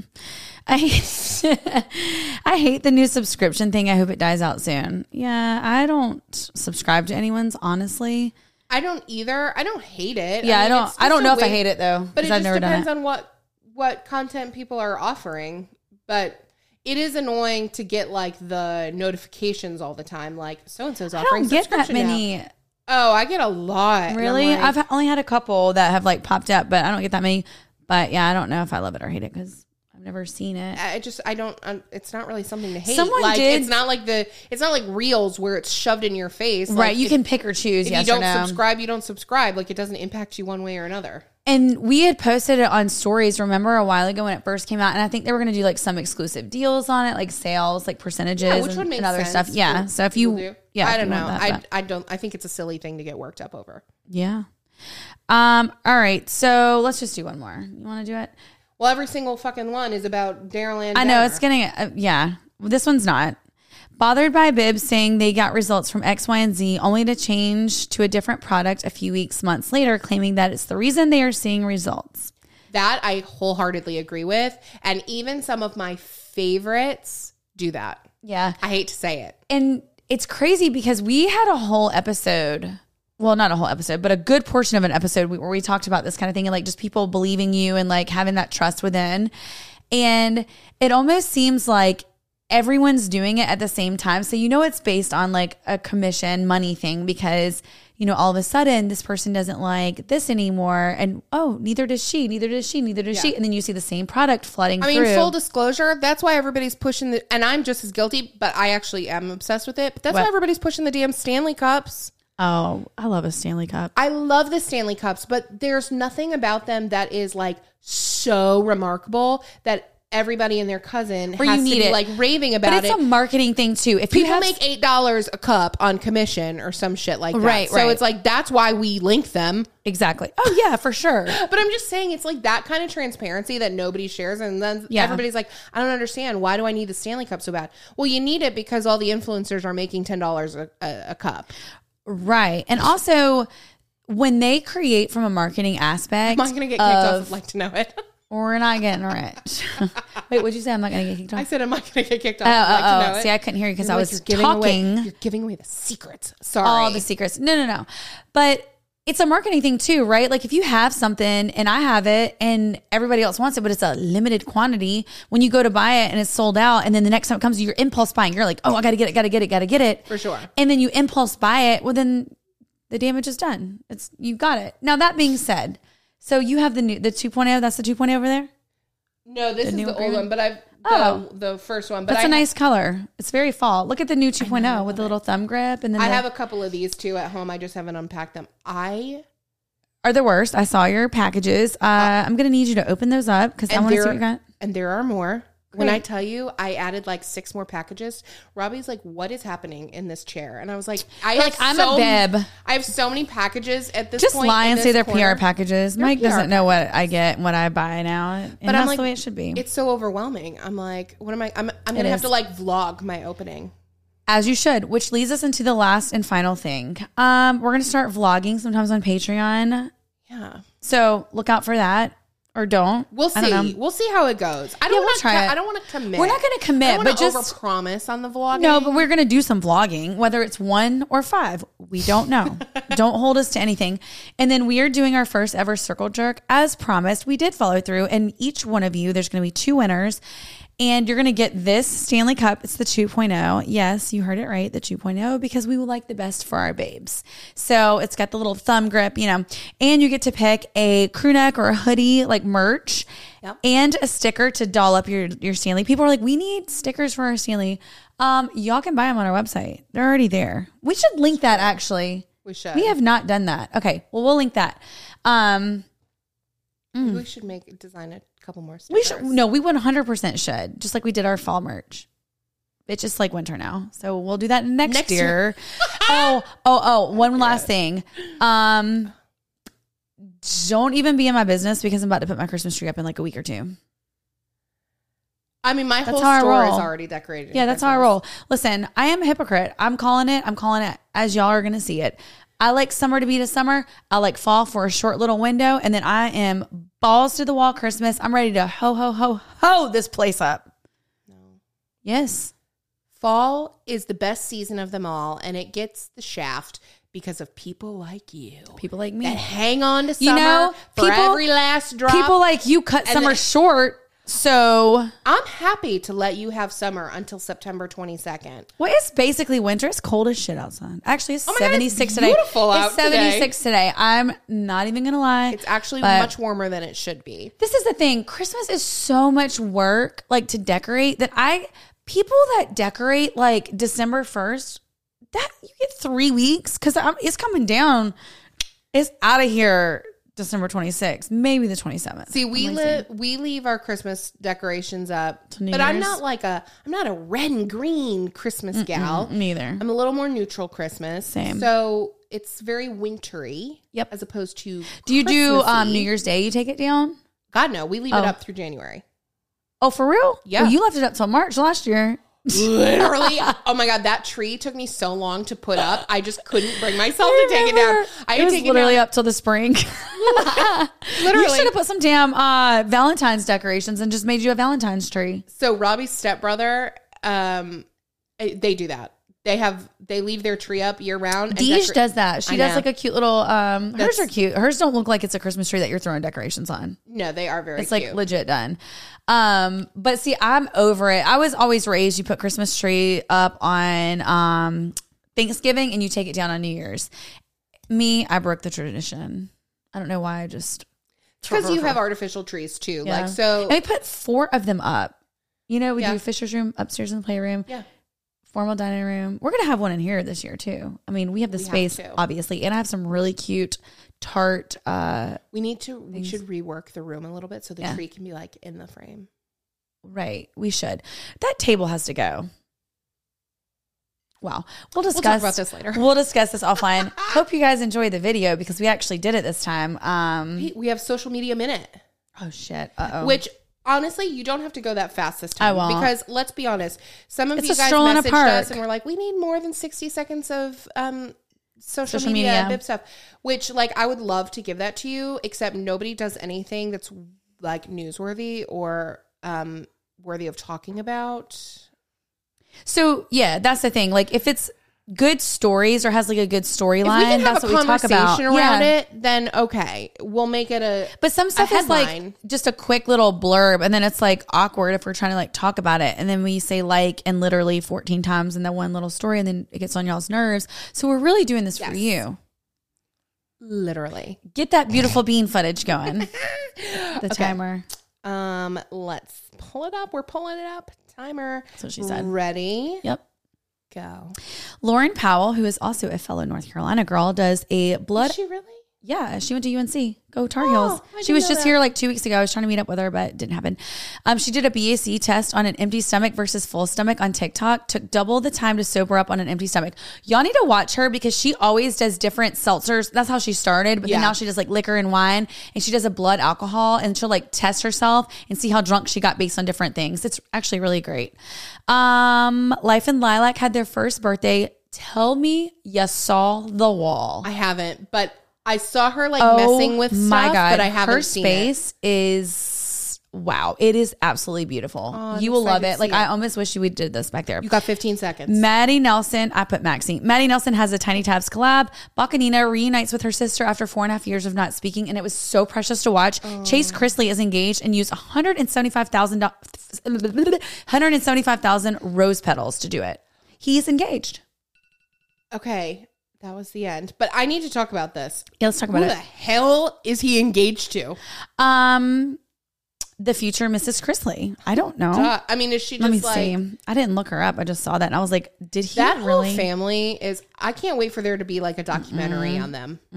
Speaker 2: I I hate the new subscription thing. I hope it dies out soon. Yeah, I don't subscribe to anyone's honestly.
Speaker 3: I don't either. I don't hate it.
Speaker 2: Yeah, I,
Speaker 3: mean,
Speaker 2: don't.
Speaker 3: it's
Speaker 2: I
Speaker 3: just
Speaker 2: don't
Speaker 3: a
Speaker 2: know if I
Speaker 3: way-
Speaker 2: hate it though,
Speaker 3: But it
Speaker 2: because I've
Speaker 3: just
Speaker 2: never done
Speaker 3: depends
Speaker 2: it.
Speaker 3: on what what content people are offering. But it is annoying to get like the notifications all the time, like so and so's
Speaker 2: I
Speaker 3: offering
Speaker 2: don't get that
Speaker 3: subscription now.
Speaker 2: many.
Speaker 3: Oh, I get a lot. and I'm
Speaker 2: Really,
Speaker 3: like-
Speaker 2: I've ha- only had a couple that have like popped up, but I don't get that many. But yeah, I don't know if I love it or hate it because I've never seen it.
Speaker 3: I just I don't. i it's not really something to hate.
Speaker 2: Someone
Speaker 3: like
Speaker 2: did-
Speaker 3: it's not like the it's not like reels where it's shoved in your face. Like,
Speaker 2: right, you
Speaker 3: if-
Speaker 2: can pick or choose.
Speaker 3: If
Speaker 2: yes
Speaker 3: you don't
Speaker 2: or no.
Speaker 3: subscribe, you don't subscribe. Like it doesn't impact you one way or another.
Speaker 2: And we had posted it on stories, remember a while ago when it first came out, and I think they were going to do like some exclusive deals on it, like sales, like percentages,
Speaker 3: Yeah, which
Speaker 2: and,
Speaker 3: would make
Speaker 2: and other
Speaker 3: sense
Speaker 2: stuff. Yeah.
Speaker 3: for
Speaker 2: So if
Speaker 3: people
Speaker 2: you,
Speaker 3: to do.
Speaker 2: yeah,
Speaker 3: I
Speaker 2: if
Speaker 3: don't
Speaker 2: you
Speaker 3: know.
Speaker 2: want that,
Speaker 3: I
Speaker 2: but-
Speaker 3: I don't. I think it's a silly thing to get worked up over.
Speaker 2: yeah. Um. All right. So let's just do one more. You want to do it?
Speaker 3: Well, every single fucking one is about Daryl and
Speaker 2: I know
Speaker 3: Jenner.
Speaker 2: it's getting. Uh, yeah. Well, this one's not. Bothered by Bibbs saying they got results from X, Y, and Z only to change to a different product a few weeks, months later, claiming that it's the reason they are seeing results.
Speaker 3: That I wholeheartedly agree with. And even some of my favorites do that.
Speaker 2: Yeah.
Speaker 3: I hate to say it.
Speaker 2: and it's crazy because we had a whole episode well not a whole episode but a good portion of an episode where we talked about this kind of thing and like just people believing you and like having that trust within and it almost seems like everyone's doing it at the same time so you know it's based on like a commission money thing because you know all of a sudden this person doesn't like this anymore and oh neither does she neither does she neither does she and then you see the same product flooding
Speaker 3: I mean,
Speaker 2: through
Speaker 3: full disclosure, that's why everybody's pushing the, and I'm just as guilty, but I actually am obsessed with it. But that's
Speaker 2: What?
Speaker 3: why everybody's pushing the damn Stanley Cups.
Speaker 2: Oh, I love a Stanley Cup.
Speaker 3: I love the Stanley Cups, but there's nothing about them that is like so remarkable that everybody and their cousin
Speaker 2: Or you
Speaker 3: has
Speaker 2: need
Speaker 3: to be
Speaker 2: it.
Speaker 3: like raving about
Speaker 2: But it's
Speaker 3: it.
Speaker 2: a marketing thing too. If you
Speaker 3: People
Speaker 2: have,
Speaker 3: make eight dollars a cup on commission or some shit like that.
Speaker 2: Right,
Speaker 3: so
Speaker 2: right.
Speaker 3: it's like that's why we link them.
Speaker 2: exactly. Oh yeah, for sure.
Speaker 3: But I'm just saying it's like that kind of transparency that nobody shares, and then
Speaker 2: Yeah.
Speaker 3: everybody's like, I don't understand. Why do I need the Stanley Cup so bad? Well, you need it because all the influencers are making ten dollars a, a a cup.
Speaker 2: Right. And also when they create from a marketing aspect,
Speaker 3: Am I gonna get kicked off? I'd like to know it.
Speaker 2: we're not getting rich. Wait, what'd you say? I'm not going to get kicked
Speaker 3: I
Speaker 2: off.
Speaker 3: said, Am I gonna get kicked off?
Speaker 2: Oh,
Speaker 3: I'd like
Speaker 2: oh,
Speaker 3: to know
Speaker 2: oh.
Speaker 3: it.
Speaker 2: See, I couldn't hear you because I
Speaker 3: Like,
Speaker 2: was
Speaker 3: you're giving
Speaker 2: talking
Speaker 3: Away, you're giving away the secrets. Sorry.
Speaker 2: all the secrets. No, no, no. But it's a marketing thing too, right? Like if you have something and I have it and everybody else wants it, but it's a limited quantity, when you go to buy it and it's sold out, and then the next time it comes, you're impulse buying. You're like, oh, I got to get it, got to get it, got to get it.
Speaker 3: For sure.
Speaker 2: And then you impulse buy it. Well, then the damage is done. It's you got it. Now that being said, so you have the new the 2.0. That's the 2.0 over there.
Speaker 3: no, this is
Speaker 2: new
Speaker 3: the old
Speaker 2: agreement?
Speaker 3: one, but I've the,
Speaker 2: Oh.
Speaker 3: the first one. But
Speaker 2: That's
Speaker 3: I,
Speaker 2: a nice color. It's very fall. Look at the new 2.0 with the little thumb grip, and then
Speaker 3: I
Speaker 2: the-
Speaker 3: have a couple of these too at home. I just haven't unpacked them. I
Speaker 2: are the worst. I saw your packages. Uh, I'm gonna need you to open those up because I
Speaker 3: and
Speaker 2: want to see
Speaker 3: there
Speaker 2: what you got.
Speaker 3: and there are more. When I
Speaker 2: Great.
Speaker 3: tell you, I added like six more packages. Robbie's like, "What is happening in this chair?" And I was like, "I
Speaker 2: You're like,
Speaker 3: have
Speaker 2: "I'm a
Speaker 3: so m-
Speaker 2: bib."
Speaker 3: I have so many packages at this
Speaker 2: Just
Speaker 3: point.
Speaker 2: lie
Speaker 3: in
Speaker 2: and say
Speaker 3: this
Speaker 2: they're
Speaker 3: corner.
Speaker 2: PR packages. Mike
Speaker 3: PR
Speaker 2: doesn't know what I get and what I buy now, and
Speaker 3: I'm
Speaker 2: that's
Speaker 3: like,
Speaker 2: the way it should be.
Speaker 3: It's so overwhelming. I'm like, what am I? I'm I'm gonna
Speaker 2: is.
Speaker 3: have to like vlog my opening.
Speaker 2: As you should, which leads us into the last and final thing. Um, we're gonna start vlogging sometimes on Patreon,
Speaker 3: Yeah.
Speaker 2: so look out for that or don't.
Speaker 3: We'll
Speaker 2: I don't know.
Speaker 3: see. We'll see how it goes. I don't
Speaker 2: we'll
Speaker 3: want to.
Speaker 2: try it.
Speaker 3: I don't want to commit.
Speaker 2: We're not gonna commit,
Speaker 3: I don't wanna
Speaker 2: but just-
Speaker 3: overpromise on the vlog.
Speaker 2: No, but we're going to do some vlogging, whether it's one or five. We don't know. don't hold us to anything. And then we are doing our first ever circle jerk. As promised, we did follow through. And each one of you, there's going to be two winners. And you're going to get this Stanley Cup. It's the 2.0. Yes, you heard it right, the 2.0, because we will like the best for our babes. So it's got the little thumb grip, you know. And you get to pick a crew neck or a hoodie, like merch
Speaker 3: Yep.
Speaker 2: and a sticker to doll up your your Stanley. People are like, we need stickers for our Stanley. Um, y'all can buy them on our website. They're already there. We should link that actually.
Speaker 3: we should.
Speaker 2: We have not done that. Okay, well we'll link that. Um,
Speaker 3: Maybe we should make design a couple more.
Speaker 2: we should
Speaker 3: Stickers.
Speaker 2: no, we one hundred percent should just like we did our fall merch. It's just like winter now, so we'll do that next,
Speaker 3: Next
Speaker 2: year.
Speaker 3: year.
Speaker 2: oh, oh, oh! One last thing. Um, don't even be in my business because I'm about to put my Christmas tree up in like a week or two.
Speaker 3: I mean, my whole
Speaker 2: how I
Speaker 3: store is
Speaker 2: roll.
Speaker 3: already decorated.
Speaker 2: Yeah, that's how I roll. Listen, I am a hypocrite. I'm calling it. I'm calling it as y'all are going to see it. I like summer to be to summer. I like fall for a short little window. And then I am balls to the wall Christmas. I'm ready to ho, ho, ho, ho this place up. Yes.
Speaker 3: Fall is the best season of them all, and it gets the shaft because of people like you
Speaker 2: People like
Speaker 3: that
Speaker 2: me.
Speaker 3: hang on to
Speaker 2: You
Speaker 3: summer
Speaker 2: know,
Speaker 3: for
Speaker 2: people-
Speaker 3: every last drop.
Speaker 2: People like you cut
Speaker 3: And
Speaker 2: summer
Speaker 3: then-
Speaker 2: short. So,
Speaker 3: I'm happy to let you have summer until September 22nd.
Speaker 2: well, it's basically winter. It's cold as shit outside. Actually, it's
Speaker 3: Oh my God, it's
Speaker 2: 76 today.
Speaker 3: beautiful out
Speaker 2: it's 76 today. I'm not even going to lie.
Speaker 3: It's actually
Speaker 2: But-
Speaker 3: much warmer than it should be.
Speaker 2: this is the thing christmas is so much work like to decorate that i people that decorate like december 1st that you get three weeks because it's coming down it's out of here december 26th maybe the 27th
Speaker 3: See, we live we leave our Christmas decorations up,
Speaker 2: New
Speaker 3: but I'm
Speaker 2: Year's.
Speaker 3: not like a I'm not a red and green Christmas gal.
Speaker 2: neither
Speaker 3: I'm a little more neutral Christmas.
Speaker 2: Same.
Speaker 3: So it's very wintry.
Speaker 2: Yep.
Speaker 3: As opposed to
Speaker 2: do you do um,
Speaker 3: Christmassy.
Speaker 2: new year's day you take it down
Speaker 3: God no, we leave
Speaker 2: Oh.
Speaker 3: it up through January.
Speaker 2: oh for real
Speaker 3: Yeah.
Speaker 2: Well, you left it up till march last year
Speaker 3: Literally, oh my god, that tree took me so long to put up. I just couldn't bring myself to Oh, take it down. I
Speaker 2: it
Speaker 3: had
Speaker 2: was
Speaker 3: taken
Speaker 2: literally
Speaker 3: down
Speaker 2: up till the spring.
Speaker 3: literally.
Speaker 2: you should have put some damn uh, Valentine's decorations and just made you a Valentine's tree.
Speaker 3: So Robbie's stepbrother, um, eh, they do that. They have they leave their tree up year round. and
Speaker 2: Deej
Speaker 3: decor-
Speaker 2: does that. She
Speaker 3: I
Speaker 2: does
Speaker 3: know.
Speaker 2: like a cute little. Um, hers
Speaker 3: That's-
Speaker 2: are cute. Hers don't look like it's a Christmas tree that you're throwing decorations on.
Speaker 3: No, they are very.
Speaker 2: It's like
Speaker 3: cute.
Speaker 2: legit done. Um, but see, I'm over it. I was always raised. You put Christmas tree up on um Thanksgiving and you take it down on New Year's. Me, I broke the tradition. I don't know why. I just
Speaker 3: because you have artificial trees too.
Speaker 2: Yeah.
Speaker 3: Like so,
Speaker 2: And we put four of them up. You know, we
Speaker 3: Yeah.
Speaker 2: do Fisher's room upstairs in the playroom.
Speaker 3: yeah.
Speaker 2: formal dining room. We're gonna have one in here this year too. I mean, we have the space
Speaker 3: to.
Speaker 2: obviously, and I have some really cute tart. Uh,
Speaker 3: We need to. We should rework the room a little bit so the
Speaker 2: Yeah.
Speaker 3: tree can be like in the frame.
Speaker 2: right, we should. That table has to go. Wow, we'll discuss
Speaker 3: talk about this later.
Speaker 2: We'll discuss this offline. Hope you guys enjoyed the video because we actually did it this time. Um,
Speaker 3: Hey, We have social media minute,
Speaker 2: oh shit, uh oh.
Speaker 3: which honestly you don't have to go that fast this time.
Speaker 2: I won't.
Speaker 3: because let's be honest, some of
Speaker 2: It's
Speaker 3: you
Speaker 2: a
Speaker 3: guys
Speaker 2: stroll in a
Speaker 3: messaged
Speaker 2: park.
Speaker 3: us and we're like, we need more than sixty seconds of um, social,
Speaker 2: Social
Speaker 3: media,
Speaker 2: media.
Speaker 3: bib stuff. Which like I would love to give that to you, except nobody does anything that's like newsworthy or um, worthy of talking about.
Speaker 2: So yeah, that's the thing. Like if it's good stories or has like a good
Speaker 3: if we
Speaker 2: storyline,
Speaker 3: can have
Speaker 2: that's
Speaker 3: a
Speaker 2: what we talk
Speaker 3: conversation
Speaker 2: about.
Speaker 3: around
Speaker 2: Yeah.
Speaker 3: it, then okay, we'll make it a.
Speaker 2: But some stuff is like
Speaker 3: headline.
Speaker 2: just a quick little blurb, and then it's like awkward if we're trying to like talk about it, and then we say like and literally fourteen times in that one little story, and then it gets on y'all's nerves. So we're really doing this for you.
Speaker 3: literally.
Speaker 2: Get that beautiful bean footage going. the timer.
Speaker 3: Um, let's pull it up. We're pulling it up. Timer. That's
Speaker 2: what she said.
Speaker 3: Ready?
Speaker 2: Yep.
Speaker 3: Go.
Speaker 2: Lauren Powell, who is also a fellow North Carolina girl, does a blood.
Speaker 3: Is she really?
Speaker 2: Yeah, she went to UNC. Go Tar Heels.
Speaker 3: Oh, I
Speaker 2: she
Speaker 3: didn't
Speaker 2: was
Speaker 3: know
Speaker 2: just
Speaker 3: that.
Speaker 2: here like two weeks ago. I was trying to meet up with her, but it didn't happen. Um, she did a BAC test on an empty stomach versus full stomach on TikTok. Took double the time to sober up on an empty stomach. Y'all need to watch her because she always does different seltzers. That's how she started, but then
Speaker 3: Yeah.
Speaker 2: now she does like liquor and wine, and she does a blood alcohol, and she'll like test herself and see how drunk she got based on different things. It's actually really great. Um, Life and Lilac had their first birthday. Tell me you saw the wall
Speaker 3: I haven't, but I saw her like messing with stuff, but I haven't
Speaker 2: Oh her
Speaker 3: seen it.
Speaker 2: space is wow. It is absolutely beautiful. you will love
Speaker 3: Oh, excited
Speaker 2: it.
Speaker 3: to
Speaker 2: Like
Speaker 3: see
Speaker 2: I
Speaker 3: it.
Speaker 2: almost wish we did this back there.
Speaker 3: You got 15 seconds.
Speaker 2: Maddie Nelson, I put Maxine. Maddie Nelson has a Tiny Tabs collab. Bacanina reunites with her sister after four and a half years of not speaking, and it was so precious to watch.
Speaker 3: Oh.
Speaker 2: Chase Chrisley is engaged and used 175,000 175,000 rose petals to do it. He's engaged.
Speaker 3: okay, that was the end. But I need to talk about this.
Speaker 2: Yeah, let's talk
Speaker 3: Who
Speaker 2: about
Speaker 3: the
Speaker 2: it.
Speaker 3: hell is he engaged to?
Speaker 2: Um, the future Mrs. Chrisley. I don't know.
Speaker 3: Duh. Uh, I mean, is she
Speaker 2: Let me
Speaker 3: just like
Speaker 2: see. I didn't look her up. I just saw that and I was like, did he
Speaker 3: that?
Speaker 2: really?
Speaker 3: Whole family is. I can't wait for there to be like a documentary
Speaker 2: Mm-hmm.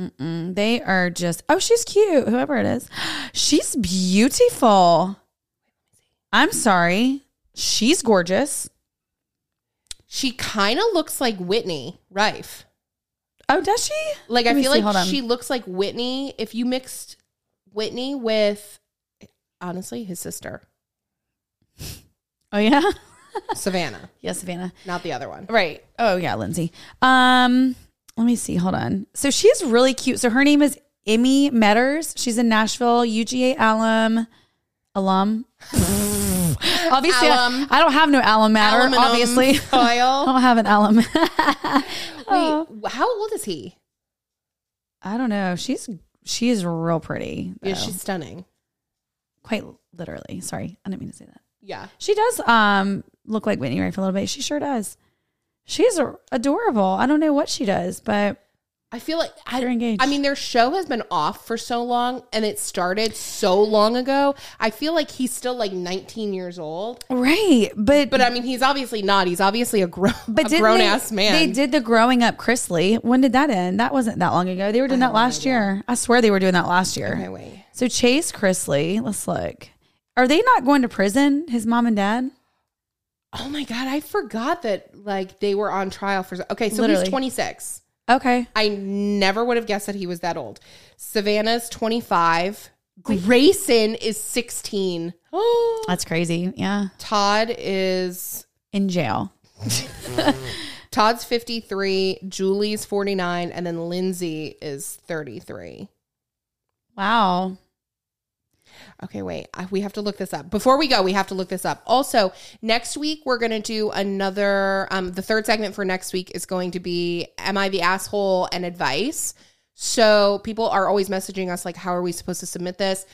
Speaker 3: on them.
Speaker 2: They are just, oh, she's cute, whoever it is. She's beautiful. I'm sorry. She's gorgeous.
Speaker 3: She kind of looks like Whitney Rife.
Speaker 2: Oh, does she?
Speaker 3: Like
Speaker 2: Let
Speaker 3: I
Speaker 2: me
Speaker 3: feel
Speaker 2: see. Hold on.
Speaker 3: like she looks like Whitney. If you mixed Whitney with honestly his sister
Speaker 2: Oh, yeah.
Speaker 3: Savannah,
Speaker 2: yes, Savannah.
Speaker 3: not the other one.
Speaker 2: Right. Oh, yeah, Lindsay. Um, let me see. Hold on. So she's really cute. So her name is Emmy Metters. She's in Nashville, UGA alum. Alum. Obviously, I-
Speaker 3: Alum.
Speaker 2: I, don't have no alum matter,
Speaker 3: Aluminum
Speaker 2: obviously. I
Speaker 3: foil.
Speaker 2: don't have an alum.
Speaker 3: Wait, how old is he?
Speaker 2: I don't know. She's she is real pretty.
Speaker 3: Yeah,
Speaker 2: though.
Speaker 3: she's stunning.
Speaker 2: quite literally. Sorry, I didn't mean to say that.
Speaker 3: Yeah,
Speaker 2: She does um look like Whitney Rife a little bit. She sure does. She's a- adorable. I don't know what she does, but
Speaker 3: I feel like I,
Speaker 2: They're engaged.
Speaker 3: I mean, their show has been off for so long, and it started so long ago. I feel like he's still like 19 years old.
Speaker 2: right. But
Speaker 3: But I mean, he's obviously not. He's obviously a grown,
Speaker 2: but
Speaker 3: a
Speaker 2: didn't
Speaker 3: grown
Speaker 2: they-
Speaker 3: ass man.
Speaker 2: They did the growing up Chrisley. When did that end? That wasn't that long ago. They were doing that last year. I swear they were doing that last year.
Speaker 3: Okay, wait.
Speaker 2: So Chase Chrisley, let's look. Are they not going to prison? His mom and dad?
Speaker 3: Oh my god, I forgot that like they were on trial for. Okay, so
Speaker 2: Literally.
Speaker 3: he's 26.
Speaker 2: Okay.
Speaker 3: I never would have guessed that he was that old. Savannah's 25. Grayson is 16. Oh.
Speaker 2: That's crazy. Yeah.
Speaker 3: Todd is
Speaker 2: In jail.
Speaker 3: Todd's 53, Julie's 49, and then Lindsay is 33.
Speaker 2: Wow.
Speaker 3: Okay, wait. I, we have to look this up. Before we go, we have to look this up. Also, next week we're going to do another um the third segment for next week is going to be am I the asshole and advice. So, people are always messaging us like how are we supposed to submit this?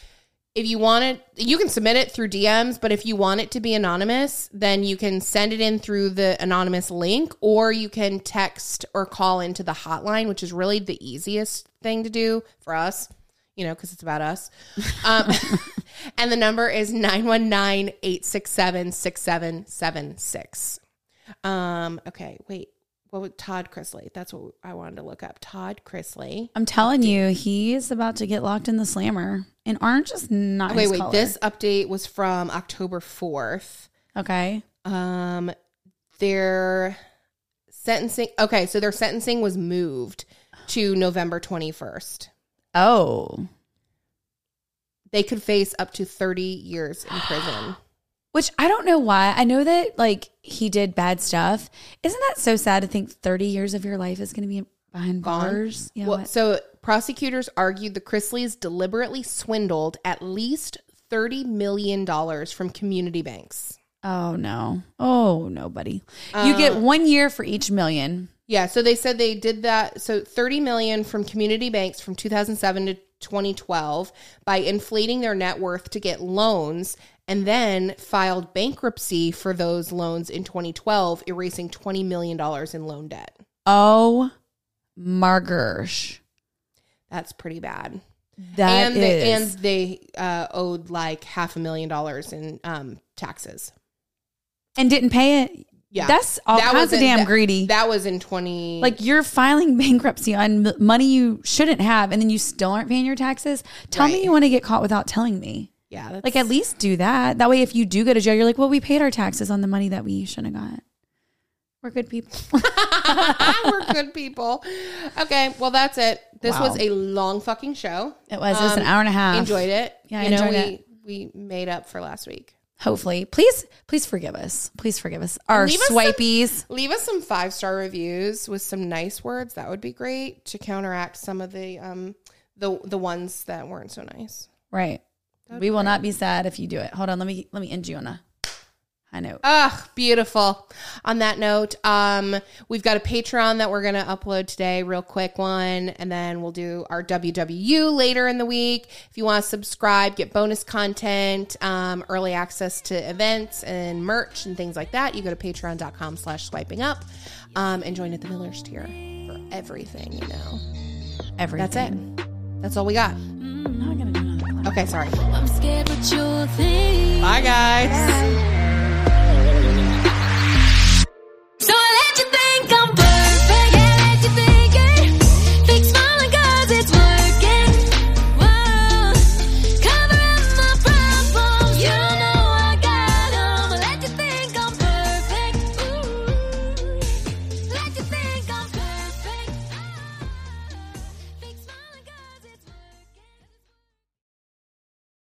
Speaker 3: If you want it, you can submit it through DMs, but if you want it to be anonymous, then you can send it in through the anonymous link or you can text or call into the hotline, which is really the easiest thing to do for us, you know, because it's about us. Um, and the number is 919 867 6776. Um, okay, wait. What was Todd Chrisley? That's what I wanted to look up. Todd Chrisley.
Speaker 2: I'm telling you, he's about to get locked in the slammer. And orange is not
Speaker 3: Wait,
Speaker 2: his
Speaker 3: wait.
Speaker 2: color.
Speaker 3: This update was from October 4th.
Speaker 2: okay.
Speaker 3: Um, their sentencing. Okay, so their sentencing was moved to November 21st.
Speaker 2: Oh,
Speaker 3: They could face up to 30 years in prison.
Speaker 2: which I don't know why. I know that like he did bad stuff. Isn't that so sad to think 30 years of your life is going to be behind
Speaker 3: Gone?
Speaker 2: bars? Yeah.
Speaker 3: well,
Speaker 2: what-
Speaker 3: so prosecutors argued the Chrisleys deliberately swindled at least $30 million from community banks.
Speaker 2: oh no. Oh no, buddy. you get
Speaker 3: Uh,
Speaker 2: one year for each million.
Speaker 3: Yeah, so they said they did that. So 30 million from community banks from 2007 to 2012 by inflating their net worth to get loans and then filed bankruptcy for those loans in 2012, erasing 20 million dollars in loan debt.
Speaker 2: Oh, Margersh.
Speaker 3: That's pretty bad.
Speaker 2: That
Speaker 3: and
Speaker 2: is
Speaker 3: they and they uh, owed like half a million dollars in um, taxes.
Speaker 2: and didn't pay it.
Speaker 3: Yeah.
Speaker 2: That's all
Speaker 3: That
Speaker 2: kinds of
Speaker 3: in-
Speaker 2: damn
Speaker 3: that-
Speaker 2: greedy.
Speaker 3: That was in 20
Speaker 2: like you're filing bankruptcy on m- money you shouldn't have, and then you still aren't paying your taxes. Tell me
Speaker 3: Right.
Speaker 2: you want to get caught without telling me.
Speaker 3: yeah, that's,
Speaker 2: Like at least do that. That way, if you do go to jail, you're like, well, we paid our taxes on the money that we shouldn't have got. We're good people.
Speaker 3: We're good people. Okay, well that's it. This
Speaker 2: Wow.
Speaker 3: was a long fucking show.
Speaker 2: it was just an hour and a half.
Speaker 3: Um, Enjoyed it.
Speaker 2: Yeah, I
Speaker 3: you know
Speaker 2: enjoyed
Speaker 3: we we made up for last week.
Speaker 2: Hopefully, please, please forgive us. Please forgive us. Our
Speaker 3: Leave us some-
Speaker 2: swipies.
Speaker 3: Leave us some five star reviews with some nice words. That would be great to counteract some of the um the the ones that weren't so nice.
Speaker 2: right. We will not be sad if you do it. Hold on. Let me let me end you on a high note.
Speaker 3: Ugh, beautiful. On that note, um, we've got a Patreon that we're gonna upload today, real quick one, and then we'll do our WWU later in the week. If you want to subscribe, get bonus content, um, early access to events and merch and things like that, you go to patreon.com slash swiping up um, and join at the Miller's tier for everything, you know.
Speaker 2: Everything.
Speaker 3: That's it. That's all we got.
Speaker 2: I'm not gonna do another.
Speaker 3: Okay, sorry.
Speaker 1: I'm scared what you'll think.
Speaker 3: Bye guys.
Speaker 1: Bye. Ah.